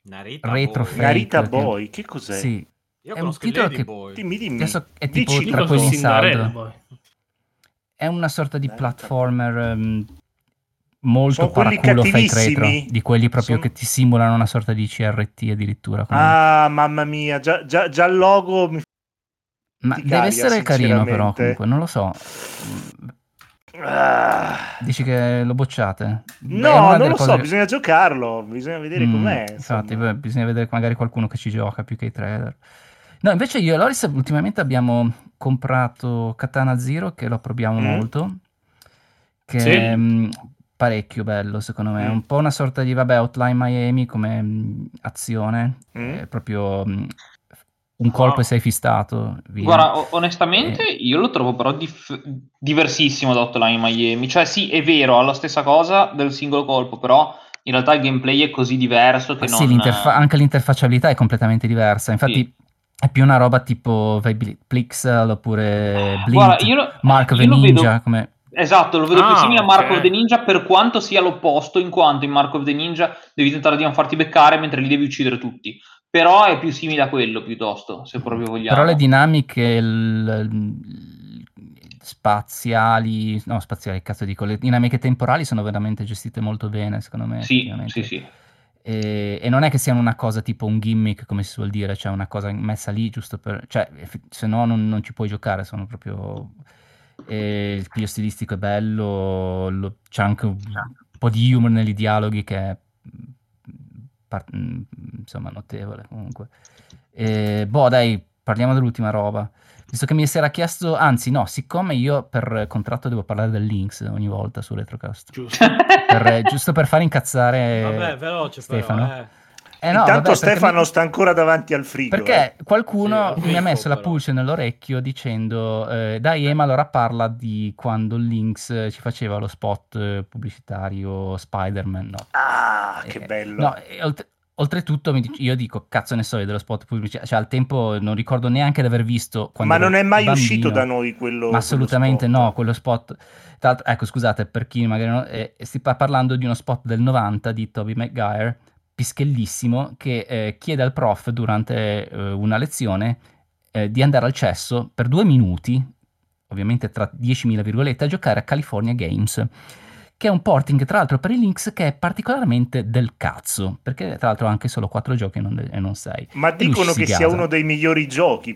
Narita Retro Boy. Fake, Narita che- Boy, che cos'è? Sì, Io è un conosco il titolo Lady che- Boy. Dimmi, dimmi. adesso è tipo Dici, tra Io conosco quelli in Cinderella, saldo. poi. È una sorta di Narita Boy. platformer ehm, molto Sono quelli paraculo fake retro, cattivissimi? di quelli proprio Sono- che ti simulano una sorta di CRT addirittura. quindi- Ah, mamma mia, già, già, già il logo mi Ma ti deve caria, essere carino però, sinceramente. comunque, non lo so. Ah. Dici che lo bocciate? Beh, è No, una non delle lo cose so, che- bisogna giocarlo, bisogna vedere Mm, com'è. Infatti, insomma. beh, bisogna vedere magari qualcuno che ci gioca più che i trailer. No, invece io e Loris ultimamente abbiamo comprato Katana Zero, che lo proviamo Mm. molto, che Sì. è Ehm, mm, parecchio bello secondo me, è Mm. un po' una sorta di, vabbè, Outline Miami come mm, azione, Mm. è proprio mm, un Ah. colpo e sei fistato, via. Guarda, o- onestamente Eh. io lo trovo però dif- diversissimo da Hotline Miami. Cioè, sì, è vero, ha la stessa cosa del singolo colpo, però in realtà il gameplay è così diverso che Ah, Ma non. eh, sì, l'interfa- anche l'interfacciabilità è completamente diversa, infatti è più una roba tipo vai Bli- Plixel oppure Blint. Guarda, io lo- Mark io the lo Ninja, vedo- come... Esatto, lo vedo Ah, più simile a Mark ok. of the Ninja per quanto sia l'opposto, in quanto in Mark of the Ninja devi tentare di non farti beccare mentre li devi uccidere tutti. Però è più simile a quello piuttosto, se proprio vogliamo. Però le dinamiche il- il- spaziali, no spaziali, cazzo dico, le dinamiche temporali sono veramente gestite molto bene, secondo me. Sì, effettivamente. sì, sì. E, e non è che siano una cosa tipo un gimmick, come si suol dire, cioè una cosa messa lì giusto per... cioè, eff- se no non, non ci puoi giocare, sono proprio... e il piglio stilistico è bello, lo- c'è anche un po' di humor nei dialoghi che è mm, par- mm, insomma notevole comunque. E, boh, dai, parliamo dell'ultima roba. Visto che mi si era chiesto, anzi no, siccome io per contratto devo parlare del Links ogni volta su Retrocast, Giusto. per- giusto per far incazzare Vabbè, veloce Stefano. però, eh. Eh no, Eh, Intanto vabbè, perché Stefano mi- sta ancora davanti al frigo. eh. perché qualcuno Sì, al mi ha frigo, messo la però. pulce nell'orecchio dicendo eh, dai Ema allora parla di quando il Lynx eh, ci faceva lo spot eh, pubblicitario Spider-Man no. eh. Ah, Eh, che bello. no, e oltre- Oltretutto mi dic- io dico cazzo ne so io dello spot pubblicitario, cioè al tempo non ricordo neanche di aver visto quando Ma non è mai bambino. uscito da noi quello. Ma assolutamente quello spot. no, quello spot. Tra l'altro, ecco, scusate, per chi magari non... eh, si sta parlando di uno spot del 90 di Toby Maguire, pischellissimo, che eh, chiede al prof durante eh, una lezione eh, di andare al cesso per due minuti ovviamente tra 10.000 virgolette, a giocare a California Games, che è un porting tra l'altro per i Lynx che è particolarmente del cazzo, perché tra l'altro ha anche solo 4 giochi e non, de- e non 6. Ma E lui dicono si che sia gasa. uno dei migliori giochi.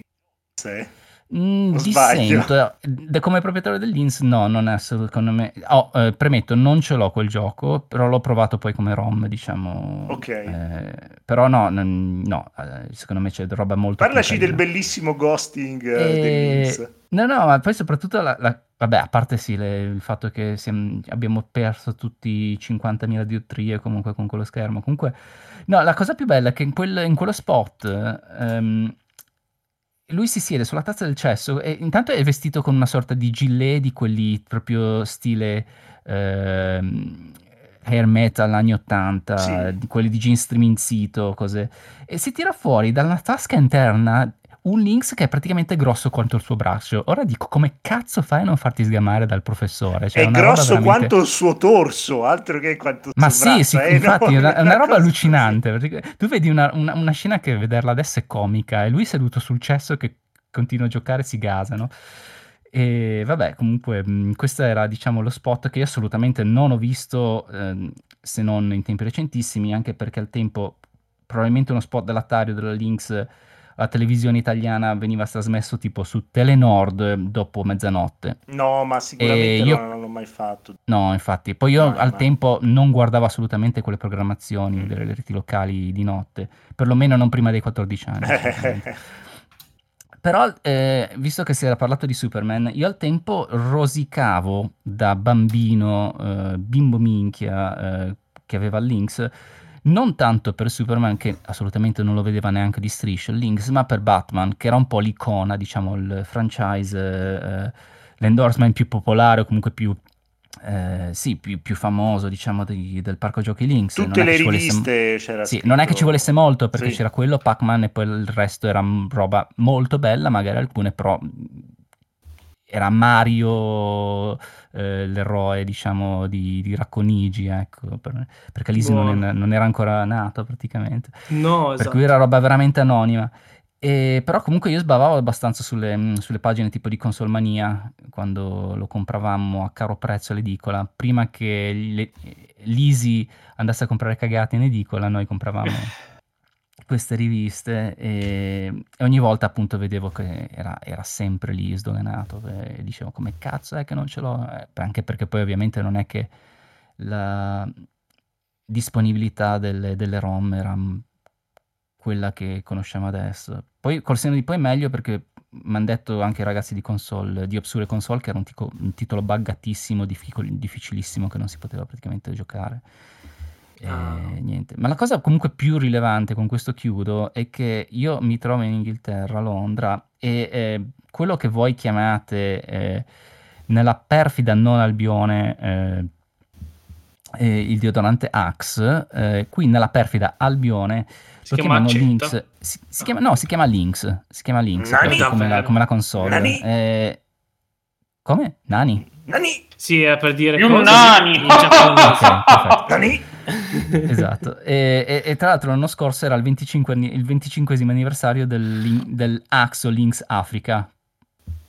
Sì. Mm, eh. O dissento, Da- come proprietario dell'Inns no, non è assolut- secondo me. oh, eh, premetto, non ce l'ho quel gioco, però l'ho provato poi come ROM, diciamo. Ok. Eh, però no, non- no, eh, secondo me c'è roba molto più Parlaci del carina. bellissimo ghosting Eh, eh, dell'Inps. No, no, ma poi soprattutto, la- la- vabbè, a parte sì, le- il fatto che siamo- abbiamo perso tutti i 50.000 diottrie comunque con quello schermo. Comunque, no, la cosa più bella è che in, quel- in quello spot ehm, lui si siede sulla tazza del cesso e intanto è vestito con una sorta di gilet di quelli proprio stile ehm, hair metal anni 80, Sì. di quelli di jeans striminzito, cose. E si tira fuori dalla tasca interna un Lynx che è praticamente grosso quanto il suo braccio. Ora dico, come cazzo fai a non farti sgamare dal professore? Cioè, è una roba grosso veramente- quanto il suo torso, altro che quanto il Ma suo sì, sì, braccio, è infatti è enorme, una, è una roba cosa- allucinante. perché tu vedi una, una- una scena che vederla adesso è comica e lui seduto sul cesso che continua a giocare si gasano. E vabbè, comunque, mh, questo era diciamo lo spot che io assolutamente non ho visto ehm, se non in tempi recentissimi, anche perché al tempo probabilmente uno spot dell'Atario della Lynx la televisione italiana veniva trasmesso tipo su Telenord eh, dopo mezzanotte. No, ma sicuramente Eh, io- no, non l'ho mai fatto. No, infatti, Mm. poi io Ah, al ma- tempo non guardavo assolutamente quelle programmazioni delle reti locali di notte, perlomeno non prima dei 14 anni. assolutamente. Però, eh, visto che si era parlato di Superman, io al tempo rosicavo da bambino, eh, bimbo minchia eh, che aveva il Lynx, non tanto per Superman, che assolutamente non lo vedeva neanche di striscio il Lynx, ma per Batman, che era un po' l'icona, diciamo, il franchise, eh, l'endorsement più popolare o comunque più... eh, sì, più, più famoso diciamo di- del parco giochi Lynx Non Tutte è che le ci volesse- riviste c'era sì, scritto- non è che ci volesse molto perché Sì. c'era quello, Pac-Man e poi il resto era m- roba molto bella, magari alcune però mh, era Mario eh, l'eroe diciamo di, di Racconigi, ecco, per- perché Lisi non, Boh. Buono. è- non era ancora nato praticamente, No, per esatto. cui era roba veramente anonima. E, però comunque io sbavavo abbastanza sulle, mh, sulle pagine tipo di Console Mania quando lo compravamo a caro prezzo all'edicola, prima che le- l'Easy andasse a comprare cagate in edicola, noi compravamo queste riviste e, e ogni volta appunto vedevo che era, era sempre lì sdoganato e dicevo come cazzo è che non ce l'ho, Eh, anche perché poi ovviamente non è che la disponibilità delle, delle ROM era mm, quella che conosciamo adesso. Poi col senno di poi meglio perché mi hanno detto anche i ragazzi di console, di Obscure Console, che era un, tico- un titolo buggatissimo, difficol- difficilissimo, che non si poteva praticamente giocare. E Ah. Eh, niente. Ma la cosa comunque più rilevante, con questo chiudo, è che io mi trovo in Inghilterra, a Londra, e eh, quello che voi chiamate eh, nella perfida non albione eh, eh, il deodorante Axe, eh, qui nella perfida albione Si lo chiama chiamano accetta. Lynx. Si, si chiama, no, si chiama Lynx. Si chiama Lynx Nani? proprio come, la, Davvero? come la console. Nani? Eh, come? Nani? Nani, Sì, è per dire Più cose nani! in giapponese. Ok, perfetto. Nani. Esatto. E, e- e tra l'altro l'anno scorso era il, 25, anni- il 25esimo anniversario del, del Axo Lynx Africa.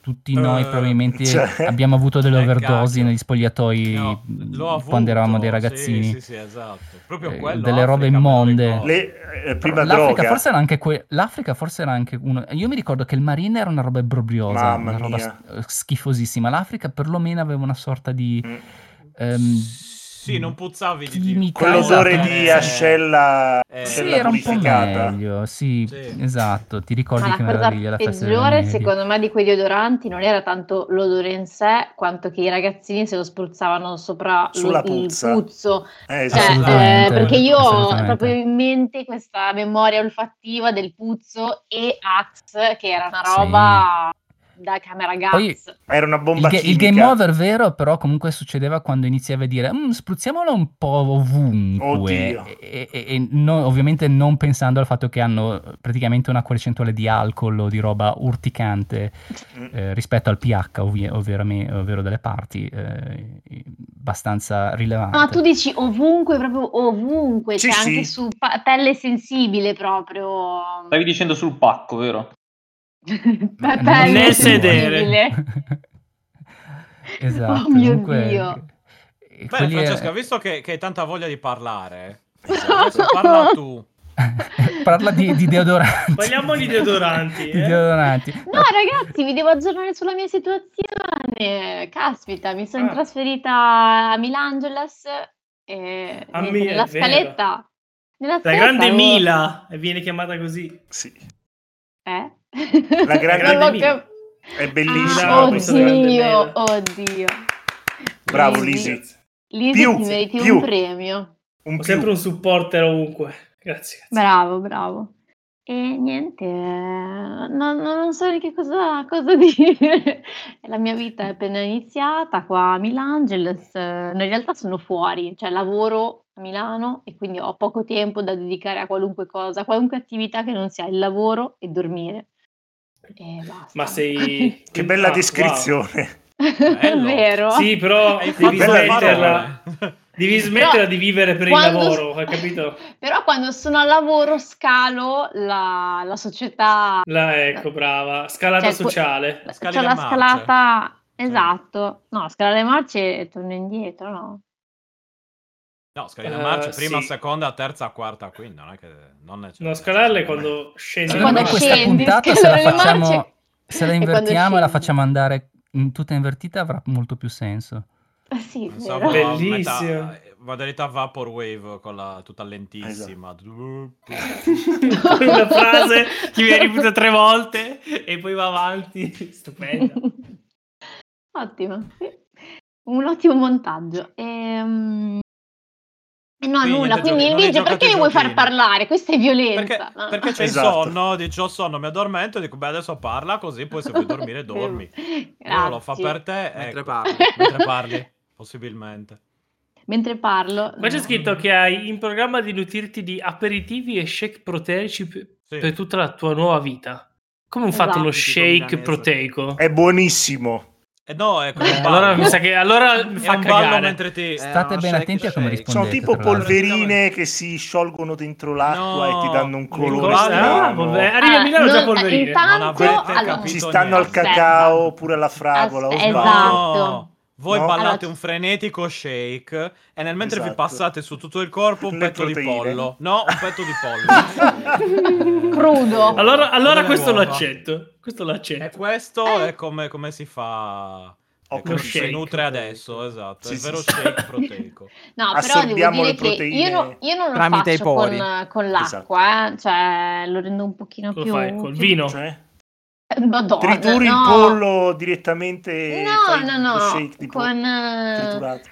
Tutti noi Eh, probabilmente cioè- abbiamo avuto delle Eh, overdosi cacchio. negli spogliatoi No, l'ho avuto, quando eravamo dei sì, ragazzini. Sì, sì, esatto. Proprio Eh, quello. delle robe Africa, me lo immonde. ricordo. Le, eh, prima L'Africa droga. forse era anche que- L'Africa forse era anche uno. Io mi ricordo che il Marine era una roba ebbrobiosa, Mamma una roba mia. s- eh, schifosissima. L'Africa perlomeno aveva una sorta di. Mm. ehm, sì, non puzzavi di chimica, Quell'odore esatto. di Eh, ascella, eh, sì, Quella ascella era un po' purificata. meglio. Sì, Sì. esatto. Ti ricordi Ma che la era cosa lì alla festa delle peggiore, nevi. secondo me, di quegli odoranti non era tanto l'odore in sé, quanto che i ragazzini se lo spruzzavano sopra lo- Sulla il puzza. puzzo. Eh, Cioè, esatto. Assolutamente, eh, perché io ho assolutamente. proprio in mente questa memoria olfattiva del puzzo e Axe, che era una Sì. roba da camera Poi- gas. Era una bomba Il, ga- il chimica. game over vero, però comunque succedeva quando iniziavi a dire "Mm, spruzziamolo un po' ovunque. Oddio. E, e- e no- ovviamente non pensando al fatto che hanno eh, praticamente una percentuale di alcol o di roba urticante Mm. eh, rispetto al pH, ovvi- ovvero, me- ovvero delle parti, eh, abbastanza rilevante. Ma Ah, tu dici ovunque, proprio ovunque, Sì, cioè sì. anche su pa- pelle sensibile proprio. Stavi dicendo sul pacco, vero? Pe- Ma non pelle Nel so se vuoi. sedere. sensibile. Esatto. Oh mio dunque- Dio. e Beh, eh, quelli è- Francesca, visto che, che hai tanta voglia di parlare, adesso parla tu. Parla di, di deodoranti. Parliamo di deodoranti. Di eh. deodoranti. No, ragazzi, vi devo aggiornare sulla mia situazione. Caspita, mi sono Ah. trasferita a Milangeles e A niente, Mil- nella è vero. scaletta. Nella La scaletta grande avevo- Mila e viene chiamata così. Sì. Eh? La grande Avevo Mila. cap- È bellissima Ah, questa grande oddio, Mela. oh, oddio. Bravo, Lisi. Lisi. Lisi, Più, ti meriti più. un premio. Un Ho più. sempre un supporter ovunque. Grazie. grazie. Bravo, bravo. E niente, eh, non, non- non so neanche cosa, cosa dire. La mia vita è appena iniziata qua a Milangeles. eh, In realtà sono fuori, cioè lavoro a Milano e quindi ho poco tempo da dedicare a qualunque cosa, a qualunque attività che non sia il lavoro e dormire. E basta. Ma sei... Che bella Ah, wow. descrizione. È Bello. vero. Sì, però Hai devi fatto le Bella smetterla, parole. devi smetterla Però di vivere per quando- il lavoro, hai capito? Però quando sono al lavoro scalo la, la società, Là, ecco, brava. Scalata Cioè, que- sociale. Scali cioè le la marce. scalata, esatto, no, scala le marce e torno indietro, no? No, scali la Eh, marcia, prima, sì. seconda, terza, quarta, quinta, non è che... Non è- No, scalarla è quando scendi. Sì, la Secondo me quando marcia. questa scendi, puntata se la scalare le facciamo, marce. se la E quando invertiamo e la scendi. facciamo andare in tutta invertita avrà molto più senso. Eh Sì, Non so, vero. Beh, boh, metà- Bellissimo. modalità vaporwave con la tutta lentissima. Esatto. una frase che viene ripetuta tre volte e poi va avanti. Stupenda. Ottimo, sì. un ottimo montaggio. Ehm, E... No, Quindi nulla, quindi niente, giochi- non Luigi, hai giocato perché ai mi vuoi far giochini. parlare? Questa è violenza. Perché, Ah. no? perché c'è Esatto. il sonno, dici ho sonno, mi addormento, dico beh adesso parla così, poi se vuoi dormire Eh, dormi. Uno lo fa Grazie. per te Mentre ecco, parli. mentre Eh, parli, possibilmente. Mentre parlo... Qua c'è scritto che hai in programma di nutrirti di aperitivi e shake proteici per Sì. per tutta la tua nuova vita. Come un fatto Esatto. lo Tipico shake milanese. proteico? È buonissimo. E no, ecco, Eh, allora mi sa che allora mi è fa un ballo cagare. mentre ti... Eh, State no, ben shake, attenti a come shake. rispondete. Sono tipo tra l'altro. polverine che si sciolgono dentro l'acqua No, e ti danno un colore cosa- Ah, strano. polver- arriva a Milano già non- polverine. Non Intanto, avete allora- capito Ci stanno al niente. cacao Aspetta. oppure alla fragola. o Aspe- sbaglio. Esatto. Voi No. ballate Allora- un frenetico shake e nel mentre vi Esatto. passate su tutto il corpo un Le petto di proteine. pollo. No, un petto di pollo. Crudo. Allora, allora Come questo lo uova. accetto. Questo lo E accetto. questo Eh. è come, come si fa... Ho è come capito. si Shake nutre proteico. adesso, esatto. Sì, è il sì, vero sì. shake proteico. No, però devo Assorbiamo dire le che io, proteine no- io non lo tramite i faccio pori. con, con Esatto. l'acqua, eh, cioè lo rendo un pochino Lo più... fai col più- vino. Cioè, Madonna, trituri no. il pollo direttamente. No, fai no, lo no, shake tipo con... eh, triturato.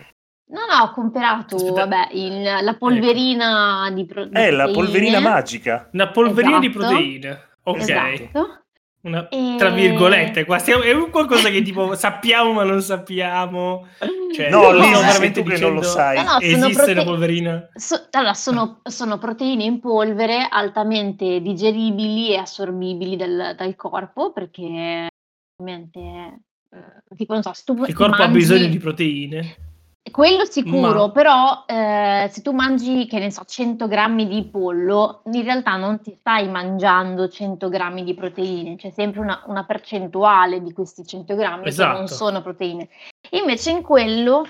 No, no, ho comprato, Aspetta. vabbè, il- la polverina di pro- di È Eh, la polverina proteine. magica. Una polverina di Esatto. proteine. Ok. Esatto. Una- E- Tra virgolette, qua stiamo- è un qualcosa che tipo sappiamo ma non sappiamo. Cioè, No, lì Lisa, stiamo sei veramente tu che non dicendo- lo sai. Eh No, no, sono Esiste prote- una polverina? so- allora, sono, sono proteine in polvere altamente digeribili e assorbibili dal, dal corpo perché ovviamente eh, tipo non so, se tu Il corpo ha mangi- bisogno di proteine. Quello sicuro, Ma- però eh, se tu mangi, che ne so, 100 grammi di pollo, in realtà non ti stai mangiando 100 grammi di proteine, c'è sempre una, una percentuale di questi 100 grammi che non Esatto. sono proteine. Invece in quello,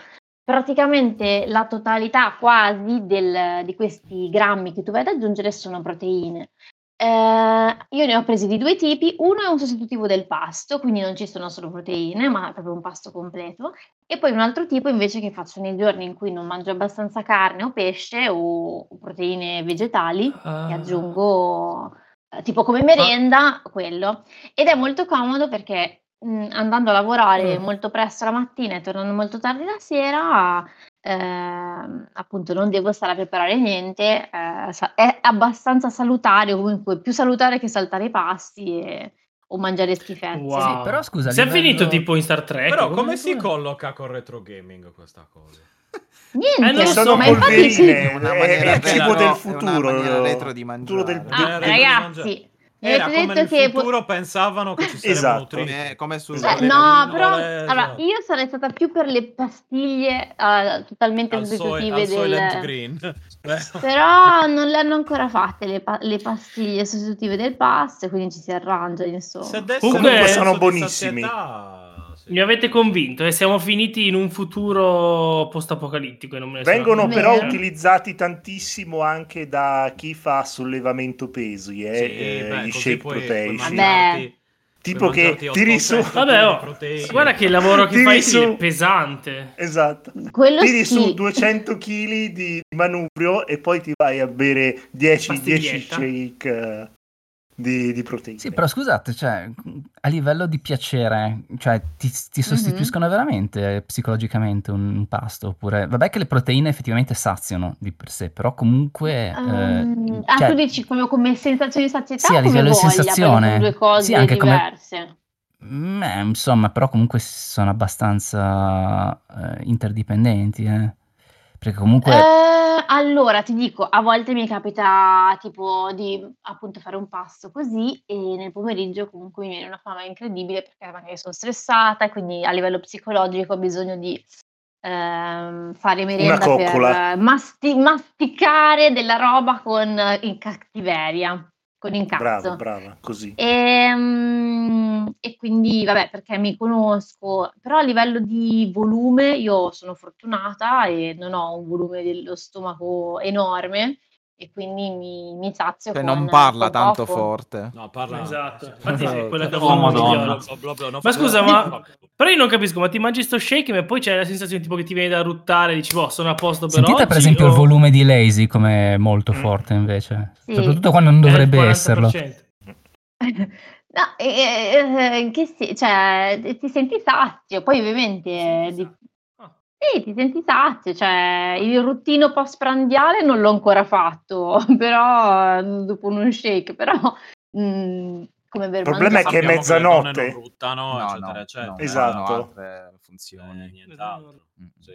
praticamente la totalità quasi del- di questi grammi che tu vai ad aggiungere sono proteine. Eh, io ne ho presi di due tipi, uno è un sostitutivo del pasto, quindi non ci sono solo proteine, ma è proprio un pasto completo. E poi un altro tipo invece che faccio nei giorni in cui non mangio abbastanza carne o pesce o o proteine vegetali e aggiungo eh, tipo come merenda quello. Ed è molto comodo perché mh, andando a lavorare Mm. molto presto la mattina e tornando molto tardi la sera, ehm, appunto non devo stare a preparare niente, eh, sa- è abbastanza salutare o comunque più salutare che saltare i pasti e- o mangiare schifezze. Wow. Sì, però scusa, a Si è livello- finito tipo in Star Trek. Però come si colloca con retro gaming questa cosa? Niente, Eh, non lo sono so, ma infatti polverine. sì. È una È- maniera è il vera, cibo no? del È una futuro, maniera no? retro di mangiare. Futuro del- Eh, Eh, Ah, ragazzi, mi Di merenda Era avete come detto nel che po- futuro pensavano che ci saremmo Esatto. nutriti. come, come sul Cioè, Sì. no, Poverino, però eh, allora, esatto. io sarei stata più per le pastiglie eh, totalmente Al, soy, sostitutive al Soylent del... Green. Beh, Però non le hanno ancora fatte le, pa- le pastiglie sostitutive del pasto, quindi ci si arrangia, insomma. se desse Comunque un sono senso Eh, di buonissimi. satietà, sì. Mi avete convinto e siamo finiti in un futuro post-apocalittico. e non me ne Eh, sono Vengono accorto. però Vero. utilizzati tantissimo anche da chi fa sollevamento pesi, eh, Sì, eh, beh, gli così shake puoi- puoi protein. mangiare- mangiarti- tipo puoi che mangiarti tiri 800 su... Eh. Vabbè, oh, proteine. guarda che il lavoro che Tiri fai su. è pesante. Esatto. Quello Tiri sì. su 200 kg di manubrio e poi ti vai a bere 10, 10 Pastiglietta. shake eh, di, di proteine. Sì, però scusate, cioè, a livello di piacere, cioè, ti, ti Mhm. sostituiscono veramente eh, psicologicamente un, un pasto? Oppure, vabbè che le proteine effettivamente saziano di per sé, però comunque... eh, Ehm, ah, cioè, tu dici come, come sensazione di sazietà Sì, a o come livello di voglia, perché sensazione. sono due cose Sì, anche come- diverse. mm, eh, insomma, però comunque sono abbastanza eh, interdipendenti, eh. Perché comunque... Eh, allora ti dico, a volte mi capita tipo di appunto fare un passo così e nel pomeriggio comunque mi viene una fama incredibile perché magari sono stressata e quindi a livello psicologico ho bisogno di ehm, fare merienda coccola. per masti- masticare della roba con eh, in cattiveria, con Brava, incazzo. brava, così. Ehm, E, quindi, vabbè, perché mi conosco, però a livello di volume io sono fortunata e non ho un volume dello stomaco enorme e quindi mi, mi sazio Cioè, con- non parla con tanto poco. forte. No, parla. Esatto. Infatti, sì, Infatti, quella che che ha Oh, fatto Madonna. Migliolo. Ma scusa, ma- Però io non capisco, ma ti mangi sto shake e poi c'è la sensazione tipo che ti viene da ruttare, dici, boh, sono a posto per Sentite oggi. per esempio o- il volume di Lazy come molto Mm. forte invece, Sì. soprattutto quando non Eh, il dovrebbe 40%. esserlo. No, e- e- e- che si- cioè, ti senti sazio, poi ovviamente eh, di- Ah. Sì, ti senti sazio, cioè il ruttino post-prandiale non l'ho ancora fatto, però eh, dopo uno shake, però mm, come bere Il problema è che è mangiare. mezzanotte. Non ruttano, No, eccetera, no, eccetera. no, Esatto. hanno altre funzioni. Eh, nient'altro. Mm. Sì.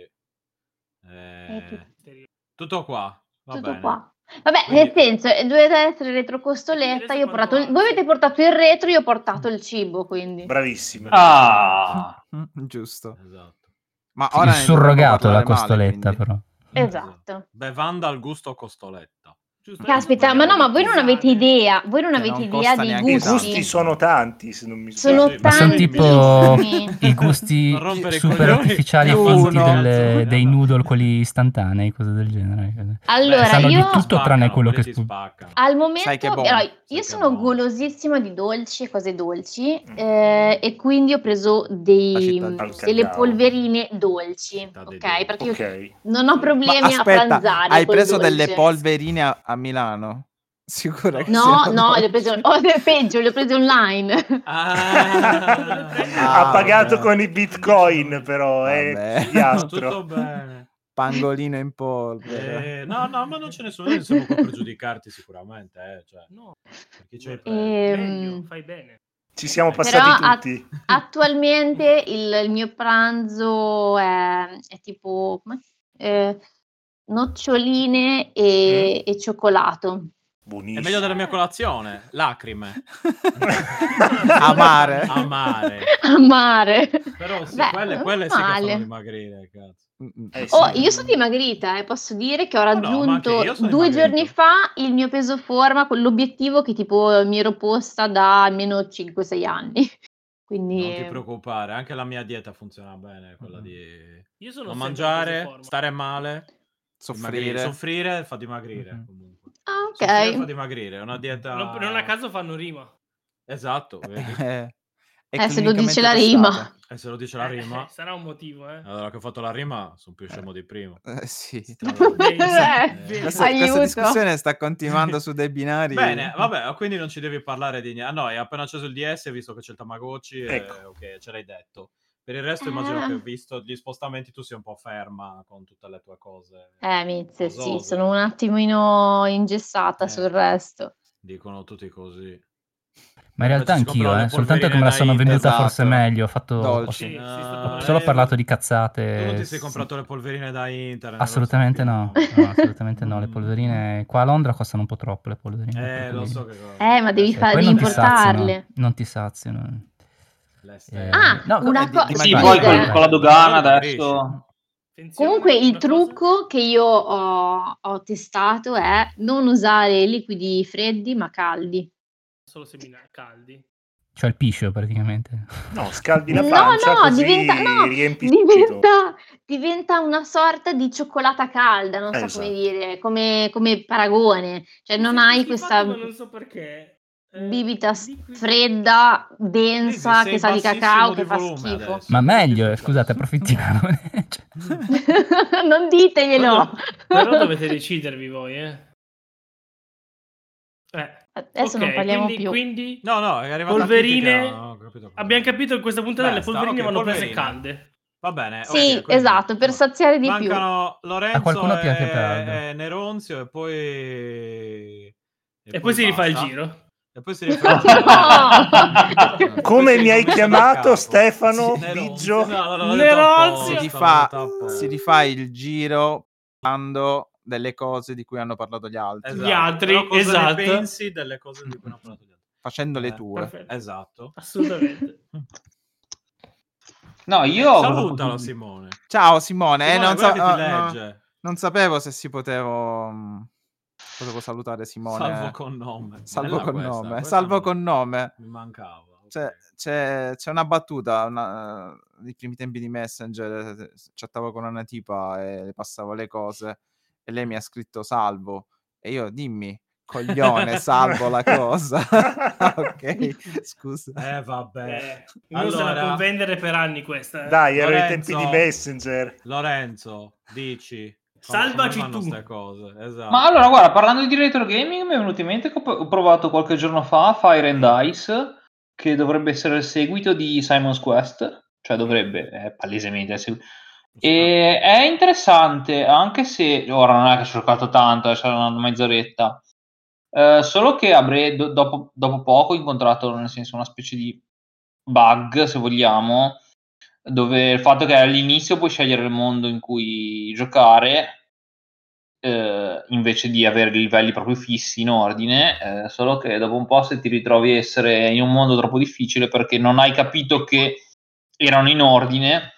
Eh, tutto- Eh, tutto qua. Va tutto bene. qua. Vabbè, Quindi- nel senso, eh, dovete essere retrocostoletta, io ho portato il- voi avete portato il retro, io ho portato il cibo, quindi. Bravissima. Ah, Mm, Giusto. Esatto. Ma Sì, ora il ne dovremmo surrogato la parlare male, costoletta quindi. però. Esatto. Bevanda al gusto costoletta. Giusto? Caspita, ma no, ma voi non avete idea, voi non Che avete non idea costa dei neanche I tanto. gusti gusti. sono tanti, se non mi Sono sbaglio. Sì, Ma sono tipo tantissimi. i gusti Non rompere i super coglioni. artificiali Più finti uno. delle- dei noodle, quelli istantanei, cose del genere. Allora, sanno di io tutto tranne quello che ti spu- spaccano. Al momento, Sai che è buono, allora, sai che io è sono buono. golosissima di dolci e cose dolci Mm. eh, e quindi ho preso dei- mm, La città del delle cacao. polverine dolci, Città dei ok? Perché io Ok. non ho problemi Ma a aspetta, pranzare hai col preso dolce. delle polverine a, a Milano? Sicura che No, siano no, dolci? le ho prese, oh, è peggio, le ho prese online. Ah, ha pagato vabbè. con i bitcoin, però eh, è Vabbè. tutto piatto. bene. Pangolino in polvere. Eh, no, no, ma non ce ne sono, non siamo qua per giudicarti sicuramente, eh, cioè, No, perché c'è il Eh, meglio, Ehm. fai bene. Ci siamo Però passati a- tutti. Attualmente il, il mio pranzo è, è tipo come- eh, noccioline e, Mm. e cioccolato. È Buonissimo. meglio della mia colazione, lacrime, Amare. amare. Amare. Però sì, Beh, quelle, non quelle sì che male. fanno dimagrire, cazzo. Mm, Eh sì. Oh, io sono dimagrita, eh, posso dire che ho no, ma anche raggiunto io sono due dimagrito. giorni fa il mio peso forma con l'obiettivo che tipo mi ero posta da almeno 5-6 anni. Non Quindi ti preoccupare, anche la mia dieta funziona bene, quella di Io non sono sempre in mangiare, forma. stare male, dimagrire. Soffrire. soffrire fa dimagrire Mhm. comunque. ah, Soffrire fa ok. dimagrire, è una dieta Non, non a caso fanno rima. Esatto, vedi? Eh, è Eh, se lo dice la clinicamente rima. E se lo dice la Eh, rima, sarà un motivo, eh. allora che ho fatto la rima, sono più scemo di prima. testata. Eh, sì. Eh, Questa, questa Aiuto. discussione sta continuando su dei binari. Bene, vabbè, quindi non ci devi parlare di niente. Ah, no, hai appena acceso il DS, visto che c'è il Tamagotchi, eh, Ecco. ok, ce l'hai detto. Per il resto immagino Eh. che, visto gli spostamenti, tu sia un po' ferma con tutte le tue cose. Eh, Mitz, sì, Cosose. sono un attimino ingessata Eh. sul resto. Dicono tutti così. Ma in realtà Invece si anch'io, comprano eh, le soltanto che me la polverine sono da venduta Esatto. forse meglio, ho fatto... Dolci. Sì, sì, Ah, sto ho parlando. solo parlato di Tu cazzate. non ti sei comprato le polverine da internet? Assolutamente no, non lo so più. no, assolutamente no, le polverine qua a Londra costano un po' troppo le polverine. Eh, per lo cui- so che cosa. Eh, ma devi Le- E fa- poi di non ti importarle. saziano, non ti saziano. le Eh, stelle. Ah, no, una di- cosa... di sì, Vai, poi vai, col- vai. con la dogana Allora, adesso... Attenzione, Comunque il una cosa- trucco che io ho, ho testato è non usare liquidi freddi ma caldi. Solo semina caldi. cioè il piscio praticamente. No, scaldi la No, pancia no, così diventa- no, riempi il giro. diventa, diventa una sorta di cioccolata calda, non so Esatto. come dire, come, come paragone. Cioè non hai questa Ma non so perché. Eh, bibita s- liquido- fredda, densa, Sì, sì, che sa di bassissimo cacao, di che fa volume schifo. adesso. Ma meglio, eh, scusate, approfittiamone. Cioè, non diteglielo. Però dovete decidervi voi, eh. Eh, Adesso ok, non parliamo quindi- più. Quindi No, no, è arrivata Polverine- critica, no, no, ho capito. abbiamo capito che questa puntata le Basta, polverine ok, vanno prese polverine. calde. Va Eh, bene. Sì, ok, quindi- esatto, per saziare di Mancano A Lorenzo qualcuno e, piace Peraldo. e Neronzio e poi... E, E poi si rifà il basta. giro. E poi si rifà il giro. No! E poi Come si mi hai ricomincia da chiamato capo. Stefano Sì, Neronzio. Biggio? Eh, No, no, no, l'ho detto Neronzio! apposta, Si rifà- l'ho detto apposta. si rifà il giro parlando delle cose di cui hanno parlato gli altri, Esatto. Gli altri, Però cosa esatto. ne pensi delle cose di cui hanno parlato gli altri? facendo Eh, le tue. Perfetto. Esatto. Assolutamente. No, io... Eh, Salutalo Simone. Ciao Simone, eh, Simone, non, guarda sa- che ti ah, no, legge. non sapevo se si potevo, mm, potevo salutare Simone. Salvo con nome. Salvo Bella con questa, nome, questa salvo mi- con nome. Mi mancava. ok. C'è, c'è- c'è una battuta, una, nei primi tempi di Messenger, eh, chattavo con una tipa e le passavo le cose e lei mi ha scritto salvo e io dimmi, coglione, salvo la cosa. Ah, ok, scusa. Eh vabbè. Eh, non se la Allora- può vendere per anni questa. eh. Dai, erano i Lorenzo. tempi di Messenger. Lorenzo, dici. come- Salvaci come fanno tu. ste cose. Esatto. Ma allora, guarda, parlando di retro gaming, mi è venuto in mente che ho ho provato qualche giorno fa Fire and Ice, che dovrebbe essere il seguito di Simon's Quest, cioè dovrebbe, è palesemente il seguito. E è interessante, anche se ora non è che ho cercato tanto, eh, sarà una mezz'oretta. Eh, solo che avrei, do- dopo, dopo poco ho incontrato, nel senso, una specie di bug, se vogliamo, dove il fatto che all'inizio puoi scegliere il mondo in cui giocare, eh, invece di avere i livelli proprio fissi in ordine, eh, solo che dopo un po' se ti ritrovi a essere in un mondo troppo difficile perché non hai capito che erano in ordine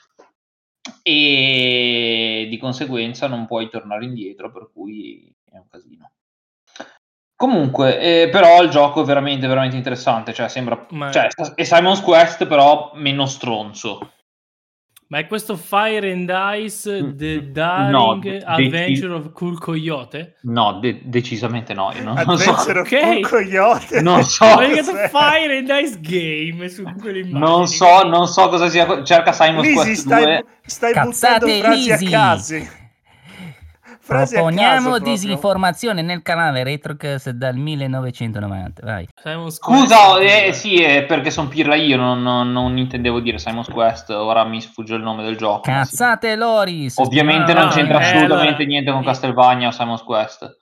e di conseguenza non puoi tornare indietro, per cui è un casino. Comunque, eh, però il gioco è veramente, veramente interessante, cioè sembra... Ma- Cioè, è Simon's Quest però meno stronzo. Ma è questo Fire and Ice Mm, The mm, Daring no, Adventure of Cool Coyote? No, de- decisamente no. Io non, non so, Adventure of Ok. Cool Coyote. non Ho so, caricato cos'è? Fire and Ice Game su Google Immagini. non so, non so cosa sia. Cerca Simon's Lisi, Quest stai, 2. stai buttando Cazzate frasi Lisi! a caso. Frasi a caso Proponiamo proprio. disinformazione nel canale Retrocast dal 1990. Vai. Simon's Scusa, Quest. eh, sì, è perché sono pirla io, non, non- non intendevo dire Simon's Quest, ora mi sfugge il nome del gioco. ma sì. Cazzate Loris! Ovviamente Ah, non no, c'entra eh, assolutamente allora- niente con Castelvania o Simon's Quest.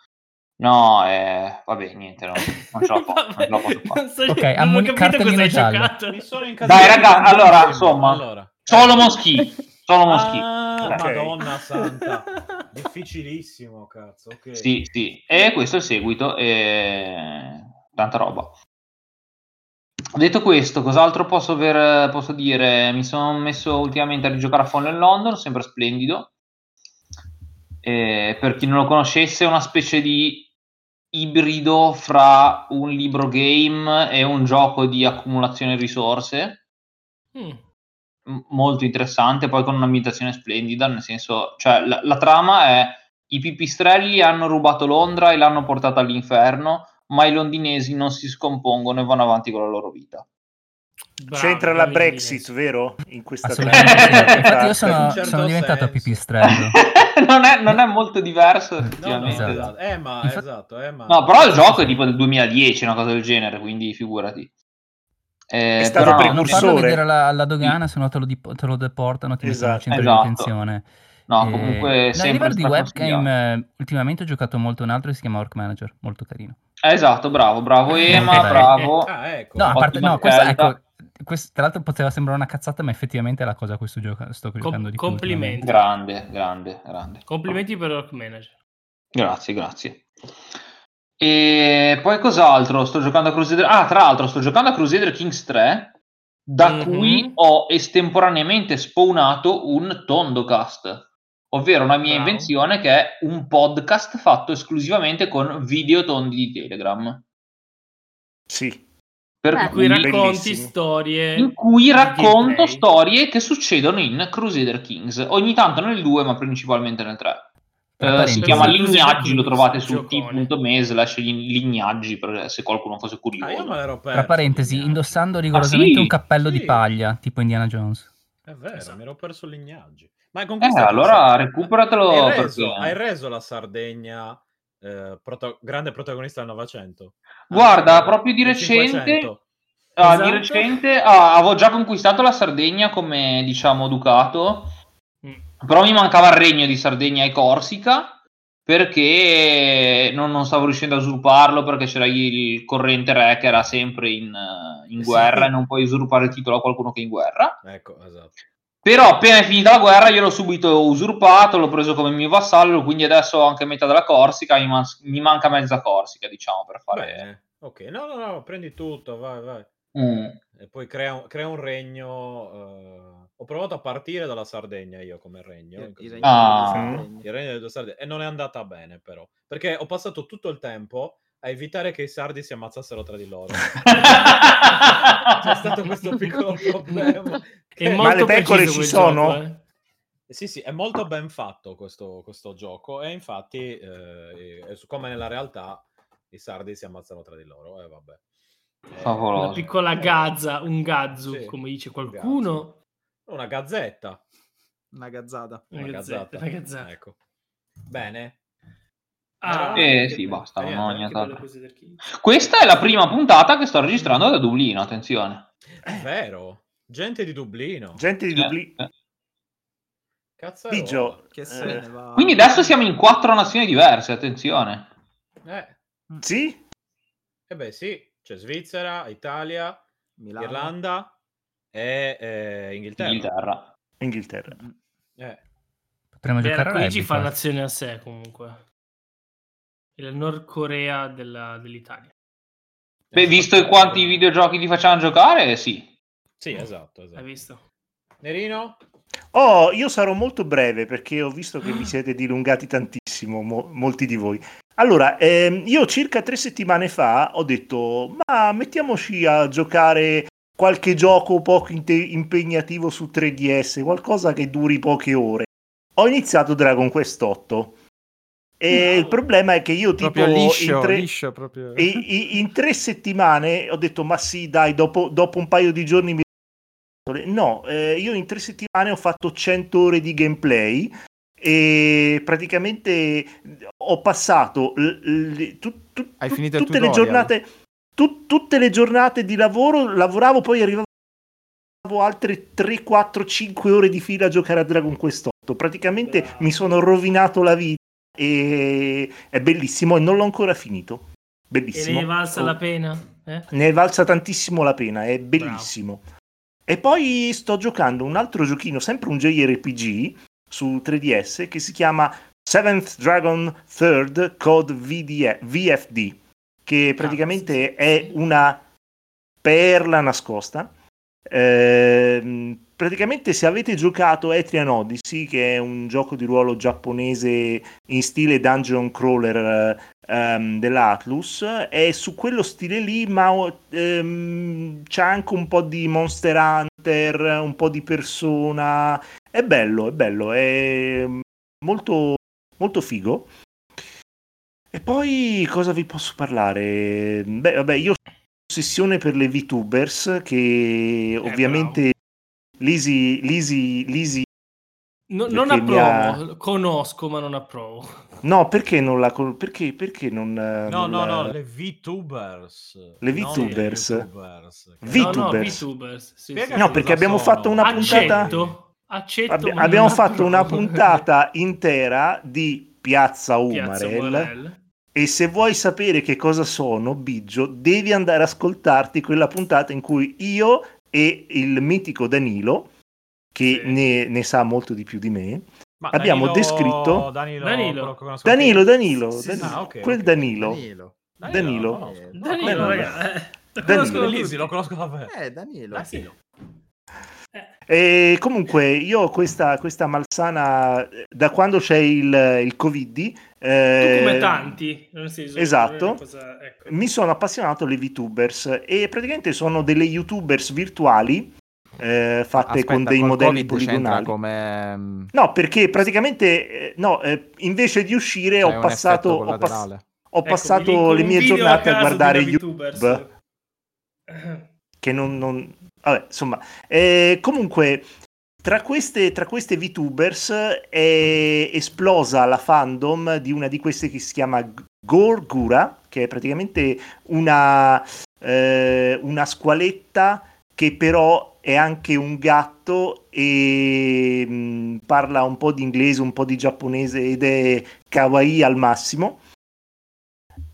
No, eh, vabbè, niente, no, non ce la posso, non ce la posso fare. Non so- Ok, non ho ammoni- capito cartellino cosa hai giallo. giocato. Mi sono incasinato Dai, raga, tantissimo. allora, insomma. Allora. Solo Moschi, solo Moschi. Ah, Ok. Madonna santa. Difficilissimo, cazzo. ok. Sì, sì, e questo è il seguito, e... tanta roba. Detto questo, cos'altro posso, aver- posso dire? Mi sono messo ultimamente a rigiocare a Fallen London, sempre splendido. E per chi non lo conoscesse, è una specie di ibrido fra un libro game e un gioco di accumulazione risorse Mm. m- molto interessante, poi con un'ambientazione splendida, nel senso, cioè la, la trama è i pipistrelli hanno rubato Londra e l'hanno portata all'inferno, ma i londinesi non si scompongono e vanno avanti con la loro vita. Bravo, C'entra la bravi Brexit, inglesi. vero? In questa Esatto. Assolutamente. sì. Assolutamente. Infatti io In sono, un certo sono diventato senso. pipistrello. non, è, non è molto diverso, No, no, effettivamente. No, esatto. Esatto. Eh, ma, Infa- esatto, eh, ma... però il gioco è tipo del 2010, una cosa del genere, quindi figurati. Eh, È stato però- non farlo precursore. vedere alla, alla dogana, se no te lo, dip- te lo deportano, ti mettono Esatto. in centro Esatto. di detenzione. No, Eh, comunque no, a sempre livello di straconsigliato. webcam, eh, ultimamente ho giocato molto un altro che si chiama Orc Manager, molto carino. Eh, Esatto, bravo, bravo Ema, Ok. bravo. Ah, ecco. Eh, No, a Ottima parte, no, questa, scelta. ecco, quest- tra l'altro poteva sembrare una cazzata, ma effettivamente è la cosa a cui sto, gioca- sto giocando di più. complimenti. ultimamente. Grande, grande, grande. Complimenti per Rock Manager. Grazie, grazie. E poi cos'altro? Sto giocando a Crusader. Ah, tra l'altro, sto giocando a Crusader Kings 3, da Mhm. cui ho estemporaneamente spawnato un Tondocast, ovvero una mia Wow. invenzione che è un podcast fatto esclusivamente con video tondi di Telegram. Sì. Per Beh. in cui Eh, racconti Bellissimo. storie. Eh, in cui di racconto gameplay. storie che succedono in Crusader Kings, ogni tanto nel 2 ma principalmente nel 3. Tra Eh, si parentesi, chiama Crusader Lignaggi, Kings, lo trovate su eh. giocone. t.me slash lignaggi per- se qualcuno fosse Ah, io curioso. me l'ero perso. Tra parentesi, Lignaggi. indossando rigorosamente un cappello Sì. di paglia, tipo Indiana Jones. È Esatto. vero, mi ero perso Lignaggi. Ma con Eh, questa- allora recuperatelo Hai reso, perché- hai reso la Sardegna eh, proto- grande protagonista del Novecento. Guarda, Anzi, proprio di del recente, 500. ah, di Esatto. recente ah, avevo già conquistato la Sardegna come diciamo ducato, Mm. però mi mancava il regno di Sardegna e Corsica perché non, non stavo riuscendo a usurparlo perché c'era il corrente re che era sempre in, eh, in Sì. guerra e non puoi usurpare il titolo a qualcuno che è in guerra. Ecco, esatto. Però appena è finita la guerra io l'ho subito usurpato, l'ho preso come mio vassallo, quindi adesso ho anche metà della Corsica, mi, man- mi manca mezza Corsica, diciamo, per fare... Bene. Ok, no, no, no, prendi tutto, vai, vai. Mm. E poi crea un, crea un regno. eh, Ho provato a partire dalla Sardegna io come regno. in così- Ah. Il regno delle due sarde. E non è andata bene, però. Perché ho passato tutto il tempo a evitare che i sardi si ammazzassero tra di loro. C'è stato questo piccolo problema. È Che- le molto pecore preciso ci quel sono? gioco, eh. Sì, sì, è molto ben fatto questo, questo gioco. E infatti, eh, è su- come nella realtà, i sardi si ammazzano tra di loro. E vabbè. Eh, Favoloso. Una piccola gazza, un gazzu, Sì, come dice un qualcuno. gazzo. Una gazzetta. Una gazzata. Una gazzetta, una gazzetta. Ecco. Bene. Ah, Eh, che sì, bello. basta, Eh, non ho anche Che niente bello altro. Crusader Kings. Questa è la prima puntata che sto registrando da Dublino, attenzione. È vero. Gente di Dublino. Gente di Dublino. Eh, eh. Cazzo Biggio, Che se eh, ne va. Quindi adesso siamo in quattro nazioni diverse, attenzione. Eh, sì? eh beh, sì. C'è Svizzera, Italia, Milano. Irlanda e eh, Inghilterra. Inghilterra. Inghilterra. Eh, Potremmo Beh, giocare a Raccoon G rugby, fa poi. nazione a sé comunque. È la Nord Corea della- dell'Italia. Beh, visto quanti videogiochi ti facciamo giocare, sì. Sì, esatto, esatto. Hai visto? Nerino? Oh, io sarò molto breve perché ho visto Ah. che vi siete dilungati tantissimo, mo- molti di voi. Allora, ehm, io circa tre settimane fa ho detto, ma mettiamoci a giocare qualche gioco poco inte- impegnativo su 3DS, qualcosa che duri poche ore. Ho iniziato Dragon Quest 8. E il problema è che io tipo Proprio liscio, in tre- liscio proprio. e- i- in tre settimane ho detto ma sì dai dopo, dopo un paio di giorni mi no eh, io in tre settimane ho fatto 100 ore di gameplay e praticamente ho passato l- l- tut- tut- Hai tut- finito il tutte le tutorial? giornate tut- tutte le giornate di lavoro lavoravo poi arrivavo altre 3 4 5 ore di fila a giocare a Dragon Quest 8 praticamente Bravo. mi sono rovinato la vita e è bellissimo e non l'ho ancora finito E bellissimo ne è valsa Oh. la pena? Eh? Ne è valsa tantissimo la pena, è bellissimo. E poi sto giocando un altro giochino, sempre un JRPG su 3DS che si chiama Seventh Dragon Third Code VDE VFD, che praticamente è una perla nascosta. Ehm, praticamente se avete giocato Etrian Odyssey, che è un gioco di ruolo giapponese in stile dungeon crawler eh, ehm, dell'Atlus è su quello stile lì ma ho- ehm, c'è anche un po' di Monster Hunter un po' di Persona è bello è bello è molto molto figo e poi cosa vi posso parlare beh vabbè io ho ossessione per le VTubers che ovviamente Lisi Lisi Lisi No- non Perché mi approvo, conosco ma non approvo. no perché non la con- perché perché non eh, No, non no, la- no, le VTubers. Le non VTubers. le YouTubers. No, no, VTubers. VTubers. sì, Spiega sì, No, sì. perché abbiamo sono? fatto una puntata- Accetto, accetto Abbi- ma non abbiamo fatto una approvo. puntata intera di Piazza Piazza Umarell. Umarell. E se vuoi sapere che cosa sono, Biggio, devi andare a ascoltarti quella puntata in cui io e il mitico Danilo, che Sì. ne, ne sa molto di più di me, Ma Abbiamo Danilo- descritto- Danilo, Danilo. quello che conosco Danilo, io. Danilo, Sì, sì, Danilo, sì. Ah, ok, quel ok. Danilo. Danilo. Danilo. eh. lo conosco. Danilo, Ah, Danilo. raga, eh, lo Danilo. conoscono Lisi, tutti. lo conosco davvero. Eh, Danilo. Danilo. E comunque io ho questa, questa malsana eh, da quando c'è il, il Covid. eh, Tu come tanti. nel senso, esatto. cosa- ecco. mi sono appassionato alle VTubers e praticamente sono delle YouTubers virtuali eh, fatte Aspetta, con dei col modelli Covid c'entra poligonali. come mm, No, perché praticamente eh, no, eh, invece di uscire c'è ho un passato, effetto ho pass- collaterale. ho Ecco, passato mi linko le un mie video giornate a caso di guardare una YouTube VTubers. che non... non- Vabbè, insomma, Eh, comunque, tra queste, tra queste VTubers è esplosa la fandom di una di queste che si chiama G- Gorgura, che è praticamente una, eh, una squaletta che però è anche un gatto e mh, parla un po' di inglese, un po' di giapponese ed è kawaii al massimo.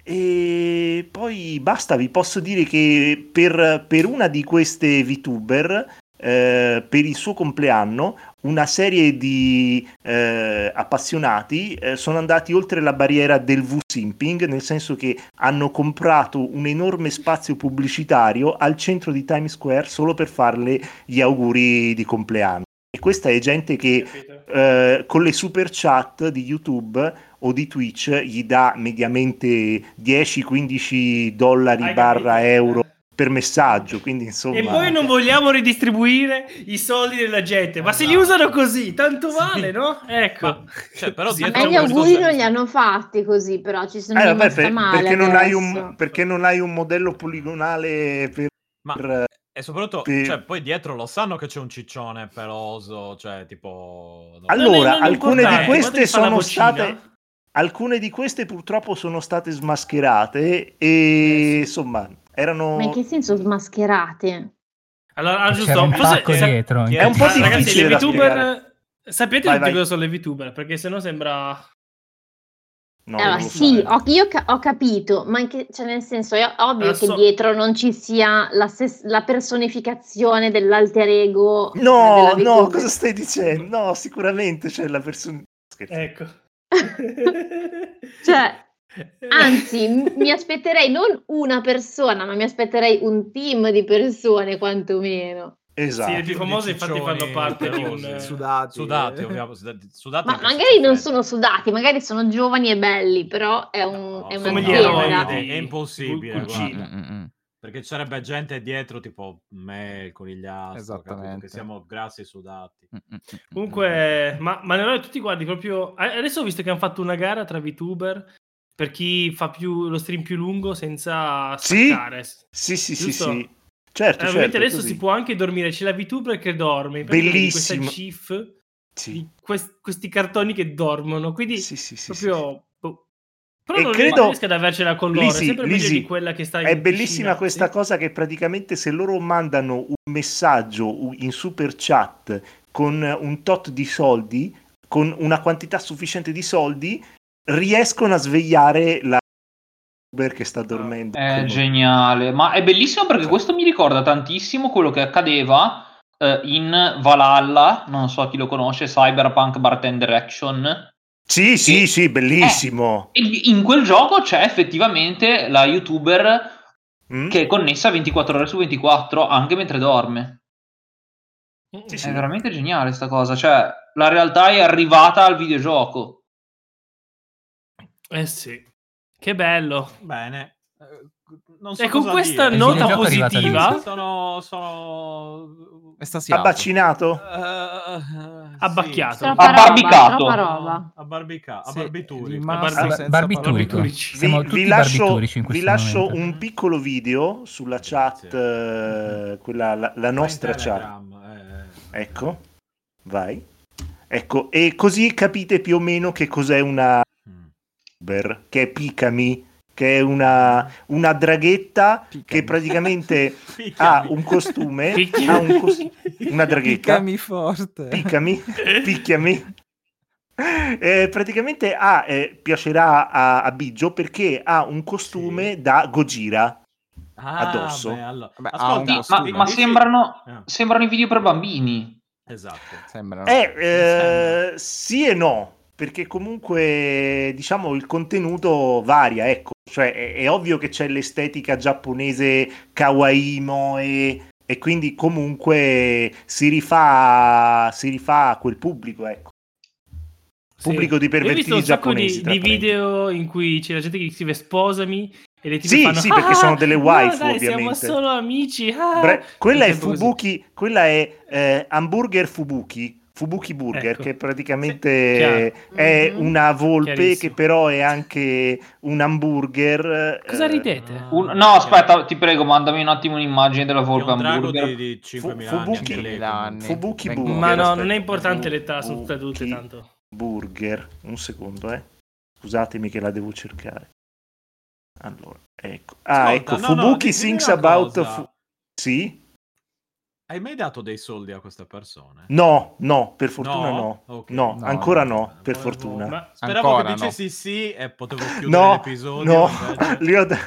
E poi basta, vi posso dire che per, per una di queste VTuber, eh, per il suo compleanno, una serie di eh, appassionati eh, sono andati oltre la barriera del V-Simping, nel senso che hanno comprato un enorme spazio pubblicitario al centro di Times Square solo per farle gli auguri di compleanno. E questa è gente che Capito? eh, con le super chat di YouTube o di Twitch gli dà mediamente 10-15 dollari Hai barra capito? euro per messaggio, quindi insomma... E poi non vogliamo ridistribuire i soldi della gente, ma se li No. usano così, tanto Sì. vale, no? Ecco. Ma- cioè, però Sì, A dietro me facciamo gli questo auguri c'è- non li hanno fatti così, però ci sono Eh, vabbè, rimasta per- male. perché, non hai un, adesso. perché non hai un modello poligonale per... eh, Ma, e soprattutto, Sì. cioè, poi dietro lo sanno che c'è un ciccione peloso, cioè, tipo... no. Allora, Allora, non è alcune di importante, queste guarda che fa la sono vocina. state... Alcune di queste purtroppo sono state smascherate e insomma erano... Ma in che senso smascherate? Allora, ah, C'era giusto, un forse- pacco sa- dietro. È in È un cui- po' Ah, difficile ragazzi, le da VTuber sapete Vai, tutti vai. cosa sono le VTuber, perché sennò sembra No, allora, non lo Eh, sì, so. ho, io ca- ho capito, ma in che- cioè, nel senso è ovvio Adesso- che dietro non ci sia la, ses- la personificazione dell'alter ego. No, della no, VTuber. cosa stai dicendo? No, sicuramente c'è la persona... Scherzo. ecco. Cioè, Anzi, m- mi aspetterei non una persona, ma mi aspetterei un team di persone quantomeno. Esatto. Sì, è più famosi infatti Ciccioni fanno parte di pelosi. un Sudati. Sudati, ovviamente. sudati- sudati Ma anche magari non schizofrenici. sono sudati, magari sono giovani e belli, però è, un, No, è una sono come gli no, eroi azienda. è- di- è impossibile, cu- cucina. guarda. Mm, mm, mm. Perché ci sarebbe gente dietro, tipo me, il conigliastro, Esattamente. capito? Che siamo grassi e sudati. Mm, mm, mm, Comunque, ma, ma noi tutti guardi proprio. a- Adesso ho visto che hanno fatto una gara tra VTuber per chi fa più lo stream più lungo senza Sì? staccare. Eh, Sì, sì, sì, Giusto? sì. Certo, certo, ovviamente adesso così. Eh, si può anche dormire. C'è la VTuber che dorme. Infatti vedi Questa Bellissimo. GIF Sì, di quest- questi cartoni che dormono. Quindi, sì, sì, sì, sì. proprio. boh. Però E non credo- credo... riesco ad avercela con loro. Lisi, è sempre meglio Lisi, di quella che sta in È bellissima piscina, questa sì. cosa che praticamente se loro mandano un messaggio u- in super chat con un tot di soldi, con una quantità sufficiente di soldi, riescono a svegliare la Uber che Ah. sta dormendo. È geniale, ma è bellissimo perché questo mi ricorda tantissimo quello che accadeva eh, in Valhalla, non so chi lo conosce, Cyberpunk Bartender Action. Eh, Sì, sì, sì, bellissimo. E in quel gioco c'è effettivamente la youtuber Mm? che è connessa 24 ore su 24 anche mentre dorme. Mm, È veramente geniale sta cosa, cioè la realtà è arrivata al videogioco. Eh sì. Che bello. Bene. Eh, Non so E con cosa questa dire. nota videogioco è arrivato positiva, adesso. Sono... sono... eh, mm. E sta si Ha alza. vaccinato? Abbacchiato. Troppa roba, Abbarbicato. troppa roba. A barbica, a Sì, barbituri. rimasto A barbi- senza barbiturico. parole. barbiturici. Sì, Siamo vi, tutti vi lascio, barbiturici in vi questo lascio momento. un piccolo video sulla chat, eh, quella, la, la nostra chat. Ecco, vai. Ecco, e così capite più o meno che cos'è una Uber, che è Picami, che è una, una draghetta che praticamente ha un costume, Picchiami. ha un cos- una draghetta, Piccami forte. Picami, picchiami. Eh, praticamente ha, eh, piacerà a, a Biggio perché ha un costume da Gojira. addosso. Vabbè, ha un Ah, Ascolta, costume. ma, Ma sembrano, Ah. sembrano i video per bambini. Esatto. Sembrano. Eh, eh, sì e no, perché comunque diciamo il contenuto varia, ecco, cioè è, è ovvio che c'è l'estetica giapponese kawaii moe e quindi comunque si rifà, si rifà a quel pubblico, ecco. Sì. Pubblico di Io ho visto pervertiti un sacco giapponesi. di, tra di parentesi. video in cui c'è la gente che scrive sposami e le tipe Sì, fanno sì, perché sono delle "Ah, waifu, no, dai, siamo ovviamente." solo amici. ah." Bre- quella è Tutto così. Fubuki, quella è eh, hamburger Fubuki. Fubuki Burger, Ecco. che Sì, praticamente chiaro. è Mm-hmm. Mhm. una volpe Chiarissimo. che però è anche un hamburger. Cosa eh, ridete? Un- no, aspetta, ti prego, mandami un attimo un'immagine della Cioè, È volpe un drago hamburger. di, di 5.000 anni. Fubuki. anche lei, 5.000 anni. Fubuki Vengo- Burger. Ma no, aspetta. non è importante l'età, sono Fubuki tutte adulte tanto. Burger, un secondo, eh. Scusatemi che la devo cercare. Allora, ecco. Ah, Ascolta, ecco, no, no, Fubuki dimmi sings una about... cosa. Fu- sì? Hai mai dato dei soldi a queste persone? No, no, per fortuna no. No, Ok. No, ancora no. no, per Volevo- fortuna. Ma Speravo Ancora che no. dicessi sì e potevo chiudere No, l'episodio. no, invece- li ho, da-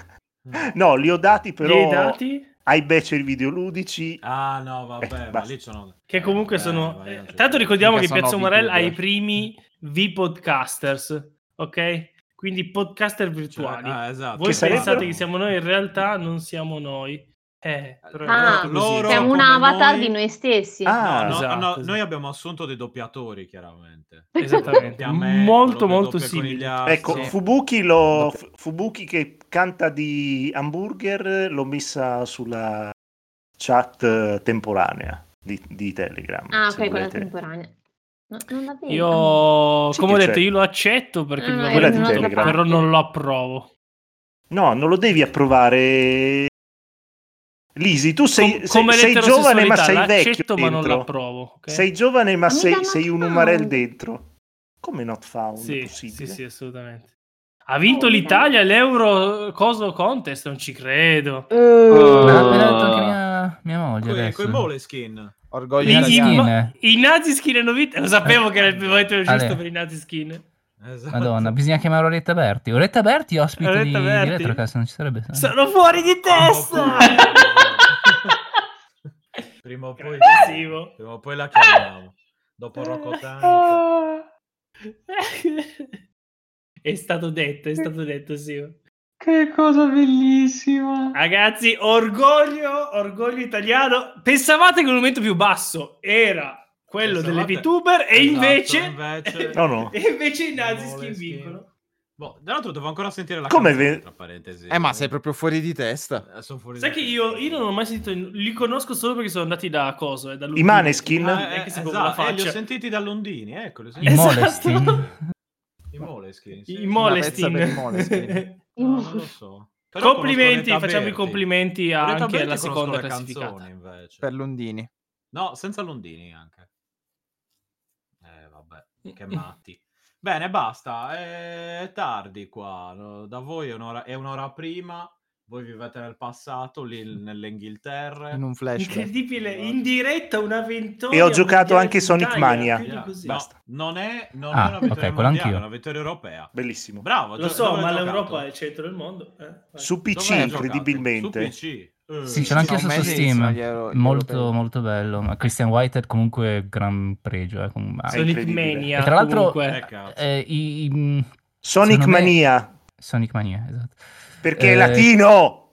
No. no, li ho dati però gli dati? ai becher videoludici. Ah, no, vabbè, Eh, ma basta. lì sono... Che comunque Eh, vai, sono... non c'è Tanto problema. ricordiamo che Mica Piazza sono Umarell ha i VTuber. primi V-podcasters, ok? Quindi podcaster virtuali. Ah, esatto. Voi Cioè, Che pensate sarebbero- che siamo noi, in realtà non siamo noi. Eh, però è Ah, molto così. Cioè, loro- Siamo un come avatar noi- di noi stessi. Ah, No, no, Esatto, no, esatto. noi abbiamo assunto dei doppiatori, chiaramente. Esattamente. Doppia me, molto, quello che molto doppia simile. conigliastro. ecco, sì. Fubuki, lo- F- Fubuki che canta di hamburger l'ho messa sulla chat eh, temporanea di, di Telegram. Ah, se ok, quella volete. temporanea. No, non la vedo. Io, Sì come che ho detto, c'è. io lo accetto perché Ah, lo è avrei quella di voluto, Telegram. però non lo approvo. No, non lo devi approvare. Lisi, tu sei, Com- sei- come sei giovane ma sei l'eterosessualità, vecchio. l'accetto ma non dentro. l'approvo. ok? Sei giovane Ma ma mi dà sei, not sei un found. umarel dentro. Come not found? Sì, sì, possibile? sì, assolutamente. Ha vinto Oh, l'Italia l'Euro Coso Contest, non ci credo. Eh, Me l'ha appena detto Ah. anche eh, mia, mia moglie Que- adesso. Quei Moleskin. Orgoglio I, i, italiani. italiano. ma- i nazi skin hanno vinto. Lo sapevo che era il momento giusto Ale. per i nazi skin. Esatto. Eh, Madonna, bisogna chiamare Oretta Berti. Oretta Berti ospite Oretta di, Berti? di Retrocast, non ci sarebbe stato. Sono fuori di testa. Prima o poi, Grandissimo. prima o poi la chiamiamo. Dopo Rocco Tank. è stato detto, è stato detto, sì. Che cosa bellissima. Ragazzi, orgoglio, orgoglio italiano. Pensavate che il momento più basso era quello Pensavate- delle VTuber e Esatto, invece... invece- No, no. E invece i nazi skin Moleskine. vincono. Boh, tra l'altro devo ancora sentire la Come canzone, ve- tra parentesi. Eh, ma sei proprio fuori di testa. Eh, sono fuori Sai da che testa. io, io non ho mai sentito, li conosco solo perché sono andati da coso, eh, da I Maneskin? Ah, eh, che si esatto, la eh, li ho faccia. sentiti da Londini, ecco. li I ho sentiti. Esatto. molesti. I Moleskine, sì. I Una pezza per i Molestin. Moleskine. No, non lo so. Però conosco complimenti, Oretta facciamo i Berti. complimenti Oretta anche Berti alla conosco seconda le classificata. canzoni, invece. Per Londini. No, senza Londini anche. Eh, vabbè, che matti. Bene, basta, eh, è tardi qua. no, Da voi è un'ora, è un'ora prima, voi vivete nel passato, lì nell'Inghilterra. In un flashback. Incredibile, in diretta una ventosa. E ho giocato anche Sonic Mania. Yeah. No, Ah, Basta. non è, non Ah, è una vittoria ok, quello mondiale, è anch'io. una vittoria europea. Bellissimo. Bravo, Lo gio- so, dove ma hai giocato? l'Europa è il centro del mondo. eh, vai. Su Dove PC, hai giocato? incredibilmente. Su PC. Eh, Sì, ce sì, l'ho anche no, io su ma- sono Steam. bellissimo, gli ero- gli Molto, europei. molto bello. Ma Christian White è comunque gran pregio. eh, com- ah, Sì. Sonic incredibile. Mania. E tra l'altro- comunque. Eh, cazzo. eh, i- i- mh, Sonic Secondo me- Mania, Sonic Mania, esatto. perché è Eh, latino!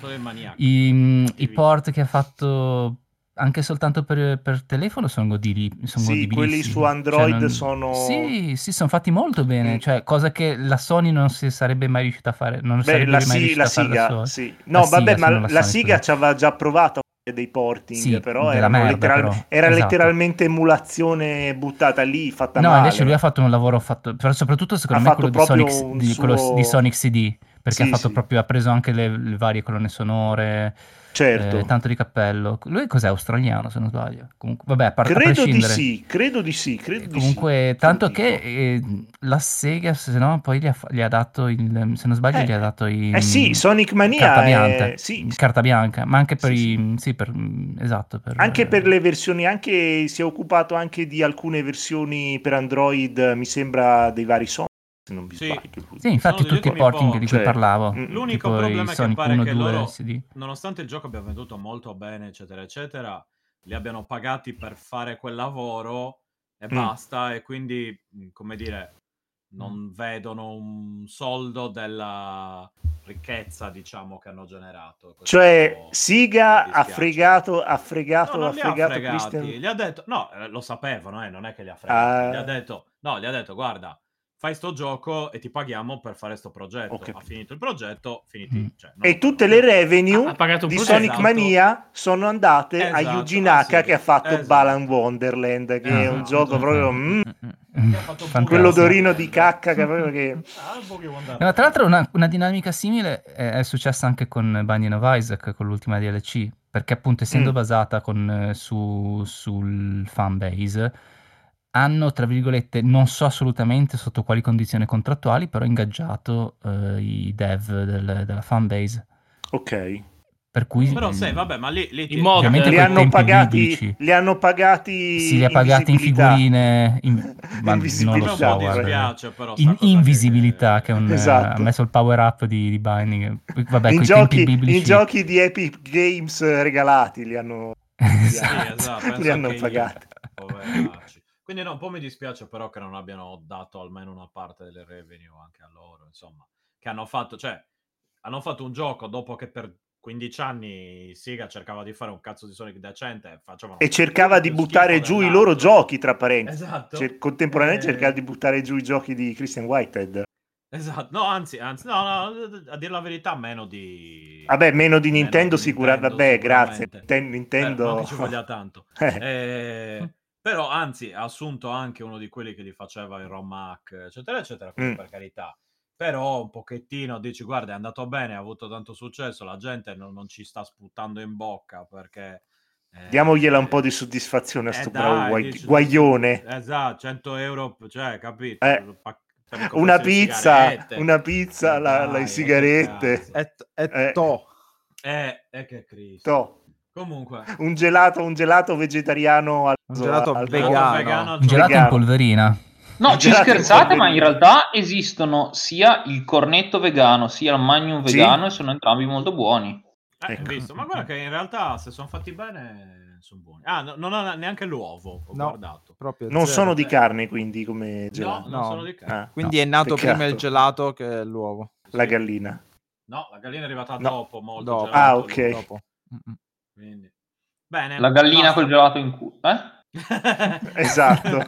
Sono il maniaco. I, mh, i Cattivi. port che ha fatto anche soltanto per, per telefono sono godili. Sono Sì, godibilissimi. quelli su Cioè, Android non- sono... Sì, sì, sono fatti molto bene. Mm. Cioè, cosa che la Sony non si sarebbe mai riuscita a fare. Non Beh, sarebbe la, mai si- riuscita la a fare da siga, sola. sì. No, La vabbè, siga, ma se non la, la Sony, siga scusa. ci aveva già provato a fare dei porting, Sì, però della era, merda, letteral- però. era Esatto. letteralmente emulazione buttata lì, fatta No, male. invece lui ha fatto un lavoro fatto, però soprattutto secondo Ha me fatto quello di proprio Sonic, un di, quello suo- di Sonic CD, perché ha Sì, fatto sì. proprio, ha preso anche le, le varie colonne sonore, Certo. eh, tanto di cappello. Lui cos'è, australiano se non sbaglio? Comunque, vabbè, a, par- a Credo di prescindere. sì, credo di sì, credo Eh, di Comunque, sì. tanto Te lo che dico. eh, la Sega, se no, poi gli ha, fa- gli ha dato il. Se non sbaglio, Eh, gli ha dato il. Eh sì, Sonic Mania Carta è- bianca. sì, sì. Carta bianca, ma anche per Sì, i. Sì, per. Esatto. Per, Anche per le versioni, anche si è occupato anche di alcune versioni per Android, mi sembra dei vari Sonic, se non mi Sì. sbaglio. Sì, infatti, sono degli tutti i ultimi porting di cui Cioè, parlavo. mm, tipo l'unico i problema è che Sonic pare 1, che 2, loro- SD. nonostante il gioco abbia venduto molto bene, eccetera, eccetera, li abbiano pagati per fare quel lavoro e Mm. basta. E mm, Mm. quindi, mh, come dire, non vedono un soldo della, ricchezza, diciamo, che hanno generato. questo Cioè, Siga mi ha dispiace. fregato, ha fregato, No, non ha li ha fregato fregati, Christian. Gli ha detto, no, eh, lo sapevano, eh, non è che li ha fregati. Ah. Gli ha detto, no, gli ha detto, guarda, fai sto gioco e ti paghiamo per fare sto progetto. Ho capito. Ha finito il progetto, finiti. Mm. cioè, non E lo tutte fanno le più. Ha- ha revenue pagato un di progetto. Sonic Mania sono andate a Esatto, Yuji ah, Naka sì. che ha fatto Esatto. Balan Wonderland, che è un Esatto. gioco proprio... mm, Che ha fatto Fantastico. Quello quell'odorino di cacca che proprio che... Ah, un po' che Wonder No, Woman. Eh, tra l'altro una, una dinamica simile è, è successa anche con Binding of Isaac, con l'ultima DLC, perché appunto essendo Mm. basata con, eh, su, sul fanbase, hanno, tra virgolette, non so assolutamente sotto quali condizioni contrattuali, però ingaggiato eh, i dev del- della fanbase. Ok. Per cui... Però sai, mm, vabbè, ma lì, lì I mod- Ovviamente Li quei hanno, tempi lì, pagati, dici. li hanno pagati... si li ha pagati in visibilità. figurine, in- ma non lo so, Però un po' guarda. dispiace, però. sta In- cosa che- invisibilità, che è un, eh, Esatto. ha messo il power up di, di Binding. Vabbè, in, coi giochi, tempi biblici. in giochi di Epic Games eh, regalati li hanno, Sì, esatto, penso li hanno anche io. pagati. Poveracci. Quindi no, un po' mi dispiace però che non abbiano dato almeno una parte delle revenue anche a loro, insomma, che hanno fatto, cioè, hanno fatto un gioco dopo che per 15 anni Sega cercava di fare un cazzo di Sonic decente e facevano E cercava di più buttare schifo giù i dell'altro. loro giochi, tra parentesi. Esatto. Cioè, contemporaneamente Eh, cercava di buttare giù i giochi di Christian Whitehead. Esatto, no, anzi, anzi, no, no, a dire la verità meno di Vabbè, meno di Meno Nintendo, di sicuramente. Nintendo, Vabbè, grazie. sicuramente. Ten- Nintendo... Però non che ci voglia tanto. Eh. Eh, però, anzi, ha assunto anche uno di quelli che gli faceva il ROM hack, eccetera, eccetera, quindi Mm. per carità. Però un pochettino dici, guarda, è andato bene, ha avuto tanto successo, la gente non, non ci sta sputtando in bocca perché... eh, Diamogliela un po' di soddisfazione a eh, sto dai, bravo guai- dici- guaglione. Esatto, 100 euro, cioè, capito? Eh. Per- per le Una confezioni di pizza, sigarette. una pizza, Eh, la- dai, le eh, sigarette. che cazzo. È, è Eh. to. Eh, eh, che Cristo. To. Comunque... Un gelato, un gelato vegetariano al Un gelato al- vegano. al Un gelato in Vegano. polverina. Il No, ci gelato scherzate, in ma in polverina. realtà esistono sia il cornetto vegano sia il magnum Sì. vegano e sono entrambi molto buoni. Eh, Ecco. visto. Ma guarda che in realtà se sono fatti bene sono buoni. Ah, no- non ha neanche l'uovo, ho No. guardato. Proprio Non zero. sono di carne, quindi come No, gelato. non No. sono di carne. Ah, Quindi No, è nato peccato. prima il gelato che l'uovo. la Sì. gallina. No, la gallina è arrivata No. dopo, molto Dopo. gelato, Ah, ok. l'uovo, Dopo. Mm, Mm-mm. quindi. Bene. La gallina basta. col gelato in culo, eh? Esatto.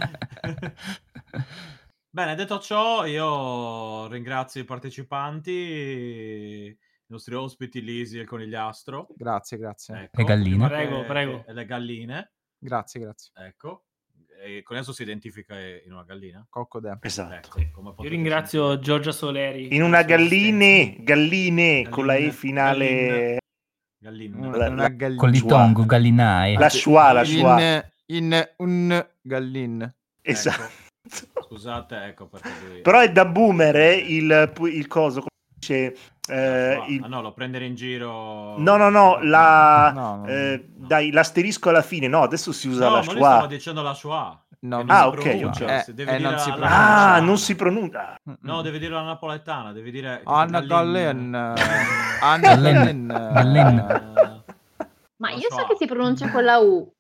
Bene, detto ciò, io ringrazio i partecipanti, i nostri ospiti Lisi e il conigliastro. Grazie, grazie. Ecco, Le galline. Prego, che- prego. che- Le galline, Grazie, grazie. ecco. E con esso si identifica eh, in una gallina? Cocco de. Esatto. Ecco, come Io potete ringrazio Giorgia Soleri. In una per la sua galline, assistenza. galline con la E Galline, finale, sentire. Gallina. Una, una la- gallina. Con l'itongo, gallinae. la schwa, la schwa. In, eh, in un gallin. Esatto. Ecco. Scusate, ecco perché lui... Però è da boomer eh, il, il coso, come dice, eh, Ah, il- no, lo prendere in giro... No, no, no, la- No, no, eh, no. dai, l'asterisco alla fine, no, adesso si usa No, la ma lui stava schwa. dicendo la schwa. no, che mi- non si Ah, ok, pronuncia, ok. si deve Eh, eh, dire non si la- pronuncia. la- Ah, non si pronuncia. No, devi dire la napoletana, devi dire... Mm. Anna Gallen. Gallina. eh, Anna Gallen. Gallen. Gallen. Eh, Ma Lo io so so. che si pronuncia con la U.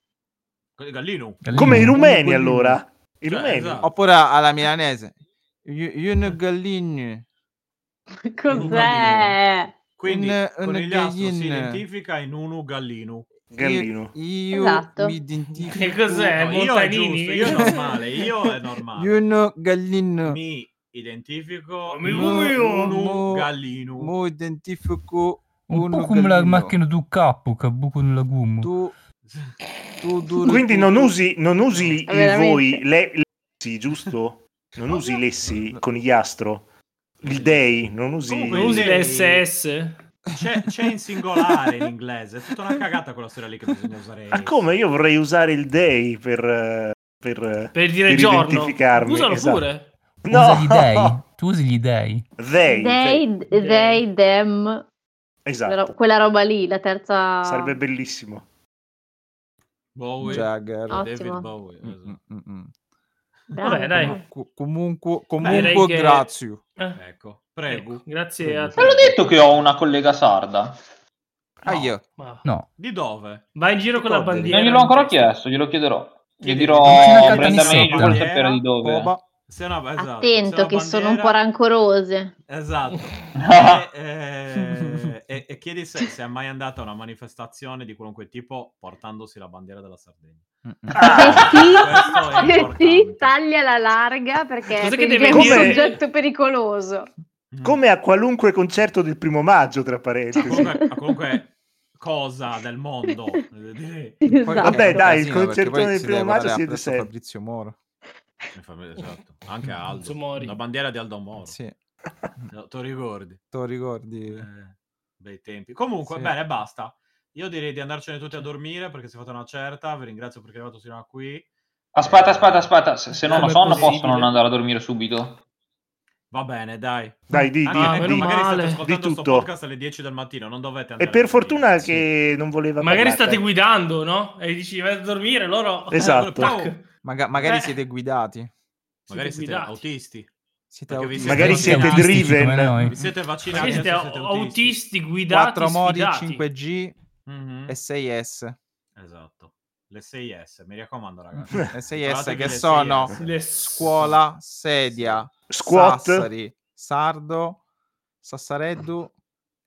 Gallino. Gallina. Come i rumeni Comunque- allora. I Cioè, rumeni. esatto. Oppure alla milanese. You- Un gallin. Cos'è? Quindi Un- un conigliastro si gallin. identifica in unu gallino. Gallino. Io Esatto. mi identifico. Che cos'è? No, io è Montanini? giusto, io è normale, io è normale. Un gallin. mi identifico Oh, Mi mo- muoio. uno Mo- gallino. Mo identifico Un un po' come la gallino. macchina du capo, che buco nella gomma. Tu, tu duri- Quindi tu- non tu- usi, non usi Ah, il veramente? voi, le, lessi, giusto? Non usi lessi con gli astro. Il dei, non usi... Comunque, Non usi Lei- le SS? C'è, c'è in singolare in inglese, è tutta una cagata quella storia lì che bisogna usare. Ma come? Io vorrei usare il dei per... eh, per, eh, Per dire Per giorno. identificarmi, Usalo esatto. pure. Usa gli dei. Tu usi gli dei. They, they. They, they, them, quella ro- Esatto. quella roba lì, la terza... Sarebbe bellissimo. Bowie, Jagger. Ah, David Ottimo. Bowie. Mm, esatto. mm, mm, mm. Bravo. Vabbè, dai. Cu- comunque, direi comunque che- grazie. Eh, Ecco, prego. ecco, grazie Prego. a te. Te l'ho detto che ho una collega sarda. Ah, io. Ma- No. Di dove? Vai in giro con la Ricordi. bandiera. Non gliel'ho ancora in testa. chiesto, glielo chiederò. Gli Chiedi- dirò Non c'è una carta Brenda lì May, sopra. vuol sapere di dove. Boba. Se no, esatto, se Attento no che sono un po' bandiera- rancorose. Esatto. e, eh, e- e chiedi se, se è mai andata a una manifestazione di qualunque tipo portandosi la bandiera della Sardegna. Ah! Ah! Questo è Se sì, se sì, importante. taglia la larga perché Cos'è ti che deve diventi un dire? soggetto pericoloso. Come a qualunque concerto del primo maggio, tra parentesi. Comunque, a qualunque cosa del mondo. eh, voglio dire. Esatto. Vabbè, Eh, dai, il concerto concertone del primo maggio siete sei. Fabrizio Moro. Mi fa vedere, esatto. Anche Mm. Aldo Aldo. Mori. La bandiera di Aldo Moro. Sì, No, Te lo ricordi? tu ricordi? Eh, bei tempi. Comunque, Sì. bene, basta. Io direi di andarcene tutti a dormire perché si è fatta una certa. Vi ringrazio perché è arrivato fino a qui. Eh, Aspetta, aspetta, aspetta. Se, se non ho Come è sonno, possibile? posso non andare a dormire subito. Va bene, dai. Dai, di, di, Anche perché meno di. magari state male. ascoltando Di questo tutto. podcast alle 10 del mattino, non dovete andare. E per a dormire. fortuna Sì. che non voleva Magari parlare. state guidando, no? E dici, vai a dormire, loro... Esatto. Tac. Maga- magari Eh. siete guidati. magari siete siete guidati. autisti, Siete Perché vi autisti. siete- Magari siete autistici driven. come noi. vi siete Ma vaccinati, che siete adesso siete autisti. autisti guidati 4 modi, sfigati. 5G Mhm. e 6S. Esatto. Le 6S, mi raccomando ragazzi. Le 6S Guardatevi che le sono 6S. Le- scuola, sedia, Squat. Sassari, Sardo, Sassareddu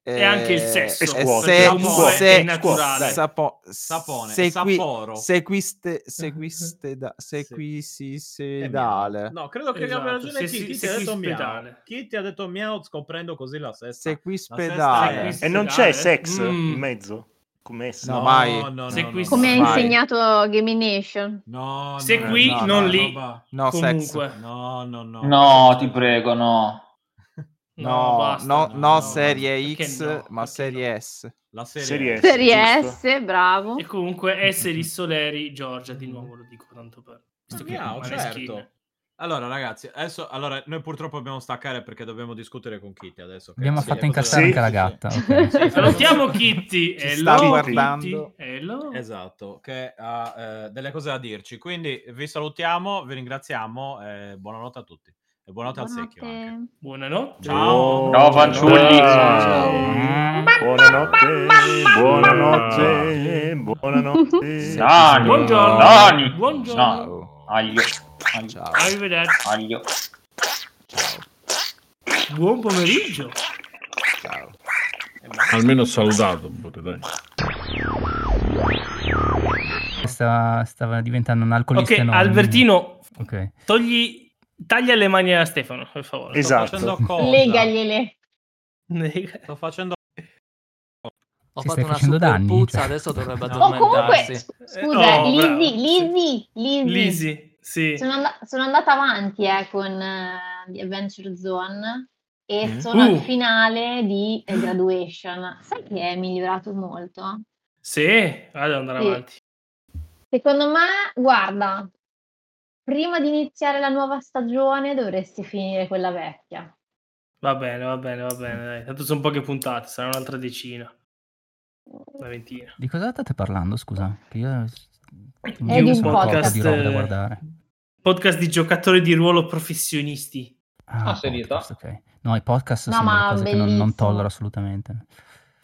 E anche il sesso. E scuote. se- L'amore se- è naturale. se- sapo- Sapone, sequi- saporo. Eh, Sequiste, sequiste, da, sequisi, sedale. No, credo che Esatto, abbia ragione se chi, si- chi ti se ha si detto ospedale. miau. Chi ti ha detto miau scoprendo così la sesta. Sequispedale. La sesta E non c'è Eh? sex Mm. in mezzo? Come S? No, mai. Se qui- Come ha Vai. insegnato Gamination. No, no, Se no, qui, Eh, no, non no, lì. roba- No, sex. Comunque. No, no, no. No, ti prego, no. No, basta, no, no, no, no, serie perché X, no? ma Perché serie S. La Serie serie. S. S. Serie Eh, giusto. S, bravo. E comunque S di Soleri, Giorgia, di nuovo lo dico tanto per... Visto visto che- Ah, Miau, Maneskin- certo. Allora, ragazzi, adesso allora, noi purtroppo dobbiamo staccare perché dobbiamo discutere con Kitty adesso. che- Abbiamo sì, fatto cosa- incazzare Sì, anche la sì, gatta. sì. ok. Sì, Salutiamo Kitty. Ci e sta lo, Kitty, guardando. e lo. Esatto, che ha eh, delle cose da dirci. Quindi vi salutiamo, vi ringraziamo e buonanotte a tutti. E buonanotte, al secchio anche. Buonanotte. Ciao. Buonanotte. Ciao, fanciulli. Buonanotte, buonanotte, buonanotte. Dani, Buongiorno. Dani. Buongiorno. No. Aglio, aglio, Ciao. Arrivederci. aglio. Buon pomeriggio. Almeno salutato pure, dai. Stava, stava diventando un alcolista. Ok, anonimo. Albertino, Ok. togli... Taglia le mani a Stefano, per favore. Esatto. Sto facendo cosa? Legagliele. Sto facendo Ho Ci fatto stai una facendo super danni, puzza, cioè. adesso dovrebbe No. Oh, comunque, addormentarsi. s- Eh, scusa, Oh, bravo, Lizzy, sì. Lizzy, Lizzy. Lisi, sì. Sono, and- sono andata avanti eh, con eh, The Adventure Zone e sono Uh. al finale di eh, Graduation. Sai che è migliorato molto? Sì, vado ad andare Sì. avanti. Secondo me, guarda, prima di iniziare la nuova stagione dovresti finire quella vecchia. Va bene, va bene, va bene. Dai. Tanto sono poche puntate, sarà un'altra decina, una ventina. Di cosa state parlando? Scusa, che io È di un sono corto podcast, di roba da eh, guardare. Podcast di giocatori di ruolo professionisti. Ah, Ah, serietà? podcast, ok. No, i podcast No, sono ma delle cose che non, non bellissimo. tollero assolutamente.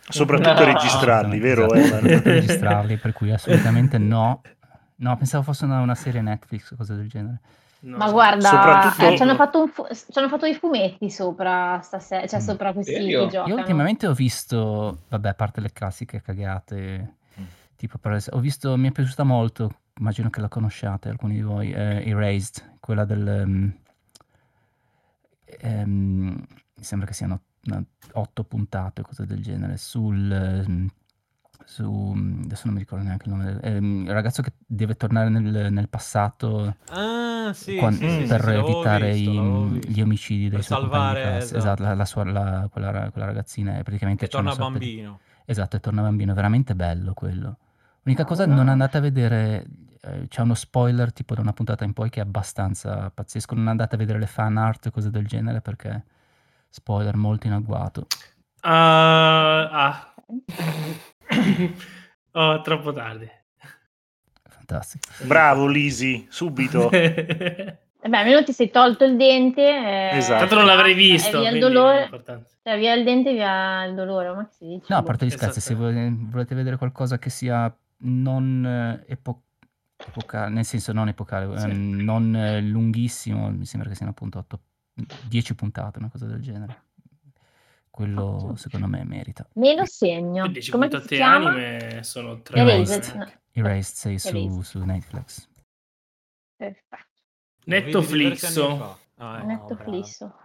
Soprattutto No. registrarli, vero Esatto, Evan? soprattutto registrarli, per cui assolutamente no. No, pensavo fosse una, una serie Netflix o cose del genere. No. Ma guarda, Soprattutto- eh, ci, hanno fatto un fu- ci hanno fatto i fumetti sopra stasera, cioè Mm. sopra questi Serio? che giocano. Io ultimamente ho visto, vabbè, a parte le classiche cagate, tipo per es- ho visto, mi è piaciuta molto, immagino che la conosciate alcuni di voi, eh, Erased, quella del... ehm, ehm, mi sembra che siano una- otto puntate o cose del genere, sul... ehm, su, mm, adesso non mi ricordo neanche il nome del ehm, il ragazzo che deve tornare nel, nel passato Ah, sì, quan- sì, sì, sì, per sì, l'avevo evitare visto, i- l'avevo visto. gli omicidi dei Per suoi compagni di salvare, classe. esatto. Esatto, la, la sua- la- quella, ra- quella ragazzina è praticamente che c'è una torna sorta di- bambino. Esatto, e torna bambino, è veramente bello quello. Ah, L'unica cosa, non andate a vedere, eh, c'è uno spoiler tipo da una puntata in poi che è abbastanza pazzesco, non andate a vedere le fan art e cose del genere perché spoiler molto in agguato. Ah, ah. Oh, troppo tardi. Fantastico. Bravo Lisi, subito. Eh beh, almeno ti sei tolto il dente. eh, Esatto. Tanto non l'avrei visto. E via il quindi non è dolore. importante. Cioè, via il dente, via il dolore. Ma che si dice? No, a Boh. parte gli scherzi, se Esatto. vo- volete vedere qualcosa che sia non eh, epo- epoca- nel senso non epocale, Sì. ehm, non eh, lunghissimo, mi sembra che siano appunto 8, 10 puntate, una cosa del genere. Quello Ottimo. secondo me merita. Meno segno. Quindi ci Come puntate si chiama? anime eh, sono tre Erased. ore. No, Erased sei Erased. su, su Netflix. Perfetto. Netflixo. Ah, ecco. Netto flisso.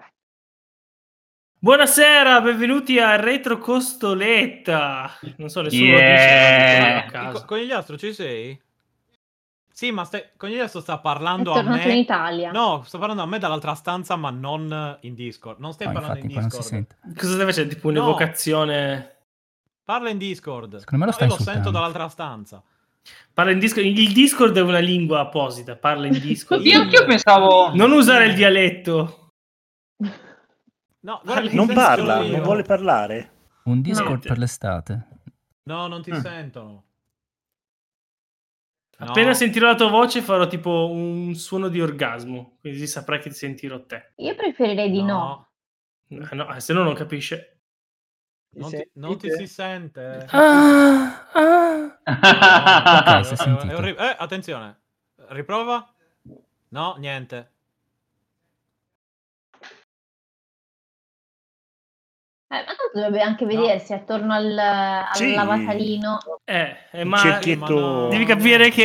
Buonasera, benvenuti a Retro Costoletta. Non so, nessuno Yeah. lo dice. Ecco, però a caso. Conigliastro, ci sei? Sì, ma stai... Conigliastro sta È parlando a tornato in me. Italia. No, sto parlando a me dall'altra stanza, ma non in Discord. Ah, Non stai No, parlando Ah, infatti in qua non si Discord. sente. Cosa stai facendo? Tipo No. un'evocazione. Parla in Discord. Secondo me lo No, stai Io lo insultando. sento dall'altra stanza. Parla in Discord. Il Discord è una lingua apposita. Parla in Discord. Io anche pensavo... Non usare il dialetto. No, guarda, Parla- ti Non sento parla, solo io. non vuole parlare. Un Discord Niente. per l'estate. No, non ti Mm. sentono. No. Appena sentirò la tua voce, farò tipo un suono di orgasmo. Così saprai che sentirò te. Io preferirei di no. Ah, no, se no, non capisce. Non, ti, non ti si sente. Ah, ah. No, Ok, si è è- è sentito. orrib- eh, attenzione. Riprova? No, niente. Eh, ma tanto dovrebbe anche vedersi attorno al, al Sì. lavatalino. Eh, eh, ma Cerchietto- ma no. devi capire che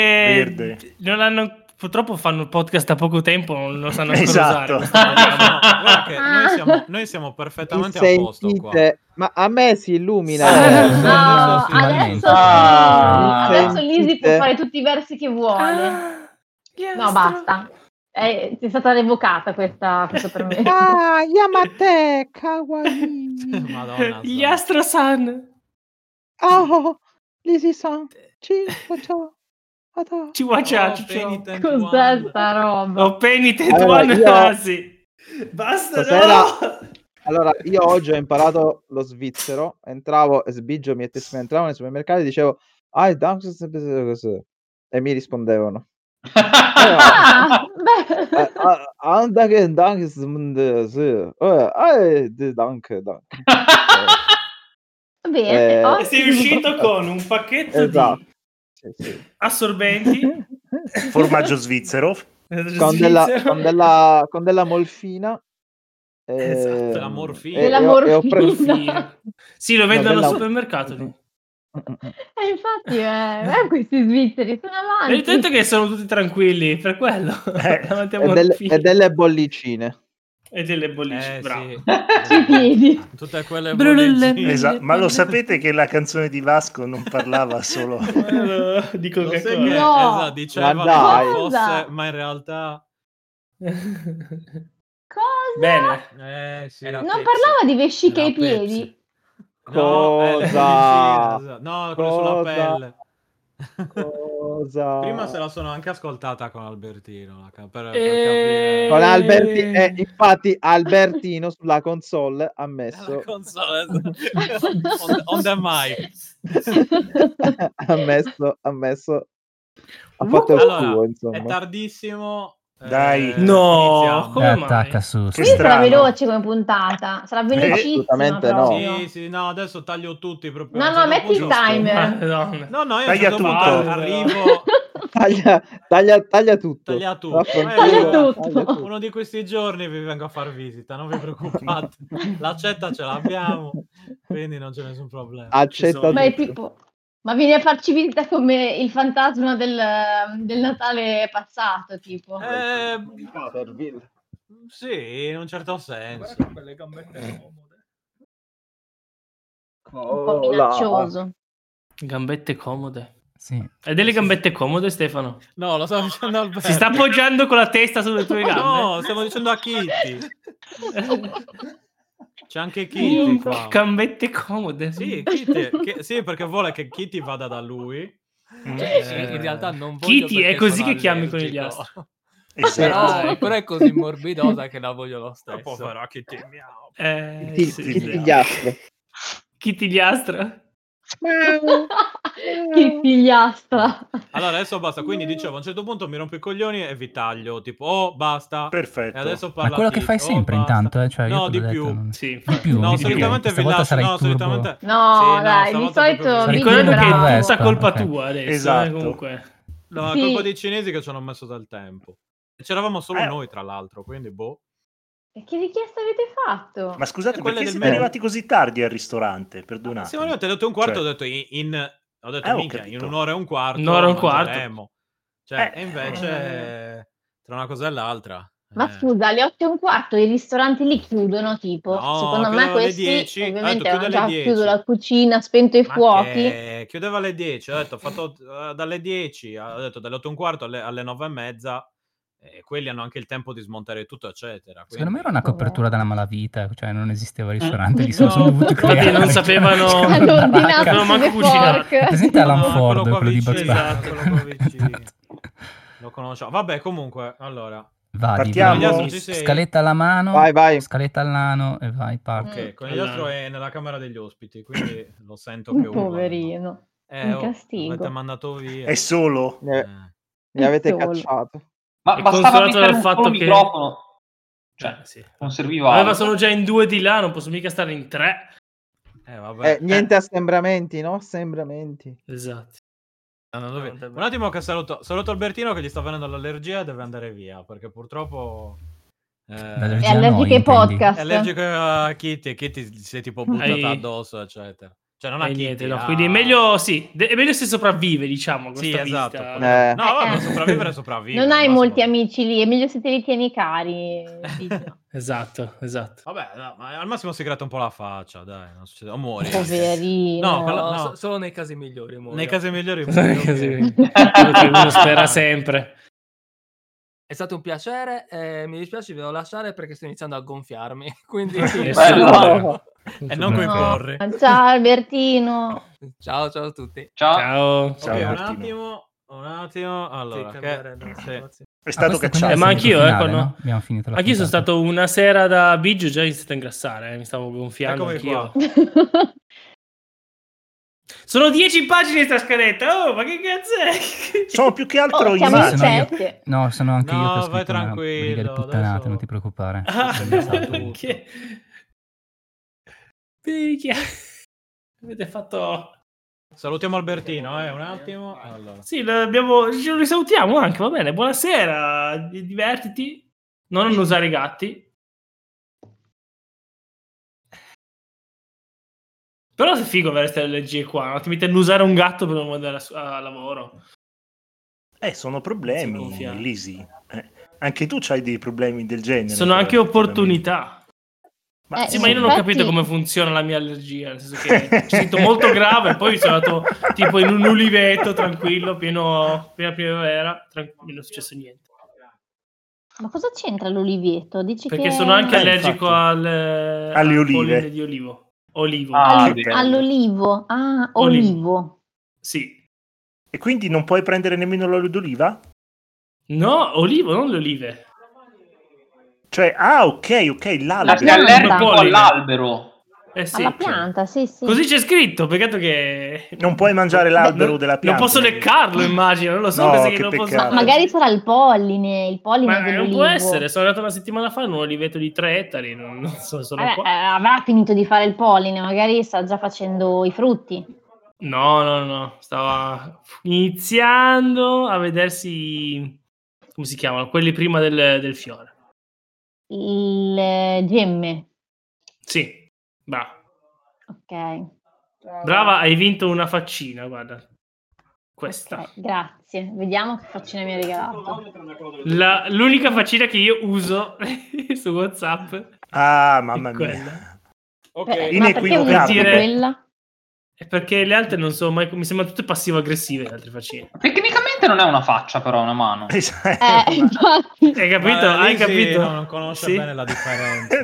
Verde. non hanno. Purtroppo fanno il podcast da poco tempo, non lo sanno ancora Esatto. usare. questo programma. Guarda che Ah. noi siamo, noi siamo perfettamente a posto qua. Sentite, ma a me si illumina. Sì. Eh, No, Adesso sì. adesso, sì. Ah. adesso Lisi può Sentite? fare tutti i versi che vuole. No, basta. Eh, è stata revocata questa, questo permesso. Ah, Yamate, kawaii. Madonna. né? Gli Zoe. Astrosan Oh, Lisi-san, ci faccio. Vado. ci guaccia, Ah, Oh, ci Penny ciao. 21. Cos'è sta roba? Ho penitent Allora, one io- ah, sì. Basta, Stasera- no! Allora, io oggi ho imparato lo svizzero, entravo e sbiggio mi entravo nei supermercati e dicevo "Ah, il Dunks è sempre stato così". E mi rispondevano Ah, beh. "Eh, ah, ah, da che il Dunks è sempre così". Eh, ah, eh, di Dunk, Dunk. Bene, Eh, ottimo. Sei uscito con un pacchetto Esatto. Eh, di Sì, sì. assorbenti Formaggio svizzero. Con della, svizzero. con della, con della morfina. Esatto, la ehm, morfina. e- Della e ho- e ho preso- Perfino. Sì, lo vendono al bella- Mm, supermercato. lì. Eh, infatti, eh, eh, questi svizzeri sono Mi avanti. detto che sono tutti tranquilli per quello. Eh, Davanti a e, delle, Morfini. e delle bollicine. E delle bollicine, Eh, bravo. sì. Sui piedi. Tutte quelle Brulle- bollicine. Esatto. Ma lo sapete che la canzone di Vasco non parlava solo... Quello di Lo sai che- Coca-Cola. No. Eh, esatto, dicevano Ma dai. che fosse, Cosa? ma in realtà Cosa? Bene. eh, sì. Oh, Non parlava di vesciche ai piedi. No, eh, le Cosa? bollicine, esatto. no quelle sulla Cosa? pelle. Cosa? Prima se la sono anche ascoltata con Albertino. la ca- per- per Eh, Con capire- Alberti, eh, infatti Albertino sulla console ha messo, La console, esatto. on, on the mic. ha messo, ha messo, ha fatto il Allora, suo, È insomma. tardissimo. eh, Dai. No, Oh, iniziamo. Come Eh, mai? attacca su. Che sì. Quindi sarà strano. veloce come puntata. Sarà velocissima. assolutamente no. proprio. Sì, sì, no, adesso taglio tutti proprio. No, a un no, certo metti il punto- timer. Madonna. No, no, io a un Taglia certo punto tutto. arrivo, Taglia, taglia, taglia tutto. Taglia tutto. Affrontiamo- Taglia tutto. uno di questi giorni vi vengo a far visita, non vi preoccupate. L'accetta ce l'abbiamo, quindi non c'è nessun problema. Accetta Ci sono. tutto. Ma è tipo. Ma vieni a farci visita come il fantasma del, del Natale passato, tipo. Eh, sì, in un certo senso. Eh. un po' minaccioso. Gambette comode. Sì. Hai delle gambette comode, Stefano? No, lo stavo dicendo al Si sta appoggiando con la testa sulle tue gambe. No, stiamo dicendo a Kitty. C'è anche Kitty Mm, qua. Gambette comode. Sì, Kitty, che- sì, perché vuole che Kitty vada da lui. Mm, Eh, in realtà non voglio Kitty, è perché così sono che chiami con gli Ecco. allergico. astro. esatto. Però, è- però è così morbidosa che la voglio lo stesso. Povera Kitty, miau. Eh, Chi, sì, chi sì. ti ghiaccia? Kitty gli astro. che figliastra. Allora, adesso basta. Mm. Quindi dicevo, a un certo punto mi rompo i coglioni e vi taglio. Tipo, oh, basta. Perfetto. E adesso parla Ma quello che Kitty, fai oh, sempre basta. intanto, eh, cioè, io No, te l'ho di detto, più. non- Sì, Di più, No, di più. solitamente vi Stavolta lascio. sarai No, turbo. solitamente... No, Sì, no, dai, di solito stavolta cioè, proprio- mi bravo. Ricordando che è Ricordando che è tutta Vespa, colpa ok. tua adesso. eh, Esatto. comunque. No, è Sì. colpa dei cinesi che ci hanno messo del tempo. E C'eravamo solo Eh. noi, tra l'altro, quindi boh. E che richiesta avete fatto? Ma scusate, Eh, quella perché del siete menu. arrivati così tardi al ristorante? Perdonate. Sì, ma io ti ho detto un quarto, Cioè- ho detto in, in- ho detto, Eh, ho minchia, capito. in un'ora e un quarto. Un'ora e un quarto. mangeremo. Cioè, Eh. e invece tra una cosa e l'altra. Ma eh. scusa, alle 8 e un quarto i ristoranti li chiudono, tipo, No, secondo me chiudono alle questi 10. Ha detto ovviamente chiudo hanno già alle 10. chiuso la cucina, spento i Ma fuochi. che- Chiudeva alle 10, ho detto, ho fatto eh, dalle 10, ho detto dalle 8 e un quarto alle, alle 9 e mezza. E quelli hanno anche il tempo di smontare tutto, eccetera. Secondo me quindi- era una copertura della malavita, cioè non esisteva il ristorante, li sono No. sono dovuti Infatti creare. non sapevano- Hanno Una baracca. ordinato no, manco le cucinare. fork. È Cioè, presente Alan No, Ford, quello quello, qua di vicino, Bugs Bunny? esatto, quello qua vicino. Lo conosciamo. Vabbè, comunque, allora. Vai, Partiamo? vai. Ci sei? Scaletta alla mano, Vai, vai. scaletta al nano e vai, parti. Ok, Mm. con il nostro è nella camera degli ospiti, quindi lo sento che urla. Poverino. Eh, un oh, castigo. L'avete mandato via. Eh È solo? Ne, Eh. ne avete Solo. cacciato. Ma È bastava consolato mettere dal un fatto solo che- microfono. Cioè, Eh, sì. non serviva Vabbè, ma altro. sono già in due di là, non posso mica stare in tre. Eh, vabbè. Eh, niente assembramenti, no? Assembramenti. Esatto. Eh, non dove- vabbè. Un attimo che saluto. Saluto Albertino che gli sta venendo l'allergia e deve andare via, perché purtroppo... eh, L'allergia- È Già noi, allergico ai intendi. è podcast. allergico a Kitty e Kitty si è tipo buttata Ai- addosso, eccetera. Cioè, non a Eh, Kitty. niente, no, a- quindi è meglio, sì, de- è meglio se sopravvive, diciamo. con Sì, sta esatto. vista. quello- Eh. No, vabbè, Eh. sopravvivere sopravvive. Non hai ma molti sopravvi- amici lì, è meglio se te li tieni cari. Gigio. Esatto, esatto. Vabbè, no, ma al massimo si gratta un po' la faccia, dai, non succede. O muori. Poverino. No, quello- No, no. so- solo nei casi migliori. muoio. Nei casi migliori muori, ok. Così. Quello che uno spera sempre. È stato un piacere. eh, mi dispiace, vi devo lasciare perché sto iniziando a gonfiarmi. Quindi, Eh, Eh, Eh, Bello. E non No. coi porri. Ah, Ciao Albertino. ciao, ciao a tutti. Ciao. Ciao. Ciao, Ok, un Martino. attimo, un attimo. Allora, Sì, che- cambiare, no, sì. situazione. È Ah, stato questo quindi cacciato. Eh, ma è il anch'io, finale, ecco, no? Abbiamo finito la Anch'io sono puntata. stato una sera da Biggio già iniziato a ingrassare, eh, mi stavo gonfiando Eccomi anch'io. qua. Sono 10 pagine di sta scaletta, oh, ma che cazzo è? Sono più che altro Oh, siamo in immagini. Se no io- sette. No, sono anche No, io che ho vai scritto una tranquillo, riga di puttanate, adesso- non ti preoccupare. esatto. Ah, Abbiamo salvato tutto. che... Picchia. Avete fatto... Salutiamo Albertino, eh, un attimo. Allora. Sì, l'abbiamo... ci risalutiamo anche, va bene. Buonasera, di- divertiti. Non usare i gatti. Però è figo avere queste allergie qua, no? Ti metti a usare un gatto per non andare a su- a lavoro. Eh, sono Sono problemi, gonfiato. Lisi. Eh, anche tu hai dei problemi del genere. Sono però, anche opportunità. Ma Eh, Sì, ma io non ho Infatti- capito come funziona la mia allergia, nel senso che mi sento molto grave e poi sono andato tipo in un uliveto tranquillo, pieno, piena primavera, tranquillo, non è successo niente. Ma cosa c'entra l'oliveto? Dici che- Perché Ah, sono anche Eh, allergico al, alle al olive. polline di olivo. Olivo. Ah, All- che bello. all'olivo. Ah, olivo. Sì. E quindi non puoi prendere nemmeno l'olio d'oliva? No, olivo, non le olive. Cioè, ah, ok, ok, La l'albero. sei allergico Polline. all'albero. Eh sì. Alla pianta, sì, sì. Così c'è scritto, peccato che... Non puoi mangiare l'albero della Eh, Non pianta. posso leccarlo, immagino, non lo so. No, penso che che non posso- peccato. Ma magari sarà il polline, il polline Ma non dell'olivo. può essere, sono andato una settimana fa in un oliveto di tre ettari, non, non so, sono Vabbè, qua. eh, avrà finito di fare il polline, magari sta già facendo i frutti. No, no, no, stava iniziando a vedersi, come si chiamano, quelli prima del, del fiore. Il eh, gemme. Sì, brava. Ok. Brava, hai vinto una faccina, guarda. Questa. Ok, grazie. Vediamo che faccina mi ha regalato. La- l'unica faccina che io uso su WhatsApp. Ah, mamma È mia. quella. Ok, Beh, ma perché Inequivocabile. usa Dire- quella? È perché le altre non so mai, mi sembrano tutte passivo-aggressive le altre faccine. Tecnicamente non è una faccia, però, è una mano. Esatto. Eh, infatti. Hai capito? Ma hai Lisi capito? Eh, Non conosce Sì. bene la differenza.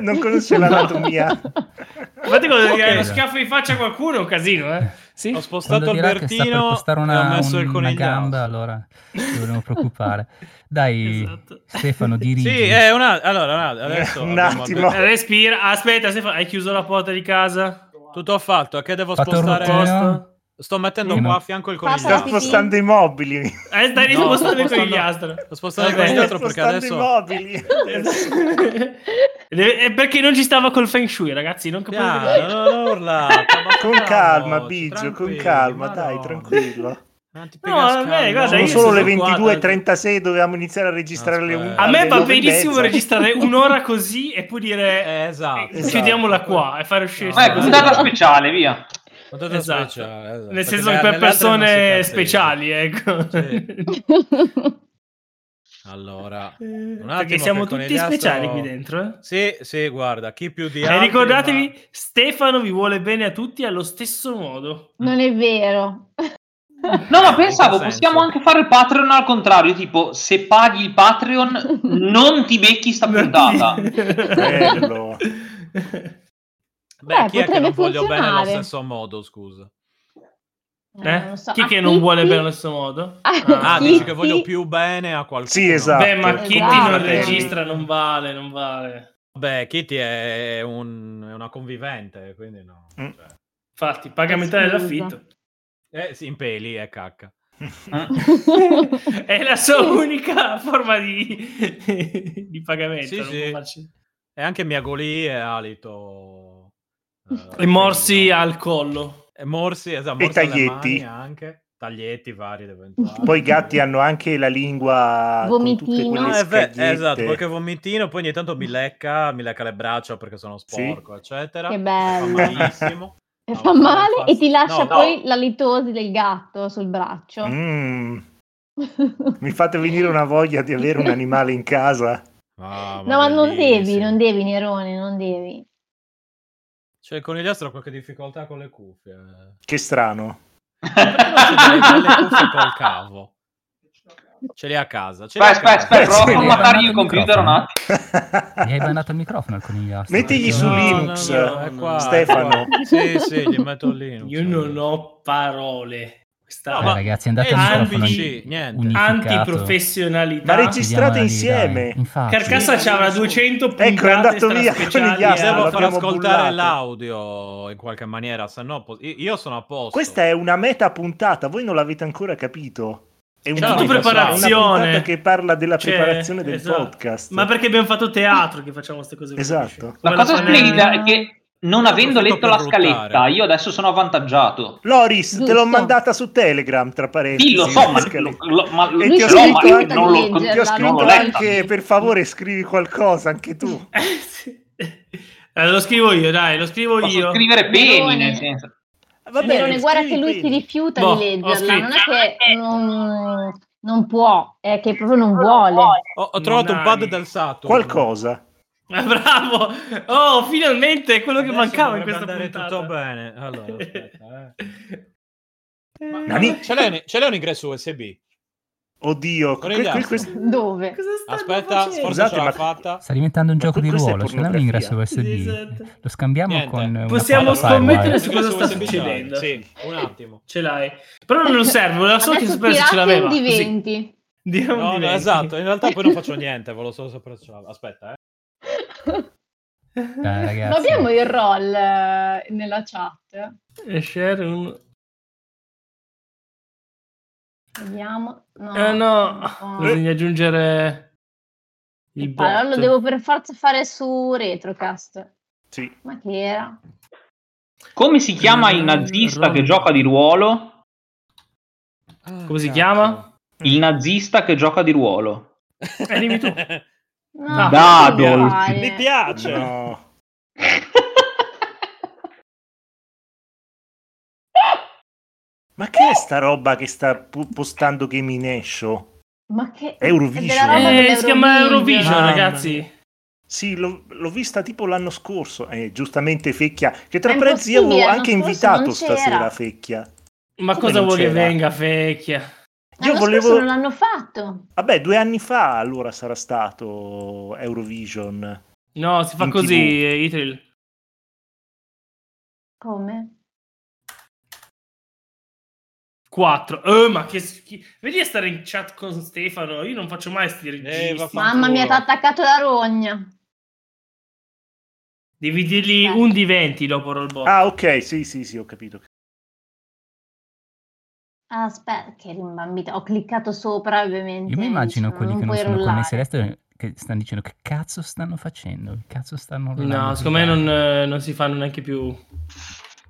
non conosce l'anatomia. Infatti quando Ok. dai uno schiaffo in faccia a qualcuno è un casino, eh. Sì. Ho Quando spostato dirà che sta per Albertino postare e ho una, messo il una conigliato. gamba, allora ci dovremmo preoccupare. Dai, Esatto. Stefano, dirigi. Sì, eh, è una... Allora, una- Eh, adesso... Un abbiamo- attimo. Respira, aspetta, Stefano, hai chiuso la porta di casa? Tutto fatto, è che devo Fatto il spostare... rotino. Sto mettendo Sì, qua ma- a fianco il Passa Sta la pipì. conigliastro. spostando i mobili. Eh, stai No, rispostando sto con il spostando- conigliastro. Sto spostando il Vabbè. conigliastro Sta perché spostando i adesso... mobili. Deve- È perché non ci stava col feng shui, ragazzi. Non capite Piano, non urlate, ma Con calmo, calma, Biggio, con tranquilli, calma, ma dai, no. tranquillo. No, vabbè, Eh, guarda, Sono io solo le sono qua 22.36, dovevamo iniziare a registrare le 11. A me va Dove benissimo mezza? registrare un'ora così e poi dire esatto, chiudiamola qua e fare uscire Eh, puntata speciale, via. Esatto. speciale, esatto. Nel senso Perché che per nelle altre non si persone cazza speciali, ecco. Allora, un attimo Eh, Perché siamo che con tutti Elias speciali sto- qui dentro. eh. Sì, sì, guarda, chi più di E altri, ricordatevi, Stefano vi vuole bene a tutti allo stesso modo. Non è vero. No, ma pensavo, senso? possiamo anche fare il Patreon al contrario, tipo, se paghi il Patreon non ti becchi sta puntata. Bello. Beh, Beh, chi è che potrebbe non voglio bene allo funzionare. stesso modo, scusa. Eh, Eh? non lo so. Chi A che non Kitty- vuole bene allo stesso modo? Ah, Sì, dici sì. che voglio più bene a qualcuno. Sì, esatto. Beh, ma Esatto. Kitty non Esatto. registra, non vale, non vale. Beh, Kitty è, un- è una convivente, quindi no. Mm. Cioè, Infatti, paga metà Scusa. dell'affitto. Ah. eh, sì, in peli è cacca. È la sua unica forma di, di pagamento. Sì, non sì. può farci- E anche Miagolì e alito. eh, E morsi al collo. E morsi, esatto, E morsi alle taglietti. mani anche. Taglietti vari ed eventuali. Poi i gatti hanno anche la lingua con tutte Vomitino. quelle No, è ve- scagliette. esatto, qualche vomitino, poi ogni tanto mi lecca, mi lecca le braccia perché sono sporco, eccetera. Che bello. Fa malissimo. E No, fa no, male infatti. e ti lascia No, no. poi la litosi del gatto sul braccio. Mm, mi fate venire una voglia di avere un animale in casa. Ah, No, ma non devi, bellissimo. non devi, Nerone, non devi. Cioè, con il ha qualche difficoltà con le cuffie. Non Che strano. ci dai le cuffie col cavo. Ce li ha a casa. Ce li ha a Aspetta, aspetta, casa. aspetta, provo Sì, a mi formattare hai il computer un mandato il attimo. Mi hai bannato il microfono al conigliastro. Mettigli su No, Linux, eh, no, no, è qua, Stefano. è qua. Sì, sì, gli metto il Linux. Io non ho parole. Questa No, Eh, ma- ragazzi, andate eh, al anti- microfono niente. unificato. antiprofessionalità. Ma regis- Registrate Vediamo la verità, insieme. eh. Infatti. Carcassa c'avrà 200 puntate Ecco, è andato via straspeciali con gli altri. a- Devo far l'abbiamo ascoltare bullato. l'audio in qualche maniera, se no po- io- io sono a posto. Questa è una meta puntata, voi non l'avete ancora capito. È una tutto meta, preparazione. è una puntata che parla della Cioè, preparazione del esatto. podcast. Ma perché abbiamo fatto teatro che facciamo queste cose? qui, Esatto. capisci? La Come cosa fanno- splendida è che non avendo Approfitto letto per la ruttare. scaletta, io adesso sono avvantaggiato. Loris, te l'ho Giusto. mandata su Telegram, tra parentesi. Dillo, so, ma, Scaletta. lo- lo- ma E ti ce ho l'ho, ma scritto anche di non leggerla, l'ho, Ti ho non scritto l'ho non letta. anche, per favore, scrivi qualcosa, anche tu. Eh, sì. Eh, lo scrivo io, dai, lo scrivo Posso io. scrivere peni, Meloni. nel senso. Va Nerone, guarda che scrivi, lui si quindi. rifiuta Boh, ho di oh, leggerla, scritto. non è che non, non può, è che proprio non vuole. Ho, ho trovato un Monari. pad del Saturn. Qualcosa. Ah, bravo! Oh, finalmente è quello che Adesso mancava in dovrebbe questa andare puntata. tutto bene. Allora, aspetta, eh. Nani? Ce l'hai, un- ce l'hai un ingresso USB? Oddio, Con que- gli que- altri. questo- Dove? Cosa stanno Aspetta, facendo? forse Scusate, ce l'ha ma- fatta. Sta diventando un Ma gioco di que- questa è ruolo. Ce l'abbiamo l'ingresso USB. Esatto. Lo scambiamo Niente. con. una Possiamo palla Firewire. scommettere su cosa sta USB ce l'hai? succedendo. Sì, un attimo. Ce l'hai. Però non serve, volevo solo che Adesso sapere se ce tirate l'aveva. un così. diventi. Diamo un No, no, diventi. esatto, in realtà poi non faccio niente, volevo solo sapere se ce l'ha- Aspetta, eh. Dai, Ma ragazzi. abbiamo il roll eh, nella chat. E share un... Vediamo. No, Eh no, no. bisogna aggiungere il bot. Ah, Allora lo devo per forza fare su Retrocast. Sì. Ma che era? Come si chiama il nazista che gioca di ruolo? Come si chiama? Il nazista che gioca di ruolo. Eh, dimmi tu. No, Dado. che devo fare? Mi piace. No. Ma che è sta roba che sta pu- postando Game in Esho? Ma che... È Eurovision. Ah, della roba Eh, dell'Eurovision. si chiama Eurovision, Mamma ragazzi. Sì, l'ho, l'ho vista tipo l'anno scorso. Eh, giustamente Fecchia. Che tra Ma è prezzi io avevo impossibile, anche l'anno scorso invitato non c'era. stasera Fecchia. Ma Come cosa non vuoi che c'era? venga, fecchia? Io L'anno volevo... scorso non l'hanno fatto. Vabbè, due anni fa allora sarà stato Eurovision. No, si fa In così, TV. eh, Itril. Come? 4. Eh, ma che schifo. Vedi a stare in chat con Stefano. Io non faccio mai sti registi. vaffanculo. Mamma mia, ti ha attaccato la rogna. Devi dirgli Eh. un di 20 dopo Rollbot. Ah, ok, sì, sì, sì, ho capito. Aspetta, Ah, che rimbambita. Ho cliccato sopra, ovviamente. Io mi immagino quelli che non puoi sono connessi rollare. all'estero che stanno dicendo che cazzo stanno facendo, che cazzo stanno Ah, no, rollando secondo me sul non, bar". eh, non si fanno neanche più.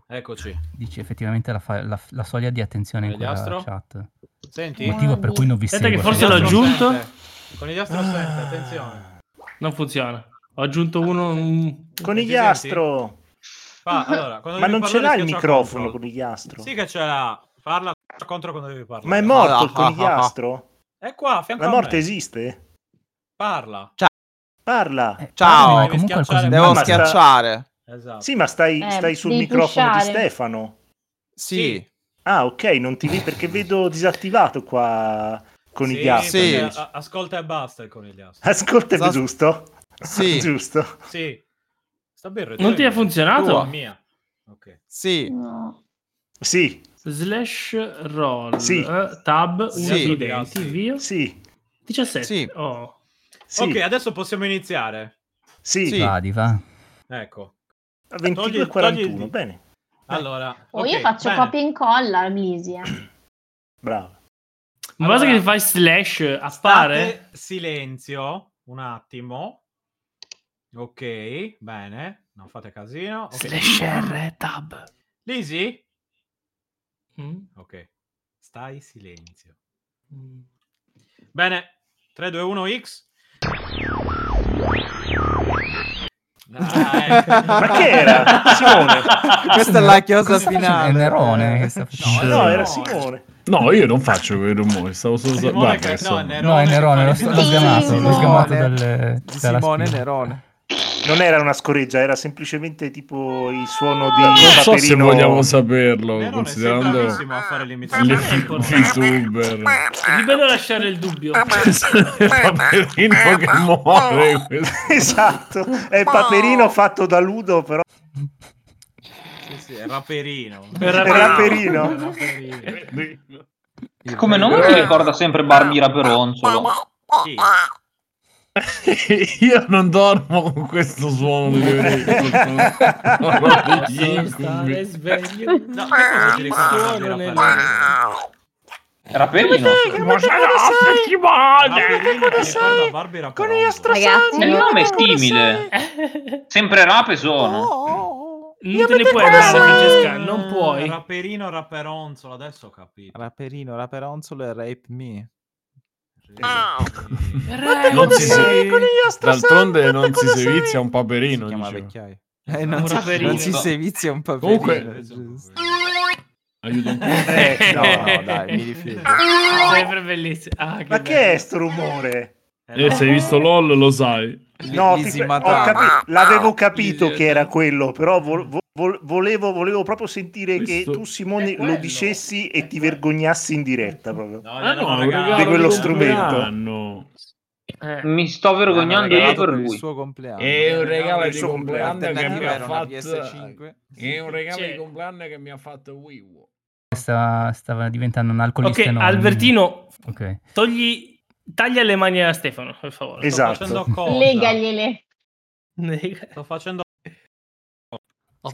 Eccoci. Dici effettivamente la, fa- la- la soglia di attenzione in quella Conigliastro? chat. Senti? Motivo per cui non vi Aspetta seguo. che forse l'ho Conigliastro aggiunto. assente. Conigliastro assente, attenzione. Non funziona. Ho aggiunto uno. un- Conigliastro! Fa- allora, quando Ah, Ma devi non ce parlare l'ha il schiaccia microfono, Oh. control. Conigliastro? Sì che ce l'ha. Parla contro quando devi parlare. Ma è morto il Ah, ah, ah, ah. conigliastro? È qua, a fianco La a morte me. esiste? Parla. Parla! Eh, Ciao. devi comunque al Devi Devo ma sta- cosimmato. schiacciare. Esatto. Sì, ma stai, Eh, stai sul devi microfono di pushare. Stefano. Sì. Ah, ok, non ti vedi perché vedo disattivato qua Conigliastro. conigliastro. Sì. perché a- ascolta e basta il conigliastro. Ascolta, Esatto. Sa- giusto? Sì. giusto. Sì. Sta birra. Non ti è Tua. funzionato? Mia. Ok. Sì. No. Sì, Slash roll. Sì. eh, tab. Una Sì. sui denti, Via. sì, 17. Sì. Oh. sì, Ok, adesso possiamo iniziare. sì. Sì. Vadi, va. Ecco. Togli- 22 togli 41, il- bene, Allora, O ok, Oh, io faccio bene. copia e incolla al Blisi, eh. bravo. Ma Allora- basta che fai slash appare. Fate silenzio un attimo. Ok, bene, non fate casino. Ok. Slash R tab. Lisi? Mm? Ok. Stai silenzio. Bene. 3 2 1 X. Ma che era? Simone? Questa è la chiosa Cosa sta finale. facendo? È Nerone che sta facendo. No, Sì. era Simone. No, io non faccio quei rumori, stavo solo... Simone guarda, che- insomma. no, No, è Nerone, l'ho, l'ho Nerone. sgamato, l'ho Simone. sgamato dal, Di dalla Simone spina. Nerone. Non era una scoreggia, era semplicemente tipo il suono di Non so se Paperino. vogliamo saperlo, Nerone sei considerando bravissimo a Ah. fare l'imitazione. il VTuber. È bello lasciare il dubbio. Eh, Paperino che muore questo. Esatto, è Paperino fatto da Ludo, però Sì, sì, è Raperino. Era- era Perino. Raperino. Come nome mi ricorda sempre Barbie Raperonzolo. Sì. Io non dormo con questo suono di Posso stare sveglio. No, che cosa ti ricordi di Sono nel- Raperino? Raperino? Raperino ti ricorda Barbie Raperonzolo. Ragazzi, Il nome è simile. Sempre rape sono. Non te ne puoi andare, Francesca. Non puoi. Raperino Raperonzolo, adesso ho capito. Raperino, Raperonzolo e Rape Me. Esatto. Sì. Non si sei, D'altronde non si sevizia un si paperino. chiama dicevo. vecchiaio. Eh, non, Un si, raperino. non si sevizia un paperino. Comunque- giusto. Aiuto un po'. Eh, No, no, dai, mi rifiuto. Sempre bellissimo. Ah, che Ma bello. che è sto rumore? Eh, se hai visto LOL lo sai. No, Lisi tipo, ho Matano. capi- l'avevo capito Lisi- che era quello, però vo- vo- vo- volevo, volevo proprio sentire Questo- che tu, Simone, È quello. lo dicessi È e ti quello. vergognassi in diretta. Proprio. No, Ah gliel'hanno no, regalato. Di quello regalo strumento. compleanno. Eh. Mi sto L'hanno vergognando io regalato per il lui. suo compleanno. È un regalo di suo compleanno che mi L'alternativa ha era una fatto PS5. È un regalo Cioè- di compleanno che mi ha fatto Wiwo. Stava, stava diventando un alcolista Ok, anonimo. Albertino, Ok. togli. Taglia le mani a Stefano, per favore. Esatto. Sto facendo cosa? Legagliele. Sto facendo Ho Ci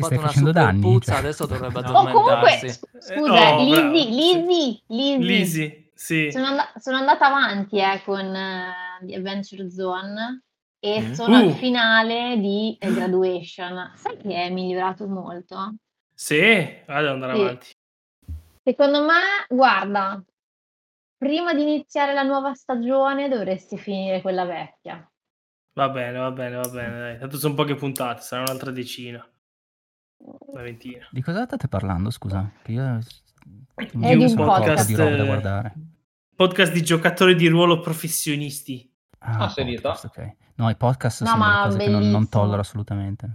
fatto stai una facendo super danni, puzza, cioè. adesso dovrebbe O No. Oh, comunque, addormentarsi. s- scusa, no, bravo, Lizzy, sì. Lizzy, Lizzy. Lisi, sì. Sono, and- sono andata avanti eh, con eh, The Adventure Zone e Mm. sono Uh. al finale di eh, Graduation. Sai che è migliorato molto? Sì, vado ad andare Sì. avanti. Secondo me, guarda, prima di iniziare la nuova stagione dovresti finire quella vecchia. Va bene, va bene, va bene. Dai. Tanto sono poche puntate, sarà un'altra decina, Mm. una ventina. Di cosa state parlando, scusa? Che io È di un sono accorto podcast, di roba da eh, guardare. Podcast di giocatori di ruolo professionisti. Ah, Ah, serietà? podcast, ok. No, i podcast No, sono ma delle cose che non, non bellissimo. tollero assolutamente.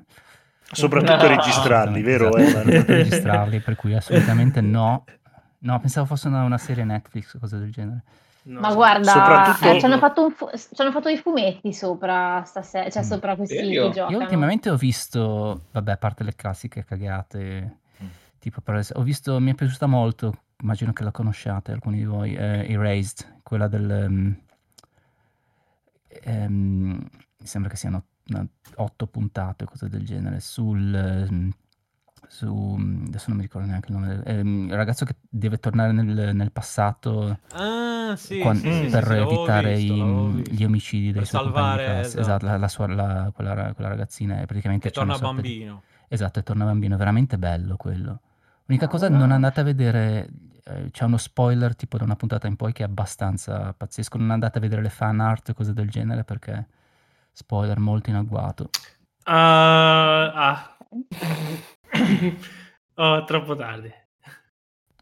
Esatto, Soprattutto No. registrarli, vero? Evan? Soprattutto registrarli, per cui assolutamente no. No, pensavo fosse una, una serie Netflix o cose del genere. No. Ma guarda, Soprattutto- eh, ci hanno fatto, un fu- ci hanno fatto i fumetti sopra stasera, cioè Mm. sopra Eh, questi Serio? che giocano. Io ultimamente ho visto, vabbè, a parte le classiche cagate, Mm. tipo per es- ho visto, mi è piaciuta molto, immagino che la conosciate alcuni di voi, eh, Erased, quella del... ehm, ehm, mi sembra che siano una- otto puntate o cose del genere, sul... ehm, su, adesso non mi ricordo neanche il nome del ehm, il ragazzo che deve tornare nel, nel passato Ah, Ah, sì, quan- sì, sì, sì, per sì, l'avevo evitare visto, i- l'avevo visto. gli omicidi dei Per suoi compagni di salvare, classe. esatto. Esatto, la, la sua- la- quella, ra- quella ragazzina è praticamente... Che c'è una torna sorta di- bambino. Esatto, e torna bambino, è veramente bello quello. L'unica cosa, no. non andate a vedere, eh, c'è uno spoiler tipo da una puntata in poi che è abbastanza pazzesco, non andate a vedere le fan art e cose del genere perché spoiler molto in agguato. Ah, ah. Oh, troppo tardi.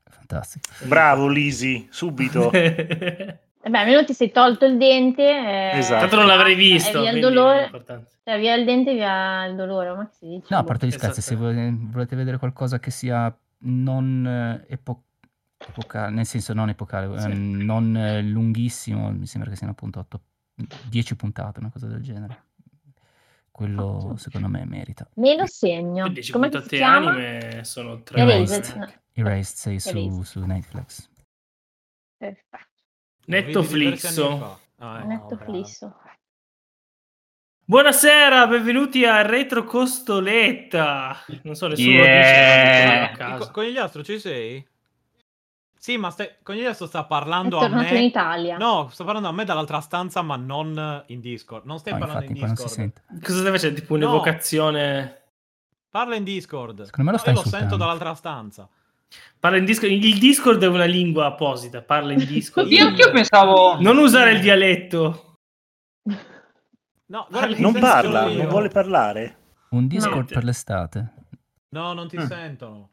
Fantastico. Bravo Lisi, subito. Eh Beh, almeno ti sei tolto il dente. eh, Esatto. Tanto non l'avrei visto. E via il quindi è dolore. importante. Cioè, via il dente, via il dolore. Ma che si dice? No, a Boh. parte gli scherzi, Esatto. se vo- volete vedere qualcosa che sia non eh, epo- epocale, nel senso non epocale, Sì. ehm, non eh, lunghissimo, mi sembra che siano appunto 8, 10 puntate, una cosa del genere. Quello Ottimo. secondo me merita. Me lo segno. Quindi ci Come buttate si chiama? anime sono tre Erased. ore. No. Erased sei su, Erased. su Netflix. Perfetto. Lo vidi diversi anni Nettoflixo. fa. Ah, ecco, Netto bravo. flisso. Buonasera, benvenuti a Retro Costoletta. Non so, nessuno lo dice, Yeah. ma lo dico a Eh, co- caso. Conigliastro, ci sei? Sì, ma stai... Conigliastro sta È parlando a tornato in me. Italia. No, sta parlando a me dall'altra stanza, ma non eh, in Discord. Non stai No, parlando infatti in qua non si Discord. sente. Cosa stai facendo? Tipo No. un'evocazione. Parla in Discord. Secondo me lo No, stai io lo insultando. sento dall'altra stanza. Parla in Discord. Il Discord è una lingua apposita. Parla in Discord. Oddio, anch'io pensavo... Non usare il dialetto. No, guarda, Parla- ti Non sento parla, solo io. non vuole parlare. Un Discord Niente. per l'estate. No, non ti Mm. sentono.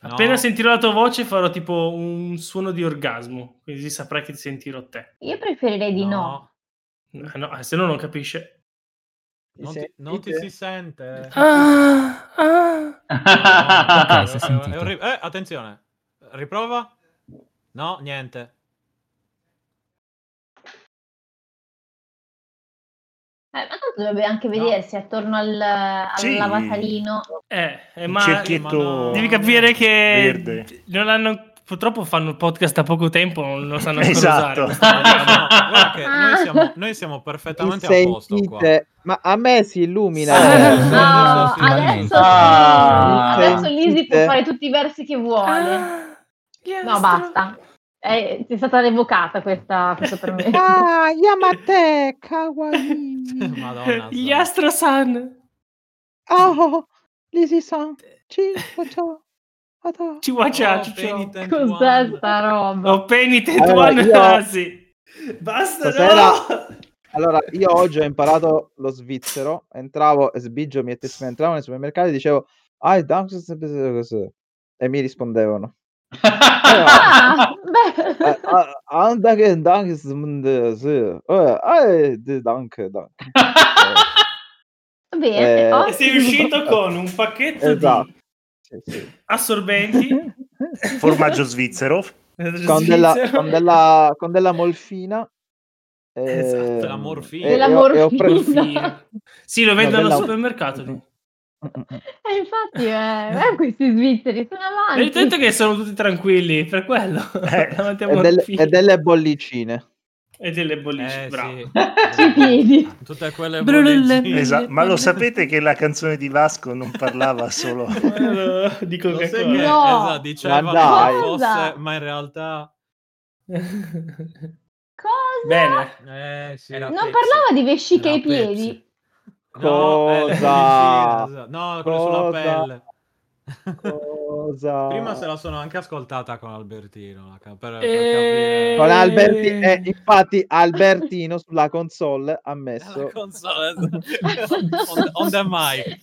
No. Appena sentirò la tua voce, farò tipo un suono di orgasmo. Così saprai che sentirò te. Io preferirei di no. No, no, eh, se no, non capisce. Non ti, Sì, non ti dite? si sente. Ah, Ok, si è È- è sentito. orri- eh, attenzione. Riprova? No, niente. Eh, ma tanto dovrebbe anche vedersi attorno al, al Sì. lavatalino. Eh, eh, Il ma cerchietto ma no. devi capire che Verde. non hanno. Purtroppo fanno il podcast da poco tempo, non lo sanno ancora Esatto. usare. questa No, no, roba. guarda che noi siamo, noi siamo perfettamente a posto qua. Sentite, Eh, ma a me si illumina. Eh, Sì. adesso. Sì. Eh, No, adesso, Sì. adesso, Ah. adesso Lisi può Sentite? fare tutti i versi che vuole. No, basta. È, è stata revocata questa, questo permesso. Ah, Yamate, kawaii. né? Madonna. Gli santa. Astro-san Oh, Lisi-san, ci facciamo. Adò. ci guaccia. Oh, ciao. penitent Cos'è one. sta roba? Ho penitent Allora, one io- quasi. Basta, Stasera- no! Allora, io oggi ho imparato lo svizzero, entravo, sbiggio, mi entravo nei supermercati e dicevo, ah, il Dunks è sempre stato così. E mi rispondevano, Ah, beh. "Eh, ah, anda che il Dunks è sempre così. Eh, ah, eh, di Dunk, Dunk. Bene, Eh, E ottimo. sei uscito con un pacchetto Esatto. di Sì, sì. assorbenti Formaggio svizzero. Con, della, svizzero. con, della, con della molfina. eh, Esatto, la morfina. e- Della e ho- e ho morfina. preso- Mm, Sì. Sì, lo vendono al bella- supermercato. lì. mm, Eh, infatti, eh, eh, questi svizzeri sono E ho avanti. detto che sono tutti tranquilli per quello. Eh, Davanti a e, delle, Morfini. e delle bollicine. E delle bollicine. Eh, bravo. sì. Sui piedi. Tutte quelle Brulle. bollicine. Esa- Esatto. ma lo sapete che la canzone di Vasco non parlava solo... Quello di Lo sai Coca-Cola. che- No. esatto, dicevano Ma dai. che Cosa? fosse, ma in realtà Cosa? Bene. eh, sì. non parlava di vesciche ai piedi. No, eh, Cosa? bollicine, esatto. No, quelle sulla Cosa? pelle. Cosa? Prima se la sono anche ascoltata con Albertino la ca- per, Ah, per Eh, Con capire Alberti- Eh. eh, infatti Albertino sulla console ha messo, la eh, console on, on the mic.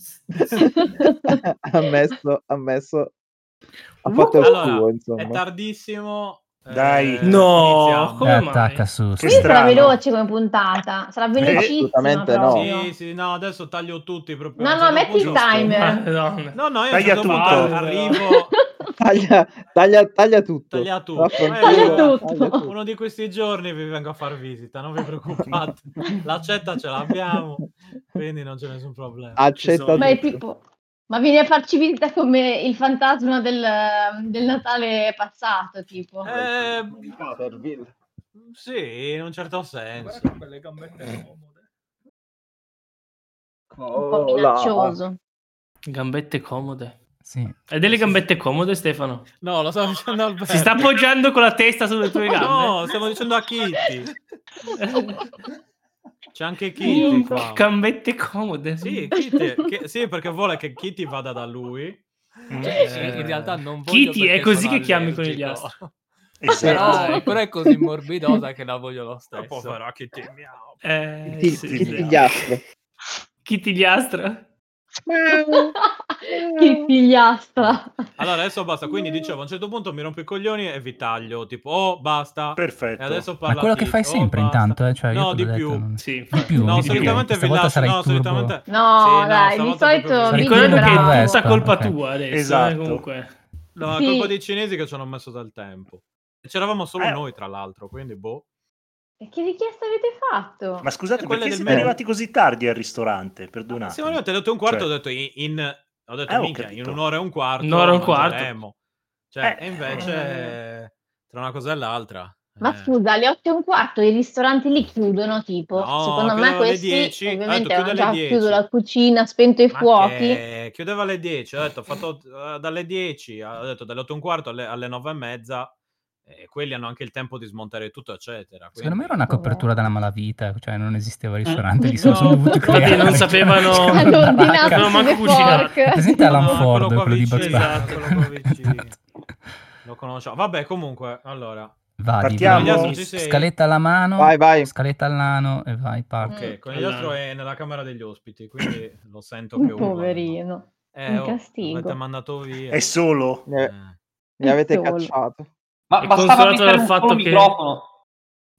ha messo, ha messo, ha fatto il Allora, suo È insomma. tardissimo. eh, Dai. No, iniziamo. come Eh, mai? attacca su. Che sì. Quindi sarà strano. veloce come puntata. Sarà velocissima. Eh, assolutamente no. proprio. Sì, sì, no, adesso taglio tutti proprio. No, a un no, certo metti punto- il timer. Madonna. No, no, io a un Taglia certo tutto. punto arrivo, Taglia, taglia, taglia tutto. taglia tutto. La Eh, frontiera, Taglia tutto. Uno di questi giorni vi vengo a far visita, non vi preoccupate. L'accetta ce l'abbiamo, quindi non c'è nessun problema. Accetta Ci sono. Ma è tutto. tipo. Ma vieni a farci visita come il fantasma del, del Natale passato, tipo. Eh, sì, in un certo senso. quelle gambette comode. un po' minaccioso. Gambette comode. Hai delle gambette comode, Stefano? No, lo stavo dicendo a Alberto. Si sta appoggiando con la testa sulle tue gambe. No, stiamo dicendo a Kitty. C'è anche Kitty Mm, qua. Gambette comode. Sì, Kitty- che- sì, perché vuole che Kitty vada da lui. Eh, Sì, sì, in realtà non voglio Kitty, è perché così sono che chiami con gli allergico. astri. Esatto. Però, Esatto. eh, però è così morbidosa che la voglio lo stesso. Povera Kitty, miau. Eh, Ti- sì, ti- sì. ti ghiaccio. Kitty gliastra. Che figliastra. Allora, adesso basta. Mm. Quindi dicevo, a un certo punto mi rompo i coglioni e vi taglio. Tipo, oh, basta. Perfetto. E adesso parla Ma quello che Kitty. fai Oh, sempre basta. intanto, eh, cioè, io No, te di l'ho detto, più. non- Sì. Di più, No, di più. solitamente Questa vi volta lascio. sarai No, turbo. solitamente... No, Sì, dai, stavolta di solito proprio- Mi mi Ricordando che bravo. è bravo. tutta Esatto, colpa ok. tua adesso. Esatto. eh, comunque. No, è Sì. colpa dei cinesi che ci hanno messo del tempo. E C'eravamo solo Eh. noi, tra l'altro, quindi boh. E Che richiesta avete fatto? Ma scusate, E quelle perché del siete mezzo. arrivati così tardi al ristorante? Ah, Perdonate. Siamo arrivati, ho detto un quarto, Cioè- ho certo. detto in... in- ho detto, Eh, ho minchia, in capito. un'ora e un quarto. Un'ora e un quarto. eh. mangeremo. Cioè, Eh. e invece, tra una cosa e l'altra... Ma eh. scusa, alle 8 e un quarto i ristoranti li chiudono, tipo, No, secondo chiudono me alle questi 10. Ah, tu ovviamente chiudi hanno già alle 10. chiuso la cucina, spento i Ma fuochi. che- Chiudeva alle 10, ho detto, ho fatto eh, dalle 10, ho detto dalle 8 e un quarto alle, alle 9 e mezza, e quelli hanno anche il tempo di smontare tutto, eccetera. Secondo me quindi- Eh. era una copertura della malavita, cioè non esisteva ristorante, lì sono, No. sono dovuti Infatti creare. non cioè, sapevano- c'era Eh, una Hanno baracca. No, ordinato ma le cucina. È presente pork. Alan No, Ford, quello quello, qua di vicino, Bugs Bunny? esatto, quello qua vicino. Esatto. Lo conosciamo. Vabbè, comunque, allora, Vai, Partiamo. vai. Cogliastro, ci sei? Scaletta alla mano, Vai, vai. scaletta all'ano e vai, Mm. parti. ok, con Allora. è nella camera degli ospiti, quindi lo sento che urla. Poverino. Eh, un oh, castigo. L'avete mandato via. È solo. Eh, Eh. Mi avete Solo. cacciato. Ma È bastava consolato mettere dal un fatto solo che- microfono.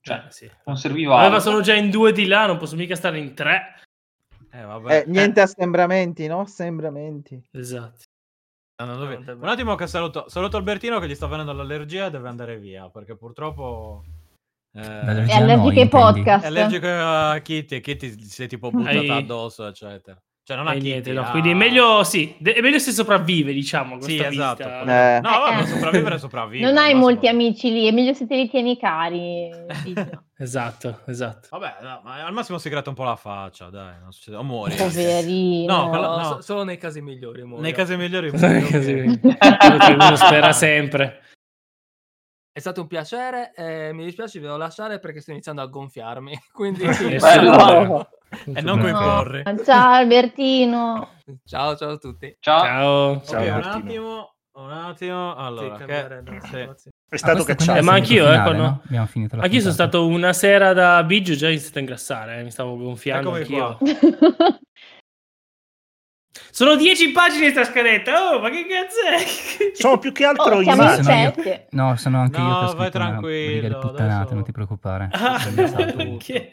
Cioè, Eh, sì. non serviva Allora, ma altro. sono già in due di là, non posso mica stare in tre. Eh, vabbè. Eh, niente assembramenti, no? Assembramenti. Esatto. Andando via. vabbè. Un attimo che saluto, saluto Albertino che gli sta venendo l'allergia e deve andare via, perché purtroppo... eh, È L'allergia- allergico Già ai noi, quindi. podcast. è allergico a Kitty e Kitty si è tipo buttata Ai- addosso, eccetera. Cioè, non a Eh, Kitty, niente, no, a- Quindi è meglio, sì, de- è meglio se sopravvive, diciamo. Sì, questa esatto. vita. quello- Eh. No, vabbè, Eh. sopravvivere sopravvivere. Non hai massimo. molti amici lì, è meglio se te li tieni cari. Eh, Gigi. Esatto, esatto. Vabbè, no, ma al massimo si gratta un po' la faccia, dai, non succede. O muori. Poverino. No, quello- No, no. so- solo nei casi migliori. amore. Nei casi migliori. muori, ok. Così. Quello che uno spera sempre. È stato un piacere. eh, mi dispiace, vi devo lasciare perché sto iniziando a gonfiarmi. Quindi, Nessun Bello. problema. E non coi No. porri. Ciao Albertino. ciao, ciao a tutti. Ciao. Ciao. Ok, un Albertino. attimo, un attimo. Sì, Allora, che... cambiare, no, sì. grazie. È Ah, stato questo quindi cacciato. Eh, ma Ah, è il anch'io, finale, eh, quando- no? Abbiamo finito la Anch'io sono puntata. stato una sera da Biggio, già iniziato a ingrassare, eh, mi stavo gonfiando Eccomi qua. anch'io. Sono 10 pagine sta scaletta, oh, ma che cazzo è? Sono più che altro Oh, in siamo Sì, in sono io. sette. No, sono anche io No, che ho vai scritto una tranquillo, riga di puttanate, adesso- non ti preoccupare. Ah, Sono pensato. tutto. che...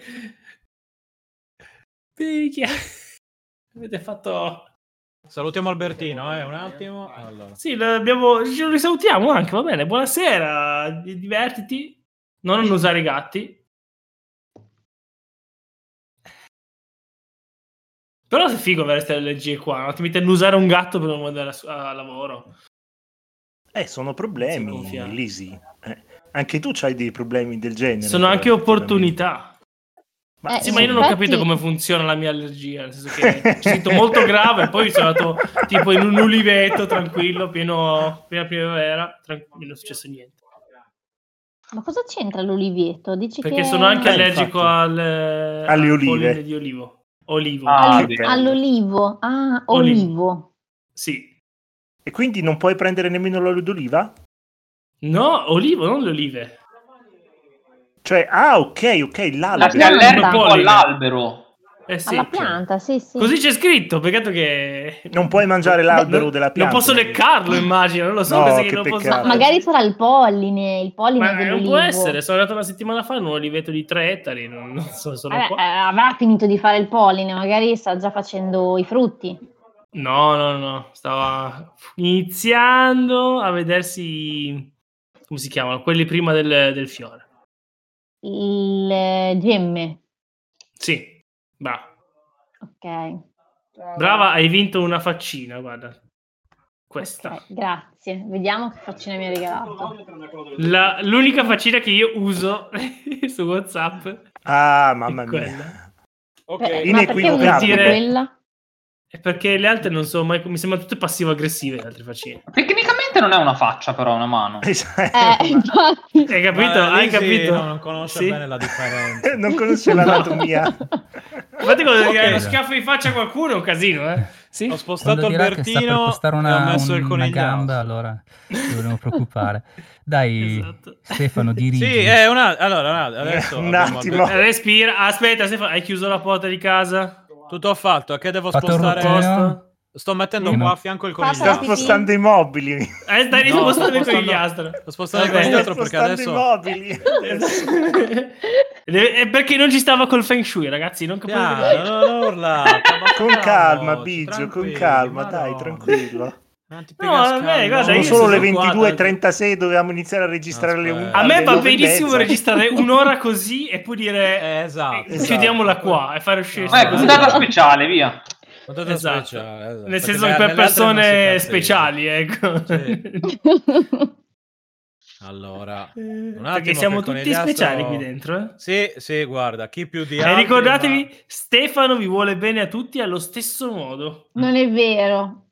Picchia. Avete fatto... Salutiamo Albertino, eh, un attimo. Allora. Sì, lo abbiamo... ci risalutiamo anche, va bene. Buonasera, di- divertiti. No, Non usare i gatti. Però è figo avere queste allergie qua, no? Ti metti a usare un gatto per non andare a su- a lavoro. Eh, sono Si problemi, gonfia. Lisi. Eh, anche tu hai dei problemi del genere. Sono anche però, opportunità. Ma, Eh, Sì, ma io non ho Infatti- capito come funziona la mia allergia, nel senso che mi sento molto grave, poi sono andato tipo in un uliveto tranquillo, pieno, piena primavera, tranquillo, non è successo niente. Ma cosa c'entra l'oliveto? Dici Perché che- sono anche Eh, allergico al, alle Alle olive. di olivo. Olivo, Ah, Allo- beh. all'olivo. Ah, Olivo. olivo. sì. E quindi non puoi prendere nemmeno l'olio d'oliva? No, olivo, non le olive. Cioè, ah, ok, ok, La l'albero. sei Alberto. allergico Polline. all'albero. Eh sì. Alla pianta, sì, sì. Così c'è scritto, peccato che... Non puoi mangiare l'albero della Non pianta. posso leccarlo, immagino, non lo so. No, Oh, penso che che non posso- peccato. Magari sarà il polline, il polline Ma non dell'olivo. può essere, sono andato una settimana fa in un oliveto di 3 ettari, non, non so, sono Vabbè, qua. eh, avrà finito di fare il polline, magari sta già facendo i frutti. No, no, no, stava iniziando a vedersi, come si chiamano, quelli prima del, del fiore. Il eh, gemme. Sì, brava. Ok. brava, hai vinto una faccina, guarda. Questa. ok, grazie. Vediamo che faccina mi ha regalato. La- l'unica faccina che io uso su WhatsApp Ah, mamma è quella. mia. Ok, Eh, Inequivocabile. ma perché usi Dire- quella? È perché le altre non sono mai. Mi sembrano tutte passivo-aggressive le altre faccine. Esatto. Tecnicamente non è una faccia, però, è una mano. Eh, infatti. Hai capito? Ma lì Hai sì, capito? no, non conosce Sì. bene la differenza. Eh, non conosce l'anatomia. Infatti, quando Ok. hai lo schiaffo in faccia a qualcuno è un casino, eh? Sì. Ho Quando spostato dirà che sta per Albertino e costare ho una, messo il una coniglio. gamba, allora ci dovremmo preoccupare. Dai, Esatto. Stefano, dirigi. Sì, eh, è una... allora, un attimo, adesso Eh, un abbiamo- attimo. Respira. Aspetta, Stefano, hai chiuso la porta di casa? Tutto fatto, che devo Fatto il spostare? roteo. Sto mettendo Sì, qua no. a fianco il Sta Papa, conigliastro. pipì. spostando i mobili. Eh, stai No, rispostando sto con gli spostando- astro. Sto spostando il Vabbè. conigliastro perché Spostando i adesso... Eh, mobili. Deve- È perché non ci stava col feng shui, ragazzi. Non capivo. Piano, no, no, urlate, Con abbassiamoci, calma, Biggio, con tranquilli, calma, madonna. dai, tranquillo. Non ti No, pigliascare, vabbè, guarda, no. io Eh, Sono solo le sono 22.36, dovevamo iniziare a registrare le un- Aspetta. A me alle va nove e benissimo mezza. registrare un'ora così e poi dire Eh, esatto. eh, chiudiamola qua e fare uscire. No, Eh, sta- puntata speciale, via. Puntata Esatto. speciale, esatto. Nel senso che Perché per nelle altre non si persone cazza speciali, ecco. Sì. niente. Allora, un attimo Eh, Perché siamo che con tutti Eliasso- speciali qui dentro. eh. Sì, sì, guarda, chi più di E altri, ricordatevi, ma- Stefano vi vuole bene a tutti allo stesso modo. Non è vero.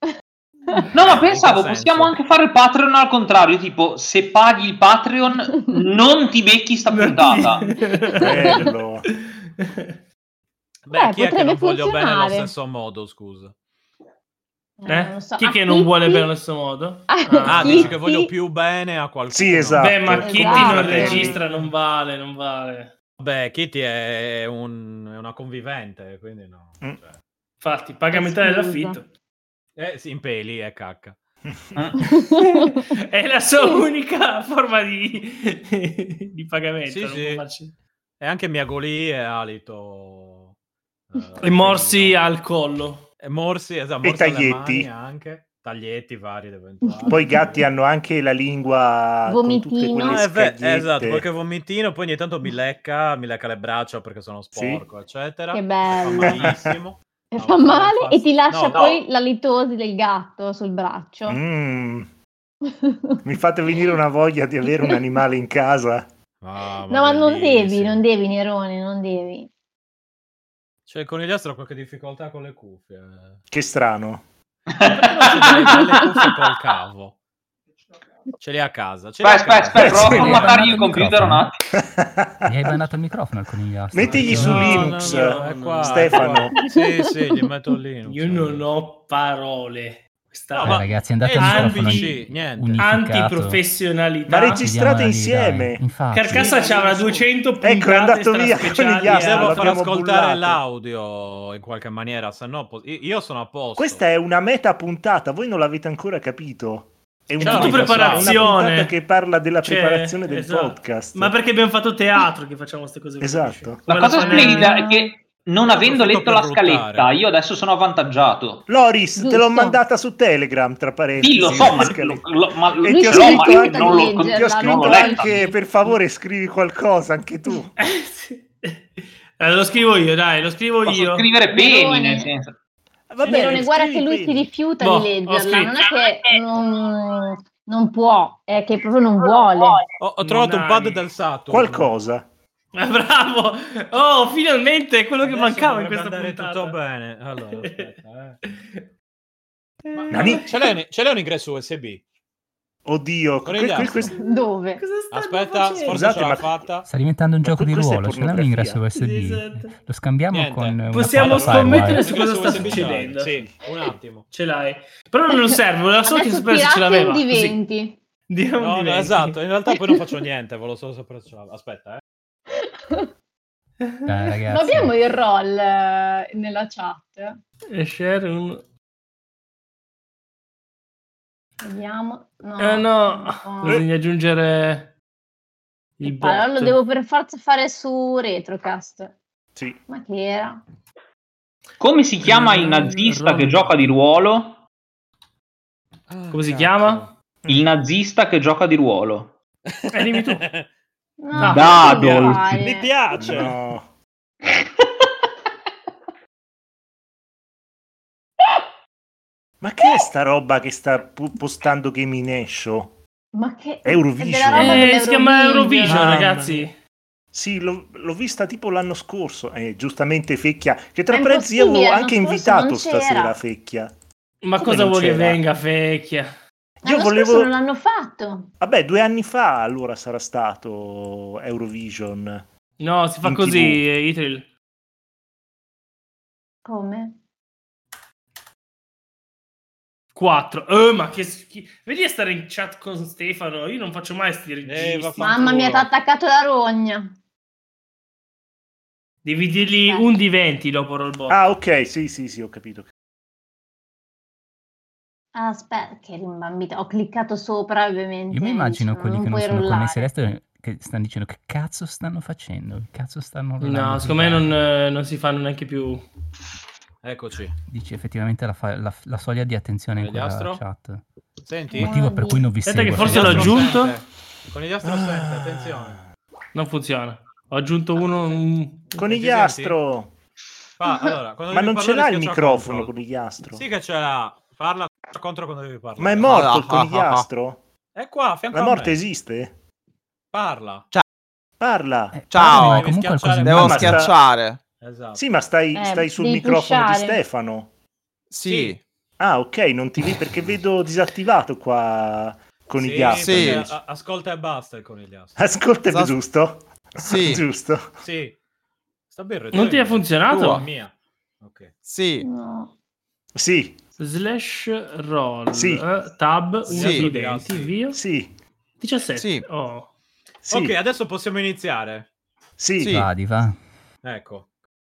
No, ma In che pensavo, senso? possiamo anche fare il Patreon al contrario, tipo, se paghi il Patreon non ti becchi sta puntata. Bello. Beh, Beh, chi è che potrebbe non voglio bene allo funzionare. stesso modo, scusa. Eh, Eh? non lo so. Chi A che non vuole Kitty- bene allo stesso modo? Ah, Ah, Sì, dici che sì. voglio più bene a qualcuno. Sì, esatto. Beh, ma Esatto. Kitty non Esatto. registra, non vale, non vale. Beh, Kitty è, un- è una convivente, quindi no. Mm. Cioè, Infatti, paga metà Scusa. dell'affitto. eh, sì, in peli è cacca. Ah. È la sua unica forma di, di pagamento. Sì, non sì. può farci- E anche Miagolì e alito... eh, E morsi felino. al collo. E morsi, esatto, E morsi alle taglietti. mani anche. Taglietti vari ed eventuali. Poi i gatti hanno anche la lingua con tutte Vomitino. quelle No, è ve- scagliette. esatto, qualche vomitino, poi ogni tanto mi lecca, mi lecca le braccia perché sono sporco, eccetera. Che bello. Fa malissimo. E No, fa no, male infatti. e ti lascia No, no. poi la litosi del gatto sul braccio. Mm, mi fate venire una voglia di avere un animale in casa. Ah, No, ma non devi, bellissimo. non devi, Nerone, non devi. Cioè, il conigliastro ha qualche difficoltà con le cuffie. Eh, Le Che strano. cuffie col cavo. Ce li ha a casa. Ce li ha Aspetta, a aspetta, casa. Sì, aspetta, prova a mi hai mandato formattargli il il computer un microfono. attimo. Gli hai bannato il microfono al conigliastro. Mettigli su No, Linux, no, no, è qua, è Stefano. qua. Sì, sì, gli metto Linux. Io non ho parole. Questa No, Eh, ma- ragazzi, andate eh, al non microfono PC, in- niente. unificato. antiprofessionalità. Ma regista- Registrate Chiediamola lì, dai. insieme. Infatti. Carcassa c'ha una 200 puntate Ecco, è andato via con gli straspeciali, Mi altri. eh, devo far l'abbiamo ascoltare bullato. l'audio in qualche maniera, se no po- io- io sono a posto. Questa è una meta puntata, voi non l'avete ancora capito. È un Certo, podcast, preparazione. è una puntata che parla della Cioè, preparazione del esatto. podcast. Ma perché abbiamo fatto teatro che facciamo queste cose? Esatto. capisci? La Come cosa fanno- splendida è che non avendo Approfitto letto la per ruttare. scaletta, io adesso sono avvantaggiato. Loris, te l'ho Giusto. mandata su Telegram, tra parentesi. Sì, lo so, ma, Scaletta. lo- lo- ma lo- E ti ho ce l'ho, ma scritto non lo, anche- Ti ho Gerardo, scritto non l'ho letta. anche, per favore, scrivi qualcosa, anche tu. Eh, sì. Eh, lo scrivo io, dai, lo scrivo Posso io. scrivere peni, Nerone. nel senso. Nerone, guarda che lui si scrivi. rifiuta Boh, ho di leggerla, scritto. non è che non, non può, è che proprio Eh, non vuole. Ho, ho trovato un pad Monani. del Esatto. Saturn. Qualcosa. Ah, bravo! Oh, finalmente è quello che Adesso mancava in dovrebbe questa andare puntata. tutto bene. Allora, aspetta, eh. Ma- Nani? ce, l'hai un, ce l'hai un ingresso USB? Oddio, que- que- Conigliastro. questo- Dove? Cosa stanno Aspetta, facendo? forse Scusate, ce l'ha ma- fatta. Sta diventando un Ma gioco di questa è ruolo, secondo me è un ingresso USB. Esatto. Lo scambiamo Niente. con una Possiamo porta firewire. scommettere su- Ingresso cosa sta USB ce l'hai? succedendo? Sì, un attimo. Ce l'hai. Però non lo serve, volevo solo Adesso sapere se ce tirate l'aveva. un di così. 20. Dia un No, di no, 20. esatto, in realtà poi non faccio niente, volevo solo sapere se ce l'ha- Aspetta, eh. Dai, ragazzi. Non abbiamo il roll eh, nella chat. E share Eh, un... Vediamo. No, Eh no, no. Eh, bisogna aggiungere il bot. Allora lo devo per forza fare su Retrocast. Sì. Ma che era? Come si chiama il nazista che gioca di ruolo? Ah, Come si chiama? Il nazista che gioca di ruolo. Eh, dimmi tu. No, Ah, non Dadol. devo fare. Mi piace. No. Ma che è sta roba che sta pu- postando Game in Esho? Ma che... Eurovision. è della roba Eh, si chiama dell'Eurovision. Ah, Eurovision, Mamma ragazzi. Sì, l'ho, l'ho vista tipo l'anno scorso, eh, giustamente Fecchia, che È tra prezzi io avevo impossibile, anche l'anno scorso invitato non c'era. stasera Fecchia. Ma Come cosa non vuoi che c'era? venga, Fecchia? Io L'anno volevo... scorso non l'hanno fatto. Vabbè, due anni fa allora sarà stato Eurovision. No, si fa In così, TV. eh, Itril. Come? 4. Eh, ma che schi- Vedi a stare in chat con Stefano, io non faccio mai sti registi. Eh, vaffanculo. Mamma mia, ti ha attaccato la rogna. Devi dirgli Eh. un di 20 dopo Rollbot. Ah, ok, sì, sì, sì, ho capito. Aspetta, che rimbambita. Ho cliccato sopra, ovviamente. Io mi immagino dicono, quelli che non puoi sono connessi rollare. al resto che stanno dicendo che cazzo stanno facendo, che cazzo stanno Ah, no, rollando secondo me sul non, tavolo?" eh, non si fanno neanche più. Eccoci. Dici effettivamente la, fa- la- la soglia di attenzione in quella Conigliastro? chat. Senti, Il motivo per cui non vi Aspetta seguo. che forse l'ho ragazzi. aggiunto. Con gli astro aspetta, Ah. attenzione. Non funzione. Ho aggiunto uno. un- Conigliastro! Fa- allora, quando Ma devi non ce parlare, l'ha il schiaccia microfono, control. Conigliastro? Sì che ce l'ha. Parla contro quando devi parlare. Ma è morto il Ah, ah, ah, ah. Conigliastro? È qua, a fianco La a morte me. esiste? Parla. Parla! Eh, Ciao. ma Devi comunque è schiacciare- qualcosa in Devo ma mano. sta- schiacciare. Esatto. Sì, ma stai, Eh, stai sul devi microfono di pushare. Stefano. Sì. Ah, ok, non ti vedi perché vedo disattivato qua con i gatti. Sì. perché a- ascolta e basta il conigliastro. Ascolta, Sa- giusto? Sì. giusto. Sì. Sta bene. Non ti è Tua, funzionato? mia. Ok. Sì. No. Sì, Slash roll. Sì. eh, Tab. uno Sì. di 20. Via. sì, 17. Sì. Oh. sì, Ok, adesso possiamo iniziare. sì. sì. Vadi, va. Ecco.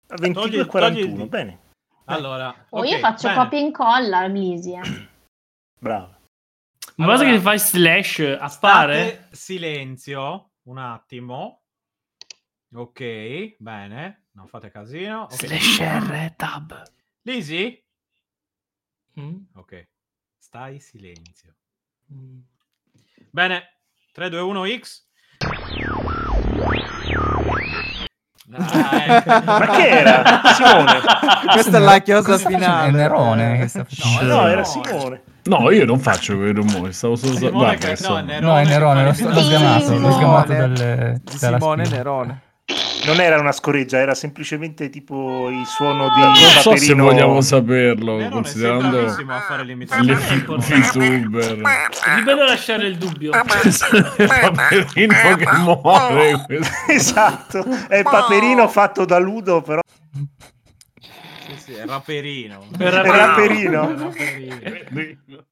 A 22 e Togli- 41, togli il- bene, Allora, Oh, ok, io faccio bene. copia e incolla a Blisi, eh. bravo. Ma Allora- basta che fai slash appare. Fate silenzio un attimo. Ok, bene, non fate casino. Ok. Slash R tab. Lisi? Mm? Ok. Stai silenzio. Mm. Bene. 3 2 1 X. Ma che era? Simone? Questa è la chiosa Cosa sta facendo? È finale. Nerone che sta facendo. No, Simone. era Simone. No, io non faccio quei rumori, stavo solo... Simone Guarda, che- insomma. no, Nerone No, è Nerone, l'ho, l'ho Sì, sgamato, l'ho Simone. sgamato Eh, dal, dalla Simone spina. Nerone. Non era una scoreggia, era semplicemente tipo il suono di Non so se Paperino. vogliamo saperlo, Nerone sei considerando bravissimo a fare le l'imitazione. fi- VTuber. È bello lasciare il dubbio. Ah, Eh, Paperino che muore. questo. Esatto, è il Paperino fatto da Ludo, però Sì, sì, è Raperino. è Paperino. Raperino.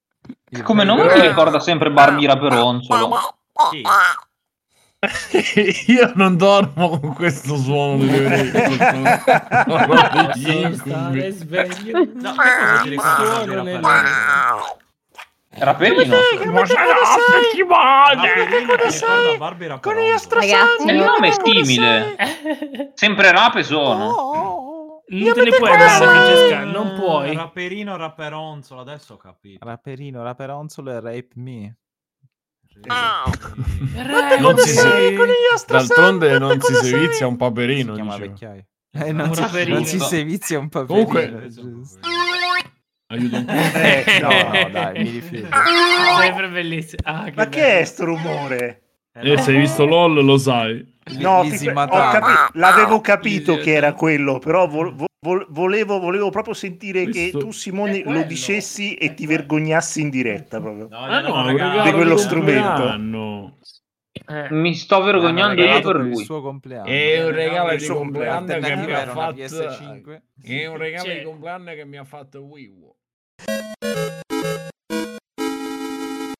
Come nome mi ricorda sempre Barbie Raperonzolo. Sì. Io non dormo con questo suono di Posso stare sveglio. No, che cosa ti ricorda di Suono nel- Raperino? Eh, Raperino? Raperino ti ricorda Barbie Raperonzolo. Ragazzi, Il nome è simile. Sempre rape sono. Oh. Non te ne puoi andare, Francesca, non puoi. Raperino Raperonzolo, adesso ho capito. Raperino, Raperonzolo e Rape Me. Sì. Non si sei, D'altronde non si sevizia un Si paperino. chiama dicevo. vecchiaio. Eh, non, Un si, raperino. non si sevizia un paperino. Comunque- giusto. Aiuto un po'. Eh, No, no, dai, mi rifiuto. Sempre bellissimo. Ah, Ma che è sto rumore? Eh, se hai visto LOL lo sai. No, Lisi ti- ho Matano. capi- l'avevo capito Lisi- che era quello, però vo- vo- vo- volevo, volevo proprio sentire Questo- che tu, Simone, È quello, lo dicessi è e ti quello. vergognassi in diretta proprio. No, Ah, gliel'hanno no, regalato. regalo Di quello Eh, strumento. compleanno. Eh. Mi sto vergognando L'hanno io regalato per il lui. suo compleanno. È un regalo di suo compleanno compleanno che mi L'alternativa ha era una fatto. PS5. È un regalo Cioè- di compleanno che mi ha fatto Wiwo.